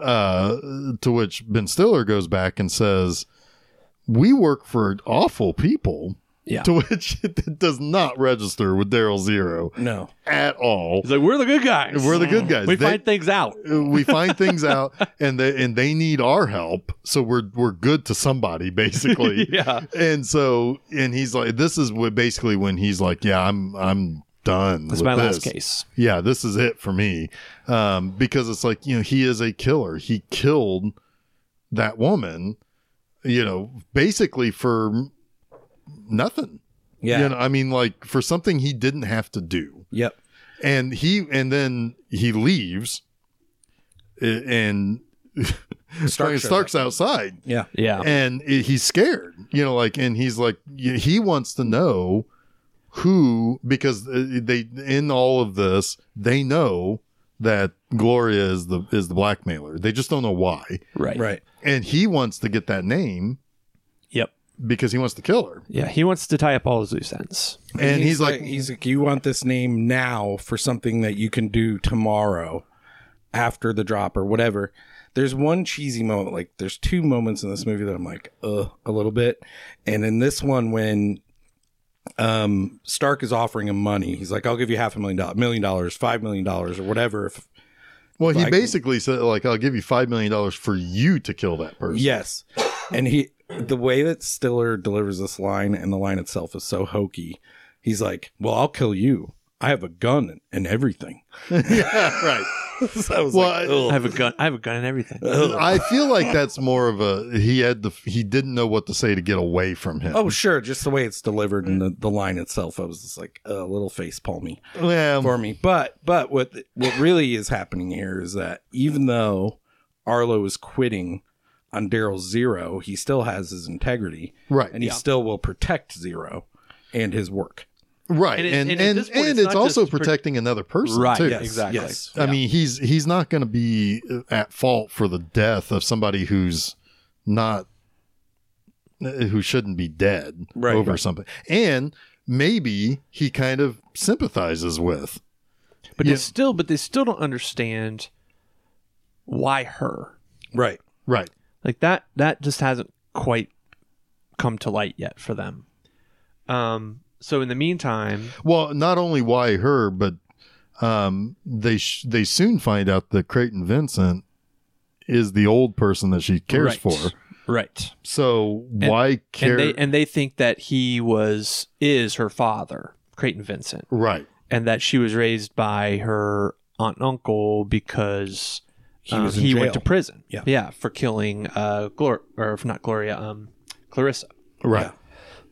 Speaker 2: uh, to which Ben Stiller goes back and says, "We work for awful people."
Speaker 1: Yeah.
Speaker 2: To which it does not register with Daryl Zero
Speaker 3: no
Speaker 2: at all.
Speaker 1: He's like, "We're the good guys.
Speaker 2: We're the good guys.
Speaker 1: Mm. We
Speaker 2: They-
Speaker 1: find things out."
Speaker 2: we find things out, and they and they need our help, so we're we're good to somebody basically.
Speaker 1: Yeah,
Speaker 2: And so, and he's like, this is what basically when he's like, yeah, I'm, I'm done.
Speaker 1: that's
Speaker 2: with
Speaker 1: my last
Speaker 2: this.
Speaker 1: case.
Speaker 2: Yeah, this is it for me. Um, because it's like, you know, he is a killer. He killed that woman, you know, basically for nothing.
Speaker 3: yeah
Speaker 2: You know, I mean, like for something he didn't have to do.
Speaker 3: yep
Speaker 2: And he, and then he leaves a- and
Speaker 3: Stark showed
Speaker 2: Stark's outside
Speaker 3: yeah
Speaker 1: Yeah,
Speaker 2: and i- he's scared you know like and he's like y- he wants to know who because uh, they in all of this they know that Gloria is the is the blackmailer. They just don't know why.
Speaker 1: Right.
Speaker 3: Right.
Speaker 2: And he wants to get that name
Speaker 1: Yep.
Speaker 2: because he wants to kill her.
Speaker 1: Yeah. He wants to tie up all his loose ends.
Speaker 2: And, he's, like,
Speaker 3: he's like, you want this name now for something that you can do tomorrow after the drop or whatever. There's one cheesy moment, like there's two moments in this movie that I'm like, uh, a little bit. And in this one, when um Stark is offering him money, he's like, I'll give you half a million dollars, million dollars, five million dollars, or whatever. If
Speaker 2: well, he
Speaker 3: like-
Speaker 2: basically said like, I'll give you five million dollars for you to kill that person.
Speaker 3: Yes. And he the way that Stiller delivers this line and the line itself is so hokey. He's like, "Well, I'll kill you. I have a gun and everything."
Speaker 2: yeah, right.
Speaker 3: so I was
Speaker 2: Well,
Speaker 3: like,
Speaker 2: I-
Speaker 3: "Ugh."
Speaker 1: I have a gun. I have a gun and everything.
Speaker 2: I feel like that's more of a he had the he didn't know what to say to get away from him.
Speaker 3: "Oh, sure, just the way it's delivered and the, the line itself." I was just like, "A little face palmy."
Speaker 2: well,
Speaker 3: for me. But but what what really is happening here is that even though Arlo is quitting on Daryl Zero, he still has his integrity
Speaker 2: right,
Speaker 3: and he still will protect Zero and his work.
Speaker 2: right,
Speaker 1: And it-
Speaker 2: and and,
Speaker 1: and
Speaker 2: and,
Speaker 1: at
Speaker 2: it's,
Speaker 1: this point, it's not
Speaker 2: also
Speaker 1: just pro-
Speaker 2: protecting another person,
Speaker 1: Right,
Speaker 2: Too.
Speaker 1: yeah, exactly.
Speaker 3: Yes.
Speaker 2: I mean, he's he's not going to be at fault for the death of somebody who's not who shouldn't be dead
Speaker 3: Right,
Speaker 2: over
Speaker 3: right.
Speaker 2: something, and maybe he kind of sympathizes with.
Speaker 1: But
Speaker 2: Yeah.
Speaker 1: they still, but they still don't understand why her.
Speaker 3: Right.
Speaker 2: Right,
Speaker 1: Like that. That just hasn't quite come to light yet for them. Um. So in the meantime,
Speaker 2: Well, not only why her, but um, they sh- they soon find out that Creighton Vincent is the old person that she cares
Speaker 1: Right.
Speaker 2: for.
Speaker 1: right.
Speaker 2: So why care?
Speaker 1: And they and they think that he was is her father, Creighton Vincent,
Speaker 2: right,
Speaker 1: and that she was raised by her aunt and uncle because
Speaker 3: He
Speaker 1: uh,
Speaker 3: was in
Speaker 1: he
Speaker 3: jail.
Speaker 1: went to prison.
Speaker 3: Yeah.
Speaker 1: yeah, for killing uh, Glor or if not Gloria, um, Clarissa.
Speaker 2: right.
Speaker 3: Yeah.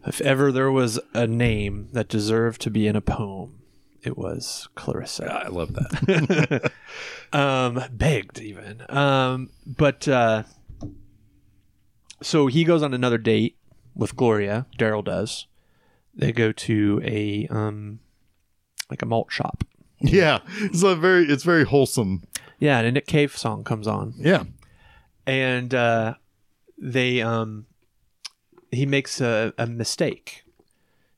Speaker 1: If ever there was a name that deserved to be in a poem, it was Clarissa.
Speaker 3: I love that.
Speaker 1: Um, begged even. Um, but uh, so he goes on another date with Gloria. Daryl does. They go to a um, like a malt shop.
Speaker 2: Yeah, it's a very it's very wholesome.
Speaker 1: Yeah, and a Nick Cave song comes on.
Speaker 2: Yeah,
Speaker 1: and uh, they um, he makes a, a mistake.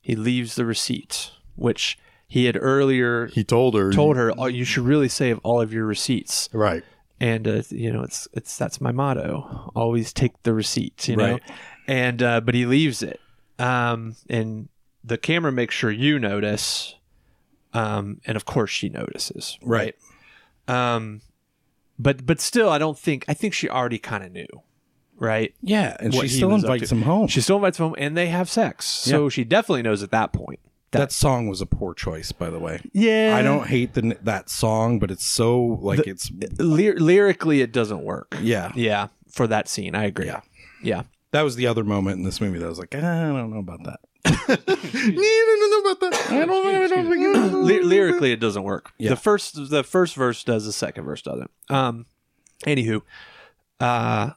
Speaker 1: He leaves the receipt, which he had earlier
Speaker 2: he told her.
Speaker 1: told her, "Oh, you should really save all of your receipts."
Speaker 2: Right.
Speaker 1: And uh, you know, it's it's that's my motto: always take the receipt. You know,
Speaker 3: Right.
Speaker 1: and uh, but he leaves it, um, and the camera makes sure you notice, um, and of course she notices.
Speaker 3: Right.
Speaker 1: Um, but but still, I don't think I think she already kind of knew, right?
Speaker 3: Yeah, and
Speaker 1: What
Speaker 3: she
Speaker 1: he
Speaker 3: still
Speaker 1: was up
Speaker 3: invites
Speaker 1: to.
Speaker 3: him home.
Speaker 1: She still invites him home, and they have sex. So she definitely knows at that point.
Speaker 3: that, song was a poor choice, by the way.
Speaker 1: Yeah,
Speaker 3: I don't hate the, that song, but it's so like it's
Speaker 1: Ly- lyrically, it doesn't work.
Speaker 3: yeah.
Speaker 1: Yeah, for that scene, I agree.
Speaker 3: Yeah.
Speaker 1: yeah.
Speaker 3: That was the other moment in this movie that I was like, "Ah, I don't know about that.
Speaker 2: I don't know about that. I don't know. I don't think you-
Speaker 1: Ly- lyrically, it doesn't work.
Speaker 3: Yeah.
Speaker 1: The first the first verse does, the second verse doesn't. Um, anywho, uh,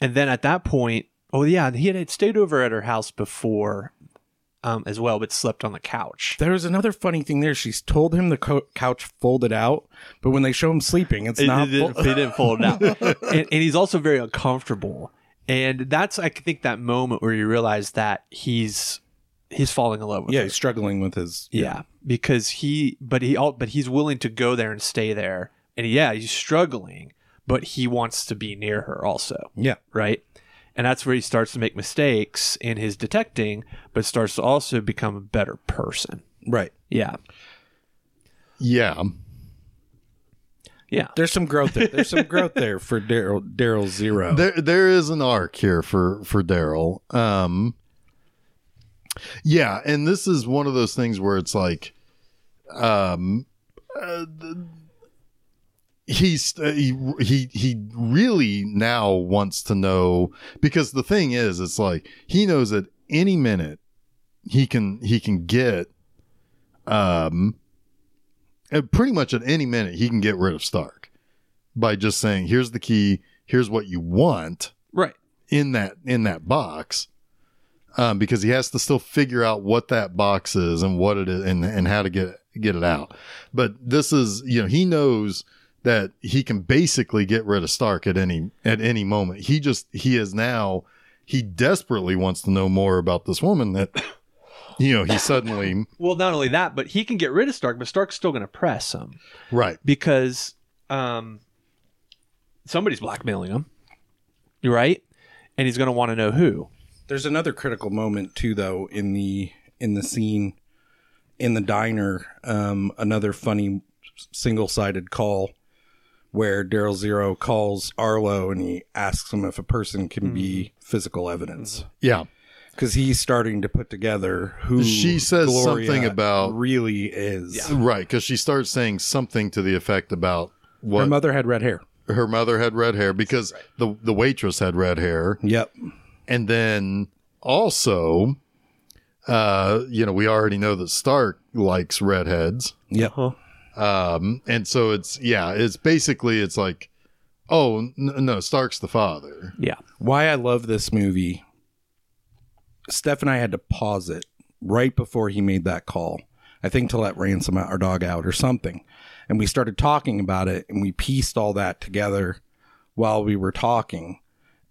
Speaker 1: and then at that point, oh yeah, he had, had stayed over at her house before, um, as well, but slept on the couch.
Speaker 3: There was another funny thing there. She's told him the co- couch folded out, but when they show him sleeping, it's
Speaker 1: It-
Speaker 3: not.
Speaker 1: it didn't,
Speaker 3: fol-
Speaker 1: they didn't fold it out, and, and he's also very uncomfortable. And that's I think that moment where you realize that he's he's falling in love with
Speaker 3: yeah,
Speaker 1: her.
Speaker 3: he's struggling with his.
Speaker 1: Yeah, because he, but he, all, but he's willing to go there and stay there, and yeah, he's struggling, but he wants to be near her also,
Speaker 3: Yeah.
Speaker 1: right? And that's where he starts to make mistakes in his detecting, but starts to also become a better person.
Speaker 3: Right.
Speaker 1: Yeah,
Speaker 2: Yeah.
Speaker 1: yeah,
Speaker 3: There's some growth there. There's some growth there for Daryl. Daryl Zero.
Speaker 2: There there is an arc here for for Daryl. Um Yeah, and this is one of those things where it's like um uh, th- He's uh, he he he really now wants to know because the thing is it's like he knows at any minute he can he can get um uh, pretty much at any minute he can get rid of Stark by just saying here's the key here's what you want
Speaker 1: right.
Speaker 2: in that in that box um, because he has to still figure out what that box is and what it is and, and how to get get it out. But this is, you know, he knows that he can basically get rid of Stark at any at any moment. He just he is now he desperately wants to know more about this woman that you know, he suddenly
Speaker 1: Well, not only that, but he can get rid of Stark, but Stark's still going to press him
Speaker 2: right.
Speaker 1: because um, somebody's blackmailing him, right? And he's going to want to know who.
Speaker 3: There's another critical moment too, though, in the in the scene in the diner. Um, another funny single sided call where Daryl Zero calls Arlo and he asks him if a person can be physical evidence
Speaker 2: Yeah.
Speaker 3: because he's starting to put together who
Speaker 2: She says
Speaker 3: Gloria
Speaker 2: something about-
Speaker 3: really is.
Speaker 2: Right, cuz she starts saying something to the effect about what
Speaker 3: Her mother had red hair.
Speaker 2: her mother had red hair because the the waitress had red hair
Speaker 3: Yep.
Speaker 2: and then also uh you know we already know that stark likes redheads
Speaker 3: Yep.
Speaker 2: um and so it's yeah it's basically it's like oh n- no stark's the father
Speaker 1: Yeah.
Speaker 3: why I love this movie. Steph and I had to pause it right before he made that call. I think to let Ransom out, our dog out or something. And we started talking about it and we pieced all that together while we were talking.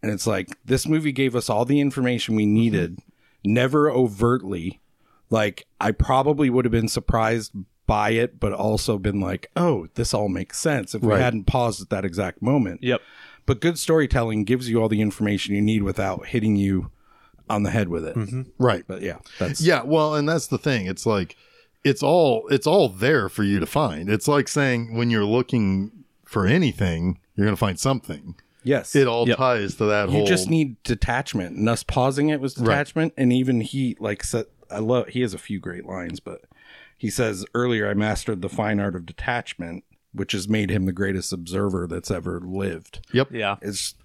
Speaker 3: And it's like this movie gave us all the information we needed, never overtly. Like I probably would have been surprised by it, but also been like, oh, this all makes sense if
Speaker 2: Right.
Speaker 3: we hadn't paused at that exact moment.
Speaker 1: Yep.
Speaker 3: But good storytelling gives you all the information you need without hitting you on the head with it.
Speaker 2: right
Speaker 3: But yeah, that's
Speaker 2: yeah well and that's the thing it's like it's all it's all there for you to find it's like saying when you're looking for anything you're gonna find something
Speaker 3: yes.
Speaker 2: it all
Speaker 1: Yep.
Speaker 2: ties to that
Speaker 3: you
Speaker 2: whole
Speaker 3: just need detachment, and us pausing it was detachment. And even he, like, said, I love. He has a few great lines, but he says earlier, "I mastered the fine art of detachment." Which has made him the greatest observer that's ever lived.
Speaker 2: yep
Speaker 1: Yeah.
Speaker 3: It's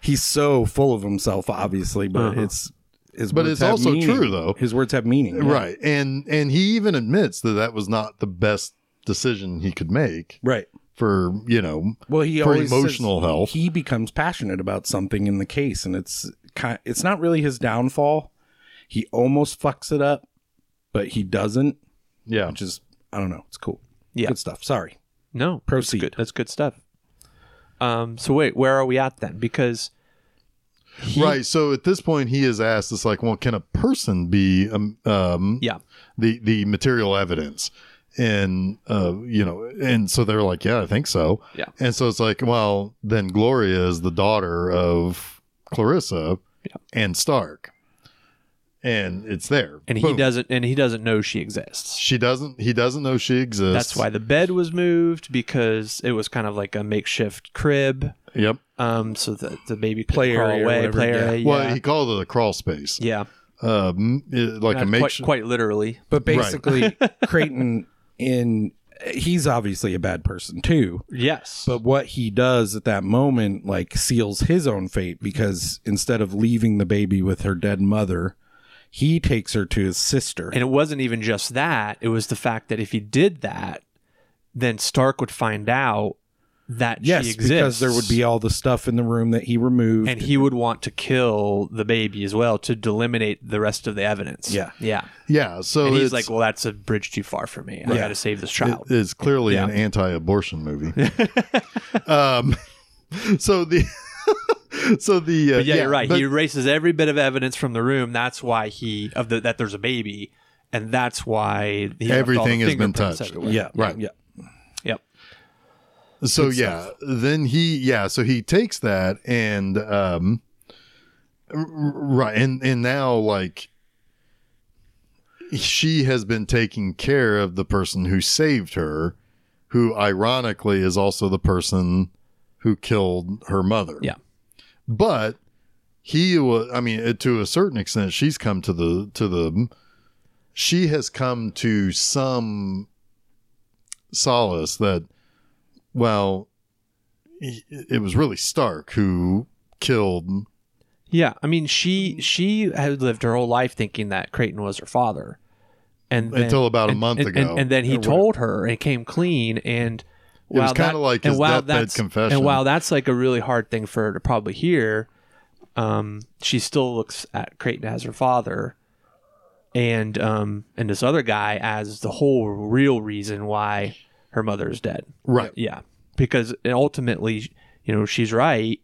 Speaker 3: he's so full of himself, obviously, but it's his
Speaker 2: But
Speaker 3: words
Speaker 2: it's
Speaker 3: have
Speaker 2: also
Speaker 3: meaning.
Speaker 2: true, though.
Speaker 3: His words have meaning, yeah.
Speaker 2: right and and he even admits that that was not the best decision he could make
Speaker 3: Right.
Speaker 2: for you know
Speaker 3: well he
Speaker 2: for
Speaker 3: always
Speaker 2: emotional
Speaker 3: says
Speaker 2: health.
Speaker 3: he becomes passionate about something in the case and it's kind it's not really his downfall he almost fucks it up but he doesn't
Speaker 2: yeah
Speaker 3: which is i don't know it's cool
Speaker 1: Yeah.
Speaker 3: good stuff sorry
Speaker 1: No.
Speaker 3: Proceed.
Speaker 1: That's good, that's good stuff. Um, so wait, where are we at then? Because he-
Speaker 2: right so at this point he is asked it's like well can a person be um, um
Speaker 1: Yeah.
Speaker 2: the the material evidence and uh you know and so they're like yeah i think so
Speaker 1: Yeah.
Speaker 2: and so it's like well then gloria is the daughter of clarissa
Speaker 1: Yeah.
Speaker 2: and stark and it's there
Speaker 1: And he
Speaker 2: Boom.
Speaker 1: doesn't and he doesn't know she exists.
Speaker 2: she doesn't he doesn't know she exists
Speaker 1: That's why the bed was moved because it was kind of like a makeshift crib.
Speaker 2: yep
Speaker 1: Um, so that the baby could
Speaker 3: Play
Speaker 1: crawl
Speaker 3: area or
Speaker 1: away,
Speaker 3: whatever,
Speaker 1: play
Speaker 3: yeah.
Speaker 1: area.
Speaker 2: well he called it a crawl space
Speaker 1: yeah.
Speaker 2: um it- like a
Speaker 1: Not quite,
Speaker 2: makeshift
Speaker 1: quite literally.
Speaker 3: but basically creighton in he's obviously a bad person too
Speaker 1: Yes.
Speaker 3: But what he does at that moment, like, seals his own fate because instead of leaving the baby with her dead mother, he takes her to his sister.
Speaker 1: and it wasn't even just that. It was the fact that if he did that, then Stark would find out that
Speaker 3: yes,
Speaker 1: she exists.
Speaker 3: because there would be all the stuff in the room that he removed.
Speaker 1: and he would want to kill the baby as well to eliminate the rest of the evidence.
Speaker 3: Yeah.
Speaker 1: Yeah.
Speaker 2: yeah so
Speaker 1: And he's
Speaker 2: it's-
Speaker 1: like, well, that's a bridge too far for me. I got to save this
Speaker 2: It
Speaker 1: child.
Speaker 2: is clearly
Speaker 1: Yeah.
Speaker 2: an anti-abortion movie. um, so the so the uh,
Speaker 1: but yeah, you're right.
Speaker 2: but-
Speaker 1: he erases every bit of evidence from the room. That's why he of the, that there's a baby, and that's why he left all the
Speaker 2: Everything has been
Speaker 1: fingerprints
Speaker 2: touched.
Speaker 1: everywhere.
Speaker 3: yeah,
Speaker 2: Right.
Speaker 3: Yeah.
Speaker 1: Yep.
Speaker 2: so yeah, then he yeah, so he takes that and um, r- right and and now like she has been taking care of the person who saved her, who ironically is also the person who killed her mother.
Speaker 1: Yeah.
Speaker 2: but he was i mean to a certain extent she's come to the to the she has come to some solace that well he- it was really stark who killed
Speaker 1: Yeah, I mean,
Speaker 2: Mm-hmm.
Speaker 1: she she had lived her whole life thinking that Creighton was her father, and then-
Speaker 2: Until about a
Speaker 1: and-
Speaker 2: month
Speaker 1: and-
Speaker 2: ago.
Speaker 1: and, and then he
Speaker 2: Or
Speaker 1: told her and came clean, and
Speaker 2: was
Speaker 1: while
Speaker 2: kinda
Speaker 1: that-
Speaker 2: like
Speaker 1: and
Speaker 2: his
Speaker 1: while
Speaker 2: deathbed
Speaker 1: that's-
Speaker 2: confession.
Speaker 1: And while that's like a really hard thing for her to probably hear, um, she still looks at Creighton as her father, and um and this other guy as the whole real reason why her mother is dead.
Speaker 2: Right.
Speaker 1: Yeah, because ultimately, you know, she's right.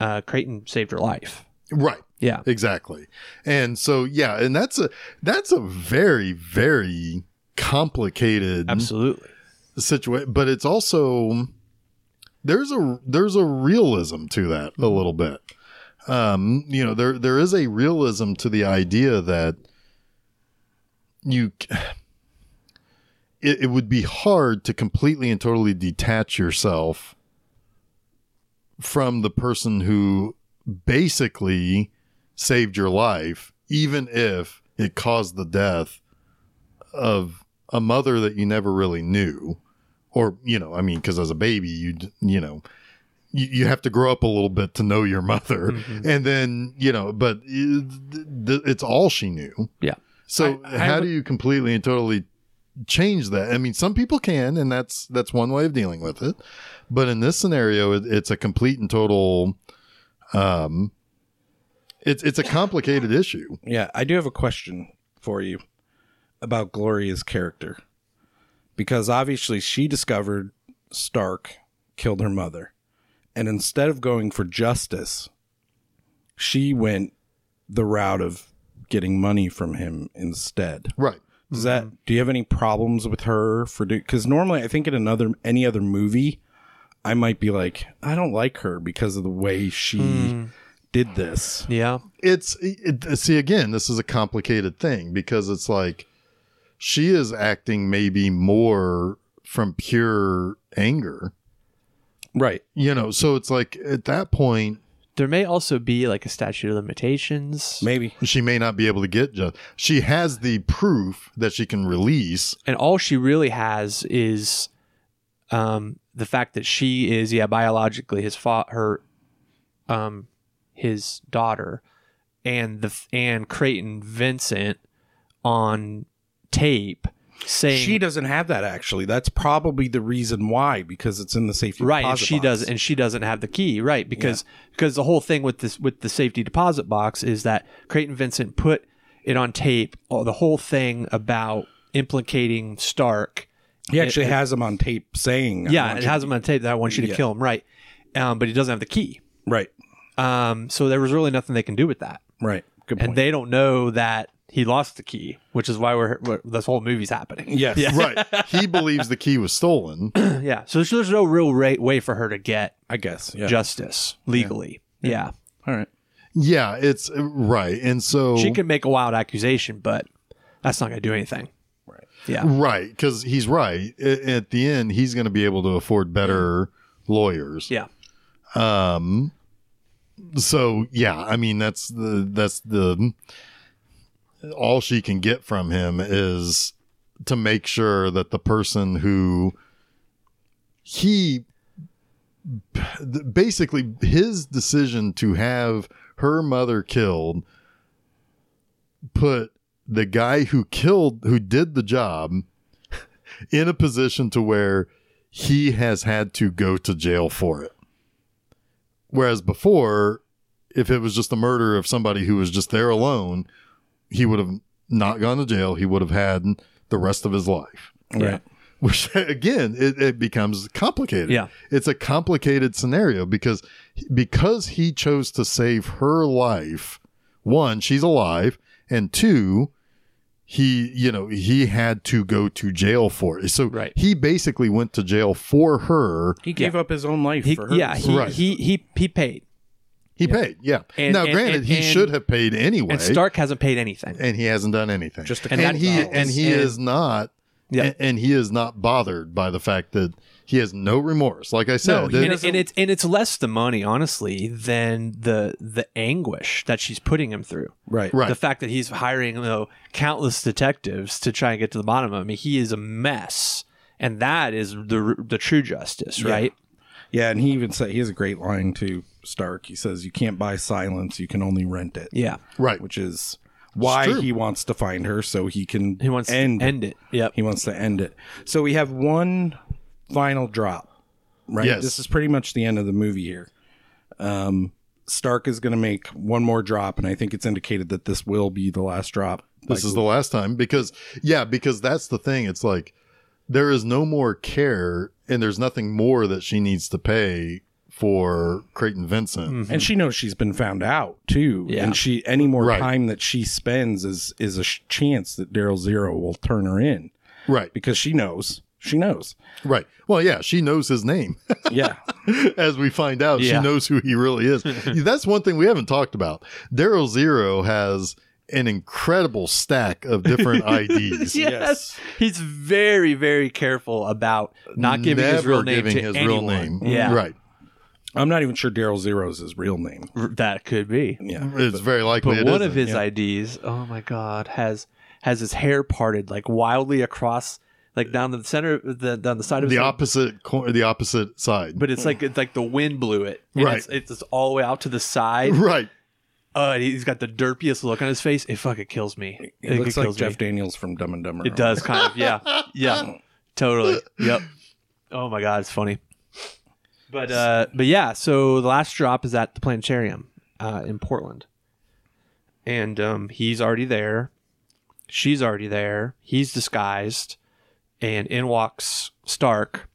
Speaker 1: Uh, Creighton saved her life.
Speaker 2: Right.
Speaker 1: Yeah.
Speaker 2: Exactly. And so yeah, and that's a that's a very very complicated
Speaker 1: Absolutely.
Speaker 2: situation, but it's also there's a there's a realism to that a little bit. Um, you know, there there is a realism to the idea that you c- it, it would be hard to completely and totally detach yourself from the person who basically saved your life, even if it caused the death of a mother that you never really knew, or you know, I mean, because as a baby, you you know, you, you have to grow up a little bit to know your mother,
Speaker 1: Mm-hmm.
Speaker 2: and then you know, but it- th- it's all she knew.
Speaker 1: Yeah.
Speaker 2: So
Speaker 1: I- I
Speaker 2: how
Speaker 1: would-
Speaker 2: do you completely and totally change that? I mean, some people can, and that's that's one way of dealing with it. But in this scenario, it, it's a complete and total. Um, it's it's a complicated issue.
Speaker 3: Yeah, I do have a question for you about Gloria's character. Because obviously she discovered Stark killed her mother. And instead of going for justice, she went the route of getting money from him instead.
Speaker 2: Right.
Speaker 3: Does that do you have any problems with her for because normally I think in another any other movie I might be like I don't like her because of the way she did this.
Speaker 1: Yeah.
Speaker 2: it's it, see again this is a complicated thing because it's like she is acting maybe more from pure anger
Speaker 3: Right.
Speaker 2: you know so it's like at that point
Speaker 1: There may also be like a statute of limitations,
Speaker 3: Maybe.
Speaker 2: she may not be able to get just she has the proof that she can release
Speaker 1: and all she really has is um, the fact that she is yeah biologically his fa- her um, his daughter, and the f- and Creighton Vincent on tape saying
Speaker 3: She doesn't have that actually. That's probably the reason why, because it's in the safety
Speaker 1: right and
Speaker 3: deposit
Speaker 1: she
Speaker 3: box.
Speaker 1: does and she doesn't have the key right because because the whole thing with this with the safety deposit box is that creighton vincent put it on tape all- the whole thing about implicating stark
Speaker 3: He actually has him on tape saying, I
Speaker 1: yeah
Speaker 3: want
Speaker 1: it
Speaker 3: you-
Speaker 1: has him on tape that i want you to
Speaker 3: Yeah.
Speaker 1: kill him right um, but he doesn't have the key
Speaker 3: right,
Speaker 1: um, so there was really nothing they can do with that
Speaker 3: right. Good point.
Speaker 1: and they don't know that he lost the key which is why we're, we this whole movie's happening
Speaker 3: yes,
Speaker 2: right he believes the key was stolen
Speaker 1: yeah so there's, there's no real ra- way for her to get
Speaker 3: I guess. Yeah.
Speaker 1: justice legally yeah.
Speaker 3: All right.
Speaker 2: yeah it's uh, right and so
Speaker 1: she can make a wild accusation, but that's not going to do anything.
Speaker 3: Right.
Speaker 1: Yeah.
Speaker 2: right because he's right A- at the end he's going to be able to afford better lawyers
Speaker 1: Yeah.
Speaker 2: um so yeah i mean that's the that's the all she can get from him is to make sure that the person who he basically his decision to have her mother killed put the guy who killed who did the job in a position to where he has had to go to jail for it Whereas before, if it was just the murder of somebody who was just there alone, he would have not gone to jail. He would have had the rest of his life.
Speaker 3: Right.
Speaker 2: Which again, it, it becomes complicated.
Speaker 1: Yeah.
Speaker 2: It's a complicated scenario because because he chose to save her life, one, she's alive, and two, he, you know, he had to go to jail for it. So
Speaker 1: Right.
Speaker 2: he basically went to jail for her.
Speaker 3: He gave up his own life
Speaker 1: He,
Speaker 3: for her.
Speaker 1: yeah. He,
Speaker 2: Right.
Speaker 1: he, he, he paid.
Speaker 2: He paid, yeah.
Speaker 1: And-
Speaker 2: now,
Speaker 1: and-
Speaker 2: granted,
Speaker 1: and-
Speaker 2: he
Speaker 1: and-
Speaker 2: should have paid anyway.
Speaker 1: And Stark hasn't paid anything.
Speaker 2: and he hasn't done anything.
Speaker 3: Just a
Speaker 2: and,
Speaker 3: couple
Speaker 2: he
Speaker 3: dollars.
Speaker 2: and he
Speaker 1: And-
Speaker 2: is not.
Speaker 1: Yeah.
Speaker 2: And, and he is not bothered by the fact that he has no remorse. Like I
Speaker 1: and,
Speaker 2: said, it-
Speaker 1: and it's and it's less the money, honestly, than the the anguish that she's putting him through.
Speaker 3: Right.
Speaker 2: Right.
Speaker 1: The fact that he's hiring you know, countless detectives to try and get to the bottom of it. I mean, he is a mess, and that is the the true justice, right?
Speaker 3: Yeah, and he even said he has a great line to Stark. He says, "You can't buy silence; you can only rent it."
Speaker 1: Yeah.
Speaker 2: right.
Speaker 3: Which is why
Speaker 2: true.
Speaker 3: he wants to find her, so he can
Speaker 1: He wants
Speaker 3: end
Speaker 1: to end it. Yep.
Speaker 3: He wants to end it. So we have one final drop, right?
Speaker 2: Yes.
Speaker 3: This is pretty much the end of the movie here. Um, Stark is going to make one more drop, and I think it's indicated that this will be the last drop.
Speaker 2: this is the last time because yeah because that's the thing it's like there is no more care and there's nothing more that she needs to pay for creighton vincent
Speaker 1: Mm.
Speaker 3: and she knows she's been found out too
Speaker 1: Yeah.
Speaker 3: and she any more
Speaker 2: Right.
Speaker 3: time that she spends is is a sh- chance that daryl zero will turn her in
Speaker 2: right
Speaker 3: because she knows she knows
Speaker 2: right well yeah she knows his name
Speaker 3: yeah
Speaker 2: as we find out
Speaker 1: Yeah.
Speaker 2: she knows who he really is that's one thing we haven't talked about daryl zero has an incredible stack of different ids
Speaker 1: yes. He's very, very careful about not giving his
Speaker 2: Never
Speaker 1: real name
Speaker 2: giving
Speaker 1: to
Speaker 2: his
Speaker 1: anyone.
Speaker 2: real name
Speaker 1: Yeah,
Speaker 2: right
Speaker 3: i'm not even sure daryl zero is his real name
Speaker 1: R- that could be.
Speaker 3: yeah
Speaker 2: it's very likely
Speaker 1: But
Speaker 2: it
Speaker 1: one of
Speaker 2: isn't.
Speaker 1: his IDs, oh my god, has has his hair parted like wildly across, like down the center, the down the side of his
Speaker 2: the
Speaker 1: head.
Speaker 2: opposite cor- the opposite side
Speaker 1: But it's like it's like the wind blew it. And
Speaker 2: Right.
Speaker 1: It's, it's, it's all the way out to the side.
Speaker 2: right
Speaker 1: Uh, and he's got the derpiest look on his face. It fucking kills me.
Speaker 3: he
Speaker 1: It, it
Speaker 3: looks
Speaker 1: kills
Speaker 3: like
Speaker 1: me.
Speaker 3: jeff daniels from dumb and dumber
Speaker 1: It does kind of, yeah, yeah, totally, yep. Oh my god, it's funny. But uh, but yeah, so the last drop is at the planetarium uh, in Portland, and um, he's already there. She's already there. He's disguised, and in walks Stark.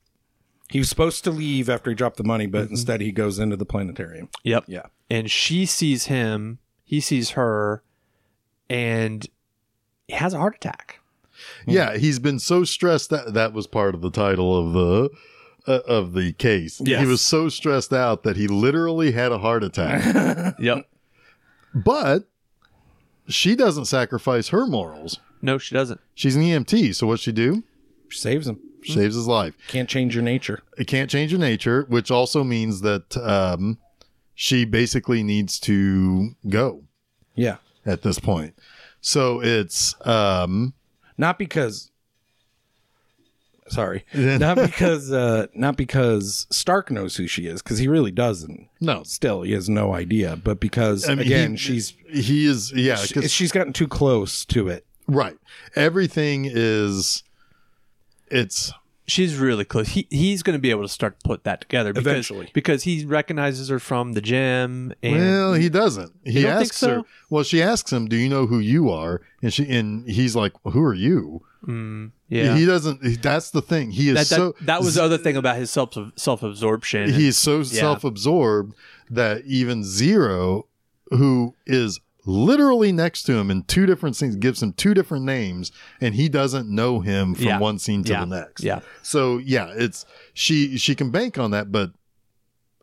Speaker 3: he was supposed to leave after he dropped the money
Speaker 2: Mm-hmm.
Speaker 3: but instead he goes into the planetarium
Speaker 1: Yep.
Speaker 3: yeah
Speaker 1: and she sees him, he sees her, and he has a heart attack.
Speaker 2: Yeah, he's been so stressed that that was part of the title of the uh, of the case.
Speaker 1: Yes.
Speaker 2: He was so stressed out that he literally had a heart attack.
Speaker 1: Yep.
Speaker 2: but she doesn't sacrifice her morals.
Speaker 1: No, she doesn't.
Speaker 2: She's an EMT, so what's she do?
Speaker 3: saves him
Speaker 2: Saves his life.
Speaker 3: can't change your nature
Speaker 2: It can't change your nature, which also means that um, she basically needs to go
Speaker 3: yeah
Speaker 2: at this point. So it's um,
Speaker 3: not because sorry not because uh not because stark knows who she is because he really doesn't
Speaker 2: no.
Speaker 3: still he has no idea but because
Speaker 2: I mean,
Speaker 3: again
Speaker 2: he-
Speaker 3: she's
Speaker 2: He is yeah. 'cause-
Speaker 3: she's gotten too close to it
Speaker 2: Right. Everything is it's
Speaker 1: She's really close. He he's going to be able to start to put that together because,
Speaker 3: Eventually.
Speaker 1: because he recognizes her from the gym and
Speaker 2: well, he doesn't. He
Speaker 1: don't think
Speaker 2: asks
Speaker 1: so?
Speaker 2: her well, she asks him, Do you know who you are? And she and he's like, Who are you?
Speaker 1: yeah.
Speaker 2: He doesn't he- that's the thing. He is
Speaker 1: that, that,
Speaker 2: so
Speaker 1: that was the other thing about his self self absorption.
Speaker 2: he is so self absorbed that even Zero, who is literally next to him in two different scenes, gives him two different names and he doesn't know him from
Speaker 1: Yeah.
Speaker 2: one scene to
Speaker 1: Yeah.
Speaker 2: the next.
Speaker 1: yeah,
Speaker 2: So yeah, it's she she can bank on that, but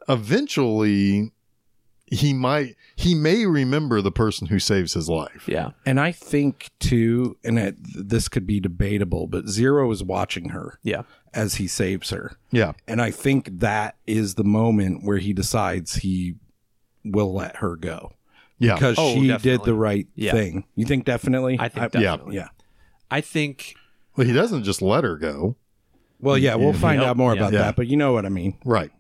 Speaker 2: eventually he might he may remember the person who saves his life.
Speaker 1: yeah,
Speaker 3: and i think too and it, this could be debatable but zero is watching her
Speaker 1: yeah,
Speaker 3: as he saves her
Speaker 2: Yeah.
Speaker 3: and i think that is the moment where he decides he will let her go
Speaker 2: Yeah.
Speaker 3: because
Speaker 1: Oh,
Speaker 3: she did
Speaker 1: definitely.
Speaker 3: the right
Speaker 1: Yeah.
Speaker 3: thing you think definitely
Speaker 1: I think
Speaker 3: yeah
Speaker 1: definitely.
Speaker 3: yeah
Speaker 1: I think
Speaker 2: well, he doesn't just let her go.
Speaker 3: Well, yeah, we'll find
Speaker 1: Yep.
Speaker 3: out more
Speaker 1: Yeah.
Speaker 3: about
Speaker 2: Yeah.
Speaker 3: that, but you know what I mean.
Speaker 2: Right.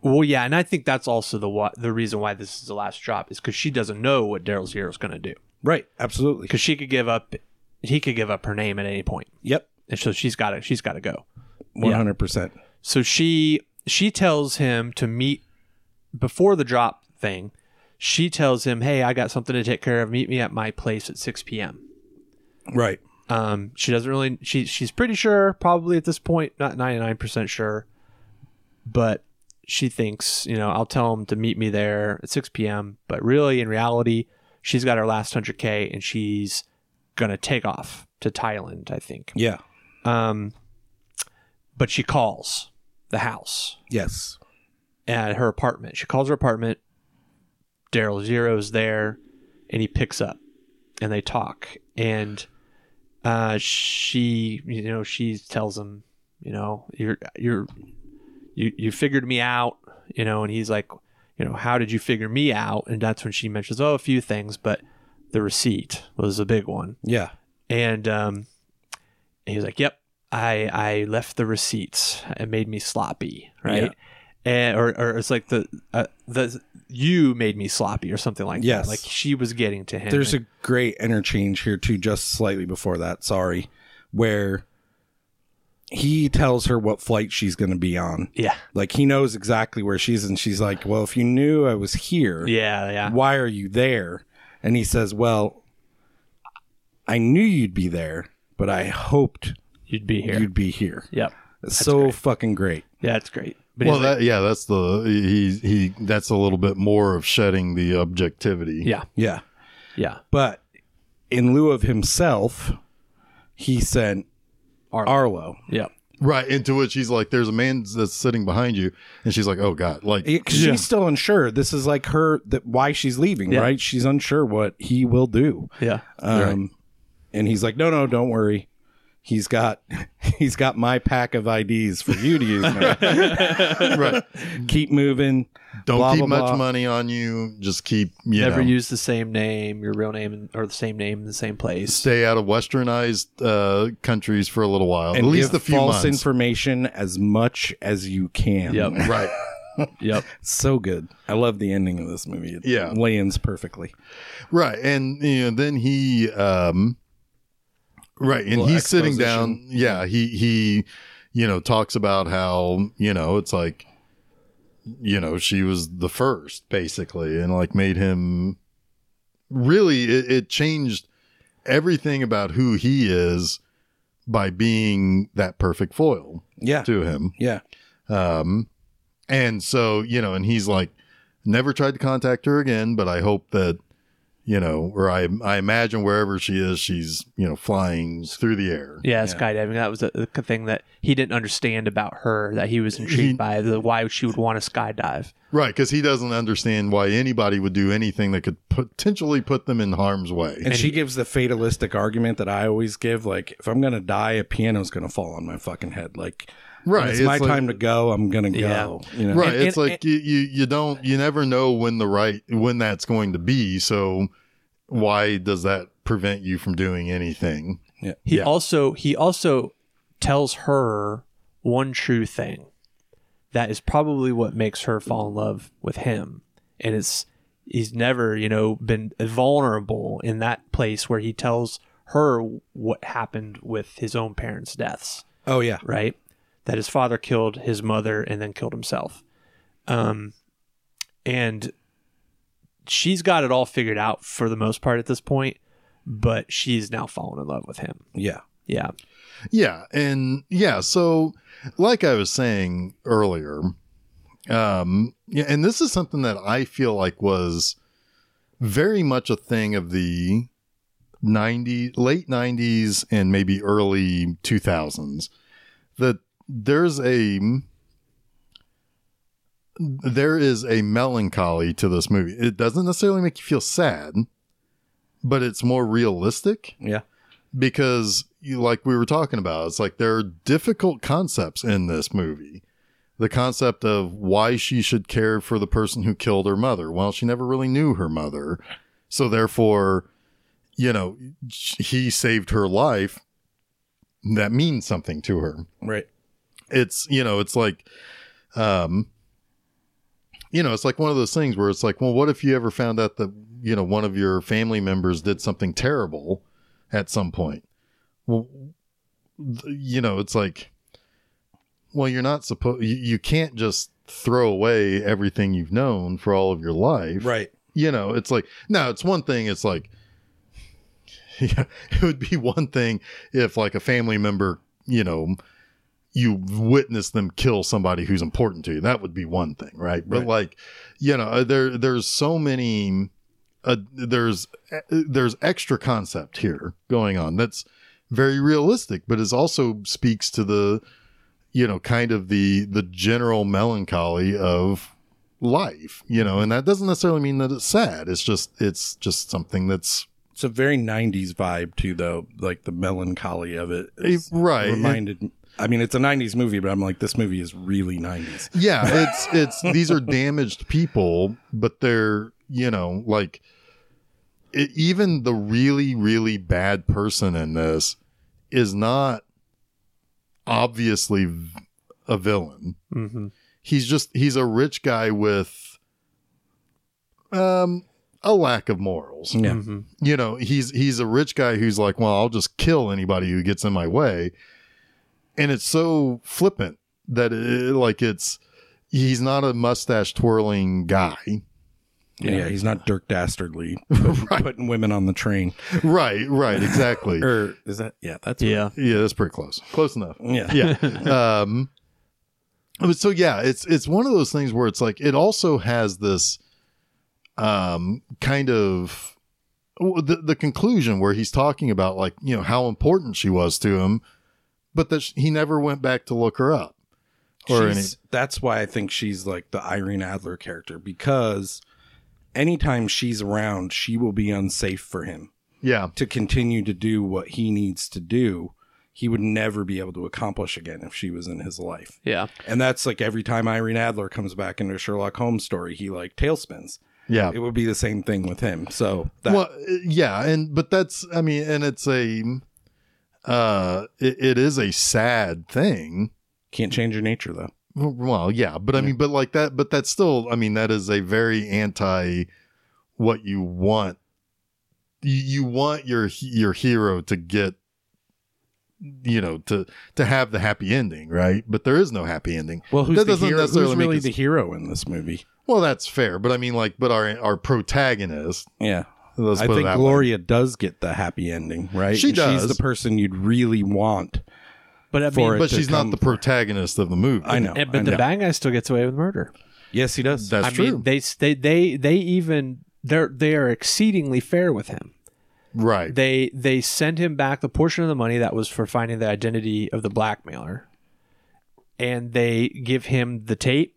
Speaker 1: well, yeah, and I think that's also the why, the reason why this is the last drop is because she doesn't know what Daryl Zero is going to do
Speaker 3: Right, absolutely.
Speaker 1: because she could give up, he could give up her name at any point,
Speaker 3: Yep,
Speaker 1: and so she's got to she's got to go.
Speaker 3: 100%.
Speaker 1: So she she tells him to meet before the drop thing. She tells him, "Hey, I got something to take care of. Meet me at my place at 6 p.m."
Speaker 3: Right.
Speaker 1: Um, she doesn't really she she's pretty sure, probably at this point, not 99% sure, but she thinks, you know, I'll tell him to meet me there at 6 p.m. But really, in reality, she's got her last 100k and she's gonna take off to Thailand, I think.
Speaker 3: Yeah.
Speaker 1: Um, but she calls the house
Speaker 3: Yes.
Speaker 1: at her apartment. She calls her apartment. Daryl Zero's there, and he picks up, and they talk. And uh, she, you know, she tells him, you know, you're you're you you figured me out, you know, and he's like, you know, how did you figure me out? And that's when she mentions, oh, a few things, but the receipt was a big one
Speaker 3: Yeah.
Speaker 1: and um, he was like, "Yep, I I left the receipts. It made me sloppy, right?" And, or, or it's like the uh, the you made me sloppy or something like
Speaker 3: Yes.
Speaker 1: that. Like she was getting to him.
Speaker 3: There's a great interchange here, too, just slightly before that. Sorry. Where he tells her what flight she's going to be on.
Speaker 1: yeah,
Speaker 3: Like, he knows exactly where she's, and she's like, Well, if you knew I was here,
Speaker 1: yeah, yeah,
Speaker 3: why are you there? And he says, Well, I knew you'd be there, but I hoped
Speaker 1: You'd be here.
Speaker 3: you'd be here.
Speaker 1: yep.
Speaker 3: It's so fucking great.
Speaker 1: Yeah, it's great. But
Speaker 2: well,
Speaker 1: he's like-
Speaker 2: that yeah, that's the he he. That's a little bit more of shedding the objectivity.
Speaker 1: yeah,
Speaker 3: Yeah.
Speaker 1: yeah.
Speaker 3: But in lieu of himself, he sent Arlo.
Speaker 1: Yeah.
Speaker 2: right. Into which he's like, "There's a man that's sitting behind you," and she's like, "Oh God!" Like,
Speaker 3: Yeah, 'cause
Speaker 1: Yeah.
Speaker 3: she's still unsure. This is like her that why she's leaving,
Speaker 1: Yeah.
Speaker 3: right? She's unsure what he will do.
Speaker 1: Yeah.
Speaker 3: Um, and he's like, "No, no, don't worry. He's got he's got my pack of IDs for you to use. now.
Speaker 2: right?
Speaker 3: Keep moving.
Speaker 2: Don't
Speaker 3: blah,
Speaker 2: keep
Speaker 3: blah,
Speaker 2: much
Speaker 3: blah.
Speaker 2: money on you. Just keep you
Speaker 1: Never
Speaker 2: know,
Speaker 1: use the same name, your real name, in- or the same name in the same place.
Speaker 2: stay out of westernized uh, countries for a little while.
Speaker 3: And
Speaker 2: At least
Speaker 3: give
Speaker 2: a few months.
Speaker 3: false information as much as you can.
Speaker 1: Yep.
Speaker 2: right.
Speaker 1: Yep.
Speaker 3: So good. I love the ending of this movie. It
Speaker 2: Yeah.
Speaker 3: lands perfectly.
Speaker 2: right and you know then he um right and
Speaker 3: Little
Speaker 2: he's sitting
Speaker 3: exposition.
Speaker 2: down yeah he he you know talks about how you know it's like you know she was the first basically and like made him really it, it changed everything about who he is by being that perfect foil
Speaker 3: Yeah.
Speaker 2: to him
Speaker 3: Yeah.
Speaker 2: um, and so, you know, and he's like, never tried to contact her again, but I hope that, you know, or I, I imagine wherever she is, she's, you know, flying through the air.
Speaker 1: Yeah, skydiving. That was a, a thing that he didn't understand about her. That he was intrigued by the why she would want to skydive.
Speaker 2: Right. Cause he doesn't understand why anybody would do anything that could potentially put them in harm's way.
Speaker 3: And, she gives the fatalistic argument that I always give like, if I'm going to die, a piano's going to fall on my fucking head. Like,
Speaker 2: Right,
Speaker 3: It's,
Speaker 2: it's
Speaker 3: my
Speaker 2: like-
Speaker 3: time to go. I'm going to go. You know?
Speaker 2: Right.
Speaker 1: And-
Speaker 2: it's
Speaker 1: and-
Speaker 2: like you, you, you don't, you never know when the right, when that's going to be. So why does that prevent you from doing anything?
Speaker 1: He
Speaker 2: Yeah.
Speaker 1: also he also tells her one true thing. That is probably what makes her fall in love with him. And it's he's never, you know, been vulnerable in that place where he tells her what happened with his own parents' deaths,
Speaker 3: Oh, yeah.
Speaker 1: right? That his father killed his mother and then killed himself. Um and she's got it all figured out for the most part at this point, but she's now fallen in love with him.
Speaker 3: Yeah.
Speaker 1: Yeah.
Speaker 2: Yeah, and yeah, so like I was saying earlier, um yeah, and this is something that I feel like was very much a thing of the 90 late 90s and maybe early 2000s that there's a there is a melancholy to this movie. It doesn't necessarily make you feel sad, but it's more realistic
Speaker 3: Yeah.
Speaker 2: because you, like we were talking about it's like there are difficult concepts in this movie the concept of why she should care for the person who killed her mother well she never really knew her mother so therefore you know sh- he saved her life that means something to her
Speaker 3: Right.
Speaker 2: it's you know it's like um you know it's like one of those things where it's like well what if you ever found out that you know one of your family members did something terrible at some point well th- you know it's like well you're not supposed you, you can't just throw away everything you've known for all of your life
Speaker 3: Right.
Speaker 2: you know it's like no it's one thing it's like yeah, it would be one thing if like a family member you know you witness them kill somebody who's important to you that would be one thing right but
Speaker 3: Right.
Speaker 2: like you know uh, there there's so many uh, there's there's extra concept here going on that's very realistic but is also speaks to the you know kind of the the general melancholy of life you know and that doesn't necessarily mean that it's sad it's just it's just something that's
Speaker 3: It's a very 90s vibe, too, though. Like the melancholy of it.
Speaker 2: eh,
Speaker 3: is-
Speaker 2: right
Speaker 3: reminded I mean, it's a 90s movie, but I'm like, this movie is really 90s.
Speaker 2: yeah it's it's these are damaged people but they're you know like it, even the really really bad person in this is not obviously v- a villain
Speaker 1: Mm-hmm.
Speaker 2: he's just he's a rich guy with um a lack of morals
Speaker 3: Yeah.
Speaker 1: Mm-hmm.
Speaker 2: you know he's he's a rich guy who's like well i'll just kill anybody who gets in my way and it's so flippant that it, like it's he's not a mustache twirling guy
Speaker 3: Yeah, he's not Dirk Dastardly put- putting women on the train.
Speaker 2: Right, right, exactly.
Speaker 3: Or is that? Yeah, that's
Speaker 1: Yeah.
Speaker 2: yeah, that's pretty close. Close enough.
Speaker 3: yeah.
Speaker 2: yeah. Um, but so yeah, it's it's one of those things where it's like it also has this um kind of w- the the conclusion where he's talking about like you know how important she was to him, but that sh- he never went back to look her up or any.
Speaker 3: She's- That's why I think she's like the Irene Adler character because anytime she's around, she will be unsafe for him
Speaker 2: Yeah,
Speaker 3: to continue to do what he needs to do. He would never be able to accomplish again if she was in his life.
Speaker 1: Yeah.
Speaker 3: And that's like every time Irene Adler comes back into a Sherlock Holmes story, he like tailspins.
Speaker 2: yeah.
Speaker 3: It would be the same thing with him. So that,
Speaker 2: Well, uh, yeah, and but that's I mean, and it's a uh, it, it is a sad thing.
Speaker 3: can't change your nature though.
Speaker 2: Well, yeah, but I mean, but like that, but that's still, I mean, that is a very anti what you want. You, you want your your hero to get, you know, to to have the happy ending, right? But there is no happy ending.
Speaker 3: Well, who's
Speaker 2: That
Speaker 3: the
Speaker 2: doesn't
Speaker 3: hero?
Speaker 2: necessarily
Speaker 3: Who's
Speaker 2: make
Speaker 3: really
Speaker 2: us-
Speaker 3: the hero in this movie?
Speaker 2: Well, that's fair, but I mean, like, but our our protagonist.
Speaker 3: Yeah.
Speaker 2: Let's
Speaker 3: I
Speaker 2: put it
Speaker 3: think
Speaker 2: that way.
Speaker 3: Gloria does get the happy ending, right?
Speaker 2: She
Speaker 3: And
Speaker 2: does.
Speaker 3: She's the person you'd really want.
Speaker 1: But I
Speaker 3: For
Speaker 1: mean,
Speaker 3: it.
Speaker 2: but
Speaker 3: to
Speaker 2: she's not
Speaker 3: come
Speaker 2: the
Speaker 3: for-
Speaker 2: protagonist of the movie.
Speaker 3: I know.
Speaker 1: eh, but
Speaker 3: I
Speaker 1: the
Speaker 3: know.
Speaker 1: bad guy still gets away with murder.
Speaker 3: yes, he does.
Speaker 2: That's
Speaker 1: I
Speaker 2: true.
Speaker 1: mean, they s- they they they even they're they are exceedingly fair with him.
Speaker 2: right.
Speaker 1: They they send him back the portion of the money that was for finding the identity of the blackmailer, and they give him the tape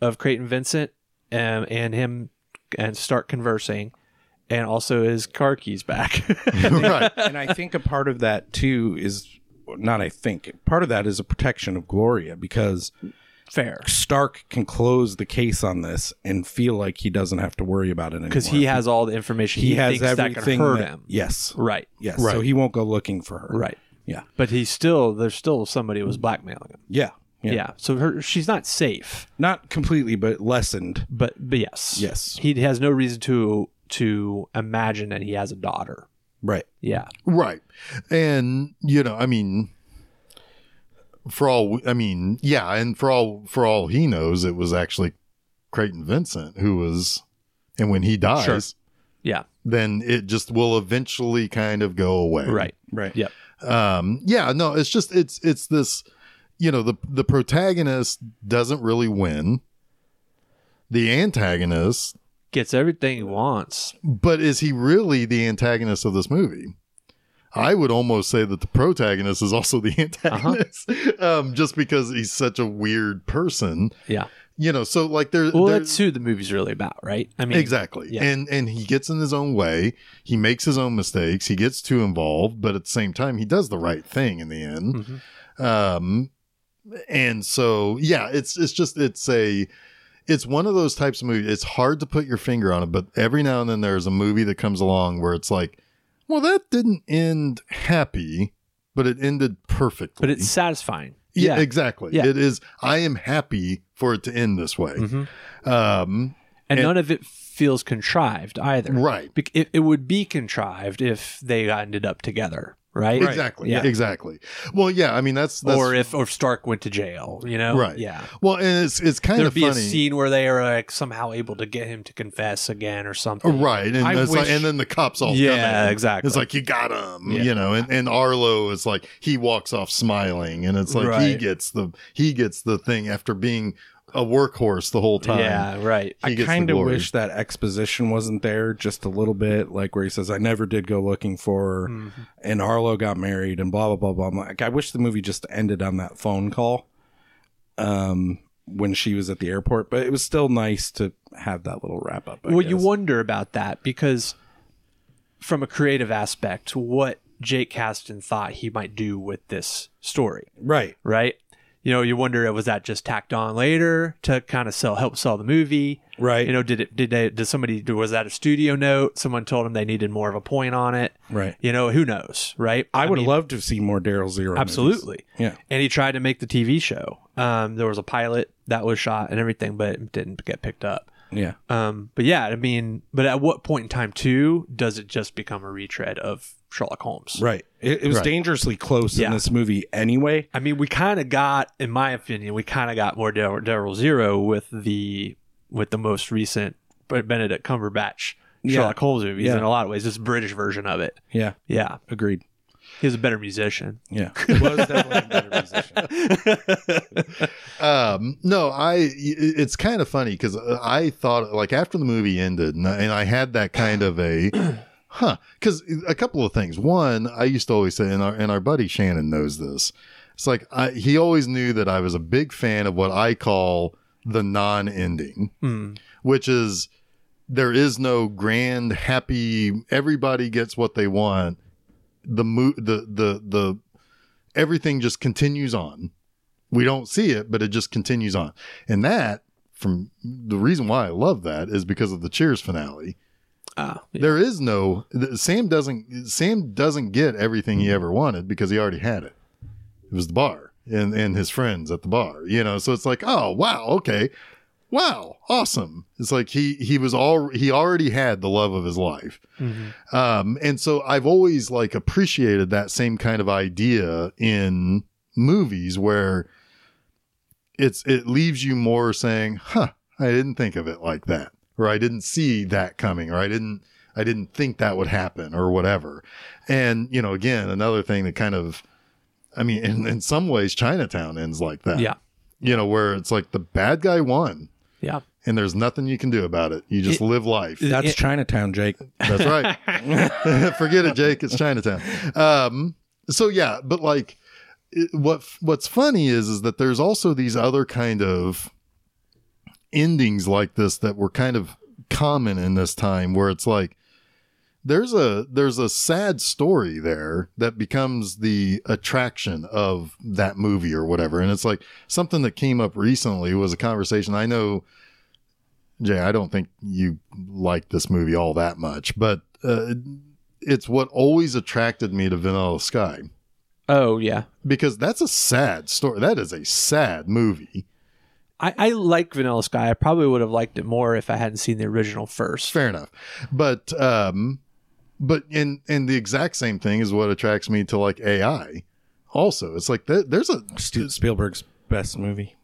Speaker 1: of Creighton Vincent um, and him and start conversing, and also his car keys back.
Speaker 2: right.
Speaker 3: and I think a part of that too is not. I think part of that is a protection of Gloria because
Speaker 1: fair,
Speaker 3: Stark can close the case on this and feel like he doesn't have to worry about it anymore
Speaker 1: because he has all the information.
Speaker 3: he,
Speaker 1: He,
Speaker 3: has
Speaker 1: thinks that
Speaker 3: everything.
Speaker 1: can hurt
Speaker 3: that-
Speaker 1: him.
Speaker 3: Yes,
Speaker 1: Right.
Speaker 3: yes.
Speaker 2: Right.
Speaker 3: So he won't go looking for her.
Speaker 1: Right.
Speaker 3: Yeah.
Speaker 1: But he's still there's still somebody who was blackmailing him.
Speaker 3: Yeah.
Speaker 1: Yeah. So her she's not safe.
Speaker 3: Not completely, but lessened.
Speaker 1: But but yes.
Speaker 3: Yes.
Speaker 1: He has no reason to to imagine that he has a daughter.
Speaker 3: Right.
Speaker 1: Yeah.
Speaker 2: Right. And you know, I mean for all I mean, yeah, and for all for all he knows it was actually Creighton Vincent who was and when he dies,
Speaker 1: Sure. Yeah.
Speaker 2: then it just will eventually kind of go away.
Speaker 1: Right.
Speaker 3: Right.
Speaker 1: Yep.
Speaker 2: Um yeah, no, it's just it's it's this you know, the the protagonist doesn't really win. The antagonist,
Speaker 1: Gets everything he wants.
Speaker 2: but is he really the antagonist of this movie? I would almost say that the protagonist is also the antagonist,
Speaker 1: Uh-huh.
Speaker 2: um, just because he's such a weird person.
Speaker 1: Yeah.
Speaker 2: You know, so like there,
Speaker 1: Well,
Speaker 2: there-
Speaker 1: that's who the movie's really about, right? I mean,
Speaker 2: exactly,
Speaker 1: yeah.
Speaker 2: and and he gets in his own way. He makes his own mistakes. He gets too involved, but at the same time, he does the right thing in the end.
Speaker 1: Mhm.
Speaker 2: Um, and so yeah, it's it's just it's a it's one of those types of movies. It's hard to put your finger on it, but every now and then there's a movie that comes along where it's like, well, that didn't end happy, but it ended perfectly.
Speaker 1: But it's satisfying.
Speaker 2: yeah,
Speaker 1: Yeah.
Speaker 2: exactly.
Speaker 1: Yeah.
Speaker 2: It is. I am happy for it to end this way.
Speaker 1: Mhm.
Speaker 2: Um,
Speaker 1: And,
Speaker 2: And-
Speaker 1: none of it feels contrived either.
Speaker 2: right.
Speaker 1: Bec- It, it would be contrived if they ended up together, right?
Speaker 2: Exactly.
Speaker 1: Yeah.
Speaker 2: Exactly. Well, yeah. I mean, that's, that's
Speaker 1: or if or if Stark went to jail, you know?
Speaker 2: Right.
Speaker 1: Yeah.
Speaker 2: well, and it's it's kind
Speaker 1: There'd
Speaker 2: of
Speaker 1: be
Speaker 2: funny.
Speaker 1: a scene where they are like somehow able to get him to confess again or something.
Speaker 2: Oh, Right, and
Speaker 3: I
Speaker 2: it's like,
Speaker 3: wish-
Speaker 2: and then the cops all
Speaker 1: Yeah,
Speaker 2: come in.
Speaker 1: exactly.
Speaker 2: It's like you got him,
Speaker 1: Yeah.
Speaker 2: you know. And, and Arlo is like he walks off smiling, and it's like he
Speaker 1: Right.
Speaker 2: gets the he gets the thing after being a workhorse the whole time.
Speaker 1: Yeah, right.
Speaker 2: he
Speaker 3: I
Speaker 2: gets the
Speaker 3: kind of
Speaker 2: glory.
Speaker 3: wish that exposition wasn't there just a little bit, like where he says, "I never did go looking for," her,
Speaker 1: Mm-hmm.
Speaker 3: and Arlo got married, and blah blah blah blah. Like, I wish the movie just ended on that phone call, um, when she was at the airport. But it was still nice to have that little wrap up. I
Speaker 1: well, you
Speaker 3: guess.
Speaker 1: wonder about that because, from a creative aspect, what Jake Caston thought he might do with this story,
Speaker 3: right?
Speaker 1: right? You know, you wonder was that just tacked on later to kind of sell help sell the movie,
Speaker 3: Right.
Speaker 1: You know, did it did they did somebody was that a studio note? Someone told him they needed more of a point on it,
Speaker 3: Right.
Speaker 1: You know, who knows, right?
Speaker 3: I would
Speaker 1: mean,
Speaker 3: love to see more Daryl Zero. movies.
Speaker 1: absolutely,
Speaker 3: Yeah.
Speaker 1: and he tried to make the TV show. Um, there was a pilot that was shot and everything, but it didn't get picked up.
Speaker 3: Yeah.
Speaker 1: Um, but yeah, I mean, but at what point in time too does it just become a retread of Sherlock Holmes?
Speaker 3: Right. It, it was
Speaker 2: Right.
Speaker 3: dangerously close
Speaker 1: Yeah.
Speaker 3: in this movie anyway.
Speaker 1: I mean, we kind of got, in my opinion, we kind of got more Daryl Daryl Zero with the with the most recent Benedict Cumberbatch
Speaker 3: Yeah.
Speaker 1: Sherlock Holmes movies
Speaker 3: Yeah.
Speaker 1: in a lot of ways. It's a British version of it.
Speaker 3: Yeah.
Speaker 1: Yeah,
Speaker 3: Agreed.
Speaker 1: he's a better musician.
Speaker 3: Yeah. It was definitely a better musician.
Speaker 2: um no i it- it's kind of funny because i thought like after the movie ended and I, and I had that kind of a huh because a couple of things one i used to always say and our, and our buddy shannon knows this it's like I, he always knew that i was a big fan of what i call the non-ending
Speaker 1: Hmm.
Speaker 2: which is there is no grand happy everybody gets what they want the mo- the the the everything just continues on we don't see it but it just continues on and that from the reason why i love that is because of the cheers finale
Speaker 1: Ah, yeah.
Speaker 2: there is no th- sam doesn't sam doesn't get everything he ever wanted because he already had it it was the bar and and his friends at the bar you know so it's like oh wow okay wow awesome it's like he he was all he already had the love of his life
Speaker 1: Mhm.
Speaker 2: um and so i've always like appreciated that same kind of idea in movies where it's it leaves you more saying huh i didn't think of it like that or i didn't see that coming or i didn't i didn't think that would happen or whatever and you know again another thing that kind of i mean in, in some ways chinatown ends like that
Speaker 1: Yeah.
Speaker 2: you know where it's like the bad guy won
Speaker 1: Yeah.
Speaker 2: and there's nothing you can do about it you just live life
Speaker 3: That's Chinatown, Jake.
Speaker 2: that's right. Forget it, Jake. It's Chinatown. Um, so yeah, but like, it, what what's funny is is that there's also these other kind of endings like this that were kind of common in this time, where it's like there's a there's a sad story there that becomes the attraction of that movie or whatever, and it's like something that came up recently was a conversation I know. Jay, I don't think you like this movie all that much, but uh, it's what always attracted me to Vanilla Sky
Speaker 1: Oh yeah.
Speaker 2: because that's a sad story. That is a sad movie.
Speaker 1: I, I like Vanilla Sky. I probably would have liked it more if I hadn't seen the original first.
Speaker 2: Fair enough, but um, but and and the exact same thing is what attracts me to like AI. Also, it's like there, there's a
Speaker 3: Stu- Spielberg's best movie.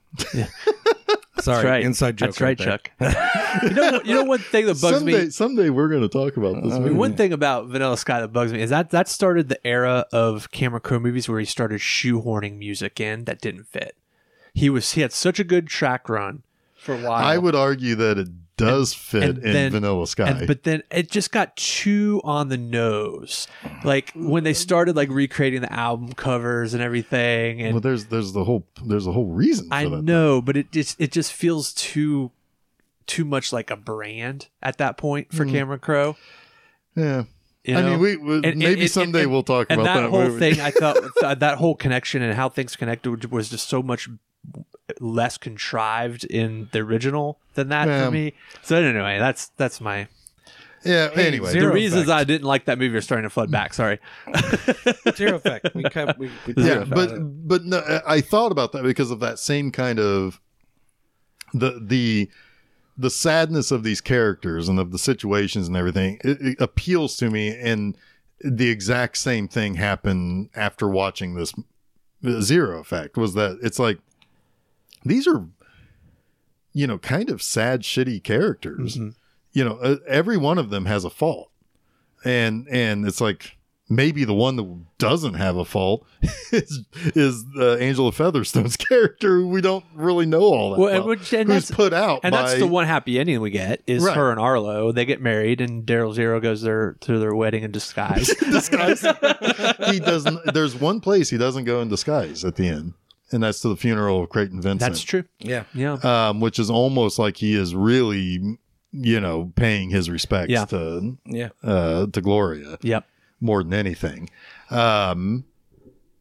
Speaker 3: Sorry,
Speaker 1: That's right.
Speaker 3: inside joke.
Speaker 1: That's right,
Speaker 3: there.
Speaker 1: Chuck. you know, you know one thing that bugs
Speaker 2: someday
Speaker 1: me. Uh,
Speaker 2: someday we're going to talk about this
Speaker 1: I mean,
Speaker 2: movie.
Speaker 1: one thing about Vanilla Sky that bugs me is that that started the era of Cameron Crowe movies where he started shoehorning music in that didn't fit. He was he had such a good track run for a while.
Speaker 2: I would argue that it does fit
Speaker 1: and
Speaker 2: in
Speaker 1: then-
Speaker 2: Vanilla Sky.
Speaker 1: And, but then it just got too on the nose. Like when they started like recreating the album covers and everything and
Speaker 2: well, there's there's the whole there's a whole reason. For
Speaker 1: I
Speaker 2: that.
Speaker 1: know, but it just it just feels too too much like a brand at that point for Cameron Crowe.
Speaker 2: Yeah.
Speaker 1: you
Speaker 2: I
Speaker 1: know?
Speaker 2: mean, we, we
Speaker 1: And-
Speaker 2: maybe
Speaker 1: and- and-
Speaker 2: someday
Speaker 1: and-
Speaker 2: we'll talk
Speaker 1: and
Speaker 2: about that,
Speaker 1: that, whole
Speaker 2: movie.
Speaker 1: thing. I thought th- that whole connection and how things connected was just so much less contrived in the original than that
Speaker 2: Yeah.
Speaker 1: for me. So anyway, that's that's my
Speaker 2: Yeah. anyway,
Speaker 1: the
Speaker 3: zero-
Speaker 1: reasons
Speaker 3: effect.
Speaker 1: I didn't like that movie are starting to flood back. Sorry,
Speaker 3: Zero effect. We kept. We, we
Speaker 2: yeah,
Speaker 3: talked about
Speaker 2: but
Speaker 3: it.
Speaker 2: but no, I- I thought about that because of that same kind of the the the sadness of these characters and of the situations and everything it, it appeals to me, and the exact same thing happened after watching this uh, Zero Effect was that it's like these are you know kind of sad, shitty characters.
Speaker 1: Mm-hmm.
Speaker 2: You know, uh, every one of them has a fault, and and it's like maybe the one that doesn't have a fault is is uh, Angela Featherstone's character, who we don't really know all that.
Speaker 1: Well, and
Speaker 2: about,
Speaker 1: which- and
Speaker 2: who's
Speaker 1: that's-
Speaker 2: put out
Speaker 1: and that's
Speaker 2: by-
Speaker 1: the one happy ending we get is
Speaker 2: Right.
Speaker 1: her and Arlo. They get married, and Daryl Zero goes there to their wedding in disguise.
Speaker 2: he doesn't. There's one place he doesn't go in disguise at the end, and that's to the funeral of Creighton Vincent.
Speaker 1: that's true.
Speaker 3: yeah,
Speaker 1: Yeah.
Speaker 2: um, which is almost like he is really, you know, paying his respects
Speaker 1: Yeah.
Speaker 2: to
Speaker 3: yeah.
Speaker 2: uh, to Gloria.
Speaker 1: Yep.
Speaker 2: more than anything. Um,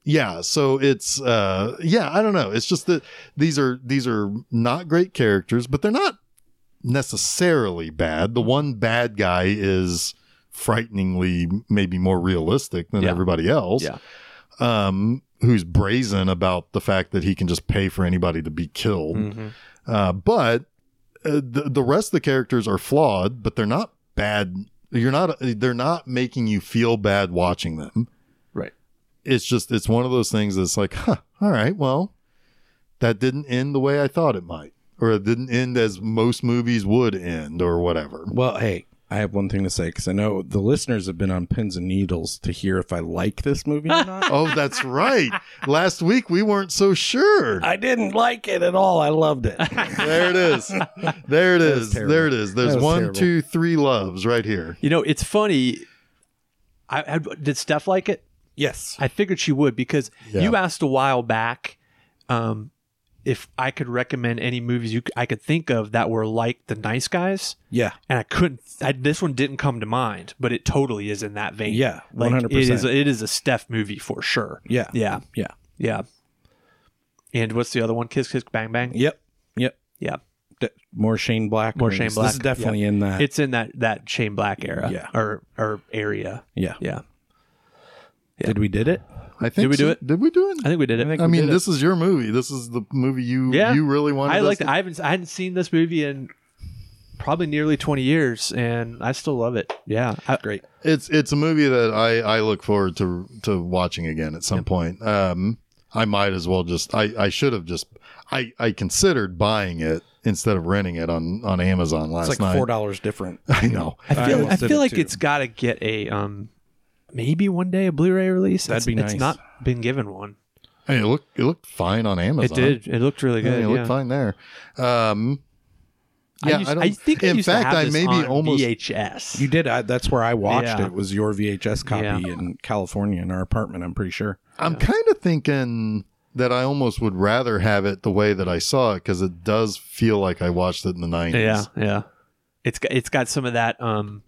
Speaker 2: yeah, so it's uh, yeah, I don't know. It's just that these are these are not great characters, but they're not necessarily bad. The one bad guy is frighteningly maybe more realistic than
Speaker 1: Yeah.
Speaker 2: everybody else.
Speaker 1: Yeah.
Speaker 2: Um, who's brazen about the fact that he can just pay for anybody to be killed.
Speaker 1: Mhm.
Speaker 2: Uh, but uh, the the rest of the characters are flawed, but they're not bad. You're not. They're not making you feel bad watching them.
Speaker 1: Right.
Speaker 2: It's just it's one of those things that's like, huh. All right. Well, that didn't end the way I thought it might, or it didn't end as most movies would end or whatever.
Speaker 3: Well, hey, I have one thing to say because I know the listeners have been on pins and needles to hear if I like this movie or not.
Speaker 2: Oh, that's right. Last week we weren't so sure.
Speaker 3: I didn't like it at all. I loved it.
Speaker 2: There it is. There it
Speaker 3: was
Speaker 2: is.
Speaker 3: terrible.
Speaker 2: There it is. There's
Speaker 3: That was
Speaker 2: one,
Speaker 3: terrible.
Speaker 2: two, three loves right here.
Speaker 1: You know, it's funny. I, I did Steph like it.
Speaker 3: yes.
Speaker 1: I figured she would because
Speaker 2: Yeah.
Speaker 1: you asked a while back um, if I could recommend any movies you c- I could think of that were like The Nice Guys,
Speaker 3: Yeah.
Speaker 1: and I couldn't. I, this one didn't come to mind, but it totally is in that vein.
Speaker 3: Yeah,
Speaker 1: Like, It is.
Speaker 3: 100%.
Speaker 1: It is a Steph movie for sure.
Speaker 3: Yeah.
Speaker 1: Yeah.
Speaker 3: Yeah.
Speaker 1: Yeah. And what's the other one? Kiss Kiss Bang Bang.
Speaker 3: Yep. Yep.
Speaker 1: Yeah.
Speaker 3: D- more Shane Black.
Speaker 1: More
Speaker 3: movies.
Speaker 1: Shane
Speaker 3: This
Speaker 1: Black,
Speaker 3: is definitely in that.
Speaker 1: It's in that that Shane Black era.
Speaker 3: Yeah.
Speaker 1: Or or area.
Speaker 3: yeah.
Speaker 1: Yeah.
Speaker 3: Did we did it?
Speaker 2: I think
Speaker 1: Did we do
Speaker 2: so.
Speaker 1: it?
Speaker 2: Did we do it?
Speaker 1: I think we did it.
Speaker 2: I mean, this is your movie. This is the movie you
Speaker 1: Yeah.
Speaker 2: you really wanted.
Speaker 1: I
Speaker 2: us
Speaker 1: like.
Speaker 2: to-
Speaker 1: I haven't. I hadn't seen this movie in probably nearly twenty years, and I still love it. Yeah, I,
Speaker 3: Great.
Speaker 2: It's it's a movie that I I look forward to to watching again at some point. Um, I might as well just I I should have just I I considered buying it instead of renting it on on Amazon last
Speaker 3: It's like
Speaker 2: night.
Speaker 3: four dollars different.
Speaker 2: I know.
Speaker 1: I feel. I,
Speaker 3: almost did
Speaker 1: feel
Speaker 3: it
Speaker 1: like
Speaker 3: too.
Speaker 1: it's got to get a um, maybe one day a Blu-ray release.
Speaker 3: That'd
Speaker 1: It's-
Speaker 3: be
Speaker 1: It's
Speaker 3: nice.
Speaker 1: not been given one.
Speaker 2: Hey, it looked it looked fine on Amazon.
Speaker 1: It did. It looked really
Speaker 2: Yeah,
Speaker 1: good.
Speaker 2: it
Speaker 1: Yeah,
Speaker 2: looked fine there. Um,
Speaker 1: I,
Speaker 2: yeah,
Speaker 1: used-
Speaker 2: I don't.
Speaker 1: think. I
Speaker 2: in
Speaker 1: used
Speaker 2: fact,
Speaker 1: to have
Speaker 2: I
Speaker 1: this
Speaker 2: maybe
Speaker 1: on
Speaker 2: almost
Speaker 1: VHS.
Speaker 3: You did. I, that's where I watched
Speaker 1: Yeah.
Speaker 3: it. Was your VHS copy
Speaker 1: Yeah.
Speaker 3: in California in our apartment? I'm pretty sure.
Speaker 2: I'm kind of thinking that I almost would rather have it the way that I saw it because it does feel like I watched it in the 90s.
Speaker 1: yeah, yeah. It's got. It's got some of that um,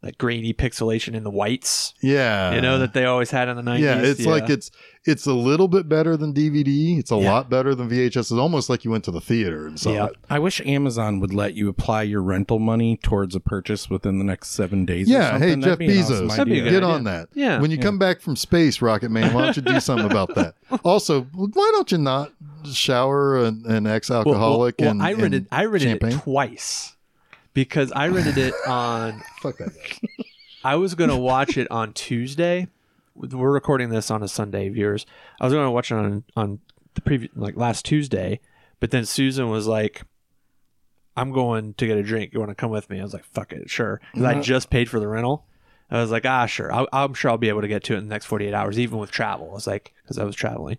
Speaker 1: that grainy pixelation in the whites.
Speaker 2: Yeah.
Speaker 1: You know that they always had in the nineties.
Speaker 2: Uh. yeah, it's like it's it's a little bit better than DVD. It's a
Speaker 1: Yeah.
Speaker 2: lot better than VHS. It's almost like you went to the theater and saw
Speaker 1: Yeah.
Speaker 2: it.
Speaker 3: I wish Amazon would let you apply your rental money towards a purchase within the next seven days. or
Speaker 2: Yeah,
Speaker 3: something.
Speaker 2: hey
Speaker 3: That'd
Speaker 2: Jeff
Speaker 3: be an
Speaker 2: Bezos,
Speaker 3: awesome
Speaker 1: That'd be a
Speaker 3: idea.
Speaker 1: good
Speaker 2: get
Speaker 1: idea.
Speaker 2: on that.
Speaker 1: Yeah.
Speaker 2: when you come back from space, Rocket Man, why don't you do something about that? Also, why don't you not shower an, an
Speaker 1: Well, well,
Speaker 2: ex-alcoholic
Speaker 1: well,
Speaker 2: and
Speaker 1: I rented.
Speaker 2: and
Speaker 1: I rented
Speaker 2: champagne?
Speaker 1: it twice because I rented it on.
Speaker 2: Fuck that guy.
Speaker 1: I was gonna watch it on Tuesday. We're recording this on a Sunday, viewers. I was gonna watch it on on the previous like last Tuesday, but then Susan was like, "I'm going to get a drink. You want to come with me?" I was like, "Fuck it, sure." 'Cause I just paid for the rental. I was like, "Ah, sure. I, I'm sure I'll be able to get to it in the next 48 hours, even with travel." I was like, because I was traveling.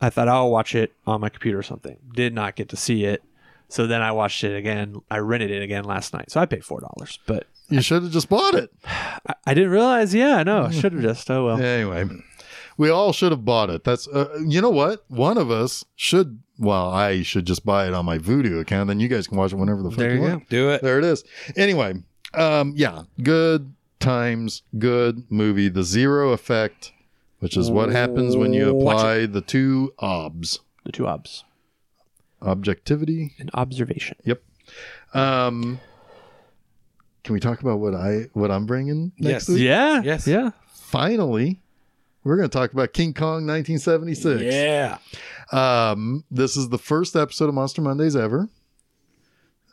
Speaker 1: I thought I'll watch it on my computer or something. Did not get to see it. So then I watched it again. I rented it again last night. So I paid four dollars, but
Speaker 2: You should have just bought it.
Speaker 1: I, I didn't realize. Yeah, I know.
Speaker 2: Mm.
Speaker 1: I should have just. Oh well.
Speaker 2: Anyway, we all should have bought it. That's uh, you know what? One of us should. Well, I should just buy it on my Voodoo account. Then you guys can watch it whenever the fuck
Speaker 1: There
Speaker 2: you
Speaker 1: you
Speaker 2: want.
Speaker 3: Do it.
Speaker 2: There it is. Anyway, um, yeah, good times, good movie. The Zero Effect, which is what happens when you
Speaker 3: Watch
Speaker 2: apply the two obs,
Speaker 1: The two obs.
Speaker 2: objectivity.
Speaker 1: An observation.
Speaker 2: Yep. Um, can we talk about what I what I'm bringing next
Speaker 3: Yes.
Speaker 2: week?
Speaker 1: Yeah.
Speaker 3: Yes.
Speaker 1: Yeah.
Speaker 2: Finally, we're going to talk about King Kong 1976.
Speaker 3: Yeah.
Speaker 2: Um, this is the first episode of Monster Mondays ever.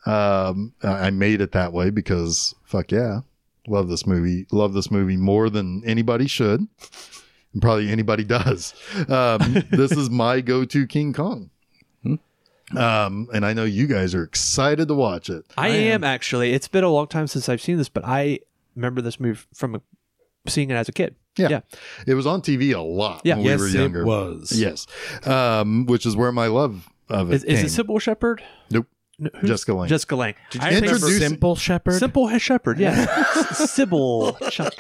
Speaker 2: Um, I I made it that way because fuck yeah, love this movie. Love this movie more than anybody should, and probably anybody does. Um, this is my go-to King Kong. Um, and I know you guys are excited to watch it.
Speaker 1: I, am actually. It's been a long time since I've seen this, but I remember this movie from seeing it as a kid.
Speaker 2: Yeah.
Speaker 1: Yeah.
Speaker 2: It was on TV a lot
Speaker 1: Yeah.
Speaker 2: when
Speaker 3: yes,
Speaker 2: we were younger.
Speaker 3: it was.
Speaker 2: Yes, um, which is where my love of it
Speaker 1: Is, is
Speaker 2: came.
Speaker 1: it Simple Shepherd?
Speaker 2: Nope.
Speaker 1: No, who's-
Speaker 2: Jessica Lange.
Speaker 1: Jessica Lange.
Speaker 3: Did
Speaker 1: I
Speaker 3: you
Speaker 1: remember
Speaker 2: Introduce-
Speaker 3: Simple Shepherd?
Speaker 1: Simple Shepherd. Yeah. S- Sybil. Shep-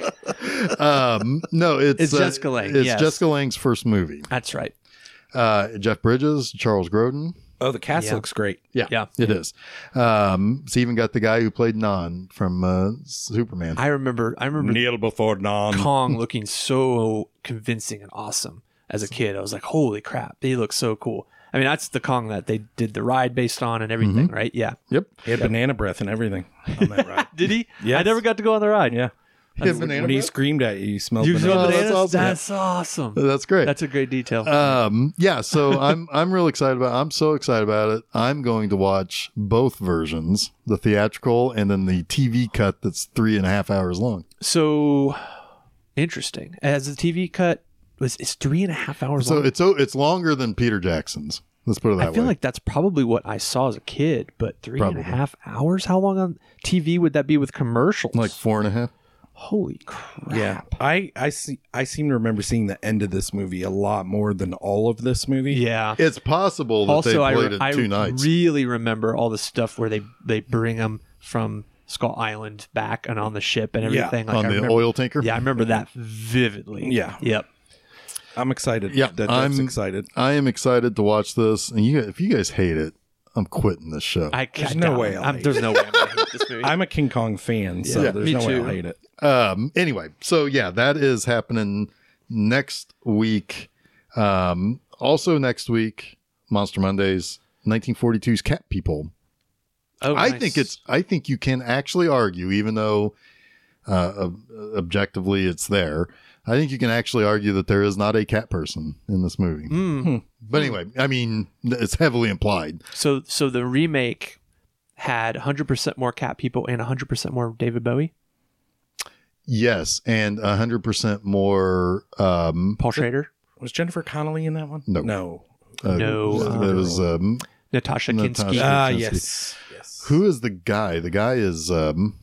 Speaker 2: um, no, it's,
Speaker 1: It's Jessica Lange,
Speaker 2: It's
Speaker 1: yes.
Speaker 2: Jessica Lange's first movie.
Speaker 1: That's right.
Speaker 2: uh, Jeff Bridges, Charles Grodin.
Speaker 3: Oh, the cast
Speaker 1: Yeah.
Speaker 3: looks great.
Speaker 1: Yeah.
Speaker 2: it is. Um, it's even got the guy who played Nan from uh, Superman.
Speaker 1: I remember. I remember
Speaker 3: Kneel before dawn.
Speaker 1: Kong looking so convincing and awesome as a kid. I was like, holy crap, he looks so cool. I mean, that's the Kong that they did the ride based on and everything, right? Yeah.
Speaker 2: yep,
Speaker 3: He had banana breath and everything on that ride.
Speaker 1: Did he?
Speaker 3: Yes.
Speaker 1: I never got to go on the ride.
Speaker 3: yeah.
Speaker 2: He had banana
Speaker 3: when he
Speaker 2: breath?
Speaker 3: screamed at you, you smelled
Speaker 1: You
Speaker 3: banana
Speaker 1: smell
Speaker 2: Oh,
Speaker 3: breath.
Speaker 2: that's
Speaker 1: bananas? That's
Speaker 2: awesome.
Speaker 1: awesome.
Speaker 2: that's great.
Speaker 1: That's a great detail.
Speaker 2: um, yeah, so I'm I'm real excited about. I'm so excited about it. I'm going to watch both versions, the theatrical and then the TV cut that's three and a half hours long.
Speaker 1: so interesting. As the TV cut was, it's three and a half hours
Speaker 2: So
Speaker 1: long.
Speaker 2: it's o- it's longer than Peter Jackson's. Let's put it that
Speaker 1: I feel
Speaker 2: way.
Speaker 1: like that's probably what I saw as a kid, but three and a
Speaker 2: Probably.
Speaker 1: half hours? How long on TV would that be with commercials?
Speaker 2: like four and a half.
Speaker 1: holy crap.
Speaker 3: Yeah, I I see. I seem to remember seeing the end of this movie a lot more than all of this movie.
Speaker 1: Yeah.
Speaker 2: It's possible that
Speaker 1: also,
Speaker 2: they
Speaker 1: I,
Speaker 2: played
Speaker 1: re-
Speaker 2: it
Speaker 1: I
Speaker 2: two nights.
Speaker 1: really remember all the stuff where they, they bring them from Skull Island back and on the ship and
Speaker 3: Yeah,
Speaker 1: everything. like,
Speaker 2: on
Speaker 1: I
Speaker 2: the
Speaker 1: remember-
Speaker 2: oil tanker.
Speaker 1: Yeah, I remember that vividly.
Speaker 3: Yeah.
Speaker 1: Yep.
Speaker 3: I'm excited.
Speaker 2: Yeah,
Speaker 3: that
Speaker 2: I'm-
Speaker 3: Jeff's excited.
Speaker 2: I am excited to watch this. And you, if you guys hate it, I'm quitting this show.
Speaker 1: I
Speaker 3: There's
Speaker 1: I
Speaker 3: no
Speaker 1: doubt
Speaker 3: way
Speaker 1: it.
Speaker 3: I'll
Speaker 1: I'm-
Speaker 3: hate
Speaker 1: there's no way I'm gonna hate this movie.
Speaker 3: I'm a King Kong fan, so
Speaker 1: Yeah,
Speaker 3: there's
Speaker 1: me
Speaker 3: no way
Speaker 1: too.
Speaker 3: I'll hate it.
Speaker 2: um anyway so yeah that is happening next week um also next week monster mondays 1942's cat people
Speaker 1: Oh,
Speaker 2: i
Speaker 1: nice.
Speaker 2: think it's i think you can actually argue even though uh ob- objectively it's there i think you can actually argue that there is not a cat person in this movie
Speaker 1: Hmm.
Speaker 2: Hmm. but anyway i mean it's heavily implied
Speaker 1: so. So the remake had 100% more cat people and 100% more David Bowie,
Speaker 2: yes and 100% more um
Speaker 1: Paul Schrader,
Speaker 3: Was Jennifer Connelly in that one?
Speaker 2: No.
Speaker 3: No.
Speaker 2: uh,
Speaker 1: No,
Speaker 2: it was um
Speaker 1: Natasha
Speaker 2: Natasha.
Speaker 1: Kinski.
Speaker 2: Uh,
Speaker 3: Ah,
Speaker 2: Kinski.
Speaker 3: yes. Yes.
Speaker 2: who is the guy the guy is um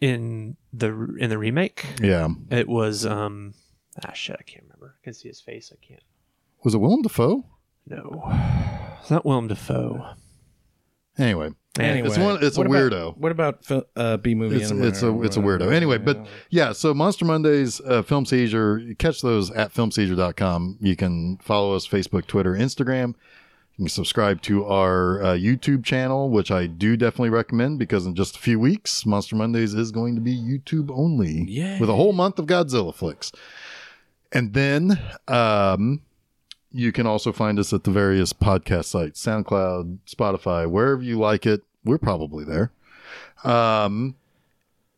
Speaker 1: in the in the remake.
Speaker 2: yeah
Speaker 1: It was um ah shit, I can't remember. I can see his face. I can't.
Speaker 2: Was it Willem Dafoe?
Speaker 1: No, it's not Willem Dafoe.
Speaker 2: Anyway,
Speaker 3: Anyway,
Speaker 2: it's one. It's a
Speaker 3: what about-
Speaker 2: weirdo.
Speaker 3: what about fil- uh, B movie?
Speaker 2: It's, it's a it's a weirdo. Anyway, but yeah. So Monster Mondays, uh, Film Seizure. you Catch those at filmseizure.com. You can follow us Facebook, Twitter, Instagram. You can subscribe to our uh, YouTube channel, which I do definitely recommend because in just a few weeks, Monster Mondays is going to be YouTube only.
Speaker 3: Yay.
Speaker 2: With a whole month of Godzilla flicks. And then um, you can also find us at the various podcast sites SoundCloud, Spotify, wherever you like it. We're probably there. Um,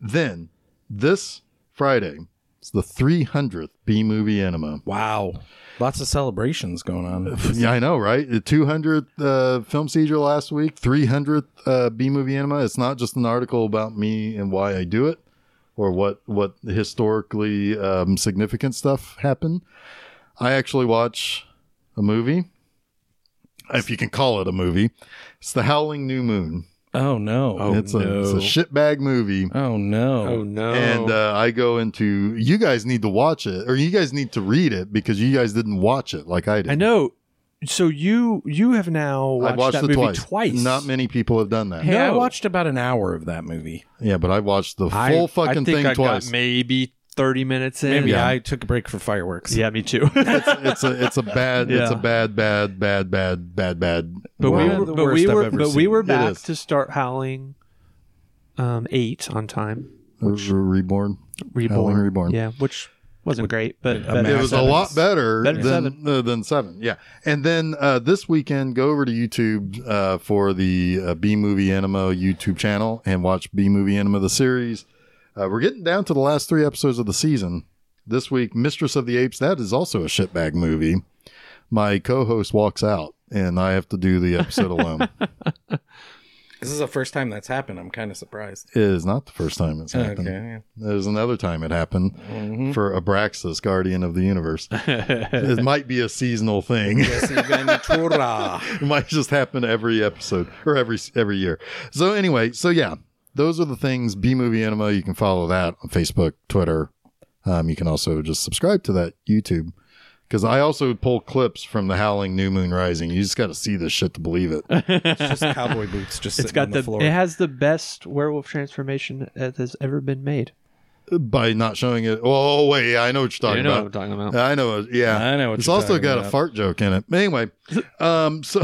Speaker 2: then this Friday, it's the 300th B movie anima.
Speaker 3: wow, lots of celebrations going on.
Speaker 2: Yeah, I know, right? The 200th uh, film seizure last week, 300th uh, B movie anima. It's not just an article about me and why I do it or what what historically um, significant stuff happened. I actually watch a movie, if you can call it a movie. It's The Howling New Moon.
Speaker 3: Oh no. Oh
Speaker 2: it's, a, it's a shitbag movie.
Speaker 3: Oh no.
Speaker 1: no!
Speaker 2: And uh, I go into you guys need to watch it, or you guys need to read it because you guys didn't watch it like I did.
Speaker 1: I know. So you you have now watched,
Speaker 2: I've watched
Speaker 1: that
Speaker 2: it
Speaker 1: movie
Speaker 2: twice.
Speaker 1: twice.
Speaker 2: Not many people have done that.
Speaker 3: Hey, I
Speaker 1: No.
Speaker 3: watched about an hour of that movie.
Speaker 2: Yeah, but I watched the full fucking
Speaker 1: think
Speaker 2: thing
Speaker 1: I
Speaker 2: twice.
Speaker 1: Got maybe thirty minutes in.
Speaker 3: Maybe
Speaker 1: yeah.
Speaker 3: I took a break for fireworks.
Speaker 1: me too. but
Speaker 2: it's a it's a bad it's a
Speaker 1: Yeah.
Speaker 2: bad bad bad bad bad bad.
Speaker 1: we
Speaker 2: world.
Speaker 1: were,
Speaker 3: the
Speaker 1: but
Speaker 3: worst
Speaker 1: we
Speaker 3: I've
Speaker 1: were,
Speaker 3: ever
Speaker 1: but we
Speaker 3: seen.
Speaker 1: were
Speaker 2: It
Speaker 1: back
Speaker 2: is.
Speaker 1: to start howling. Um, eight on time.
Speaker 2: We were reborn.
Speaker 1: Reborn.
Speaker 2: Howling Reborn.
Speaker 1: Yeah, which wasn't great, but
Speaker 3: It
Speaker 2: It
Speaker 1: better.
Speaker 2: was a
Speaker 3: Sevens.
Speaker 2: lot better,
Speaker 1: Better
Speaker 2: than
Speaker 1: seven.
Speaker 2: Uh, than seven. Yeah, and then uh, this weekend, go over to YouTube uh, for the uh, B Movie Anima YouTube channel and watch B Movie Anima the series. Uh, we're getting down to the last three episodes of the season. This week, Mistress of the Apes. That is also a shitbag movie. My co-host walks out, and I have to do the episode alone.
Speaker 3: This is the first time that's happened. I'm kind of surprised.
Speaker 2: It is not the first time it's happened.
Speaker 3: Okay.
Speaker 2: There's another time it happened for Abraxas, Guardian of the Universe. it might be a seasonal thing.
Speaker 3: Ventura.
Speaker 2: it might just happen every episode or every every year. So anyway, so yeah, those are the things. B movie anima. You can follow that on Facebook, Twitter. Um, you can also just subscribe to that YouTube because I also pull clips from the Howling New Moon Rising. You just got to see this shit to believe it.
Speaker 3: It's just cowboy boots just
Speaker 1: It's
Speaker 3: sitting
Speaker 1: got
Speaker 3: on
Speaker 1: the,
Speaker 3: the, floor.
Speaker 1: it has the best werewolf transformation that has ever been made.
Speaker 2: By not showing it. Oh wait, yeah, I know what you're talking about.
Speaker 1: talking about.
Speaker 2: I know. it- Yeah,
Speaker 3: I know what
Speaker 2: It's
Speaker 3: you're
Speaker 2: also
Speaker 3: talking
Speaker 2: got a
Speaker 3: about.
Speaker 2: fart joke in it. But anyway, um, so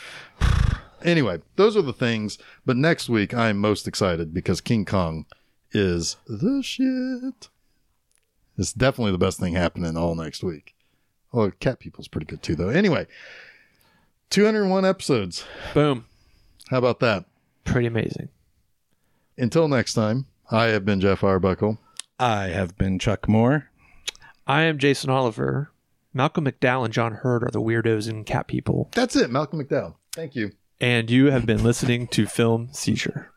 Speaker 2: anyway, those are the things. But next week, I am most excited because King Kong is the shit. It's definitely the best thing happening all next week. Oh, Cat People's pretty good too, though. Anyway, 201 episodes.
Speaker 1: Boom.
Speaker 2: How about that?
Speaker 1: Pretty amazing.
Speaker 2: Until next time, I have been Jeff Arbuckle.
Speaker 3: I have been Chuck Moore.
Speaker 1: I am Jason Oliver. Malcolm McDowell and John Hurd are the weirdos and cat people.
Speaker 2: That's it, Malcolm McDowell. Thank you.
Speaker 1: And you have been listening to Film Seizure.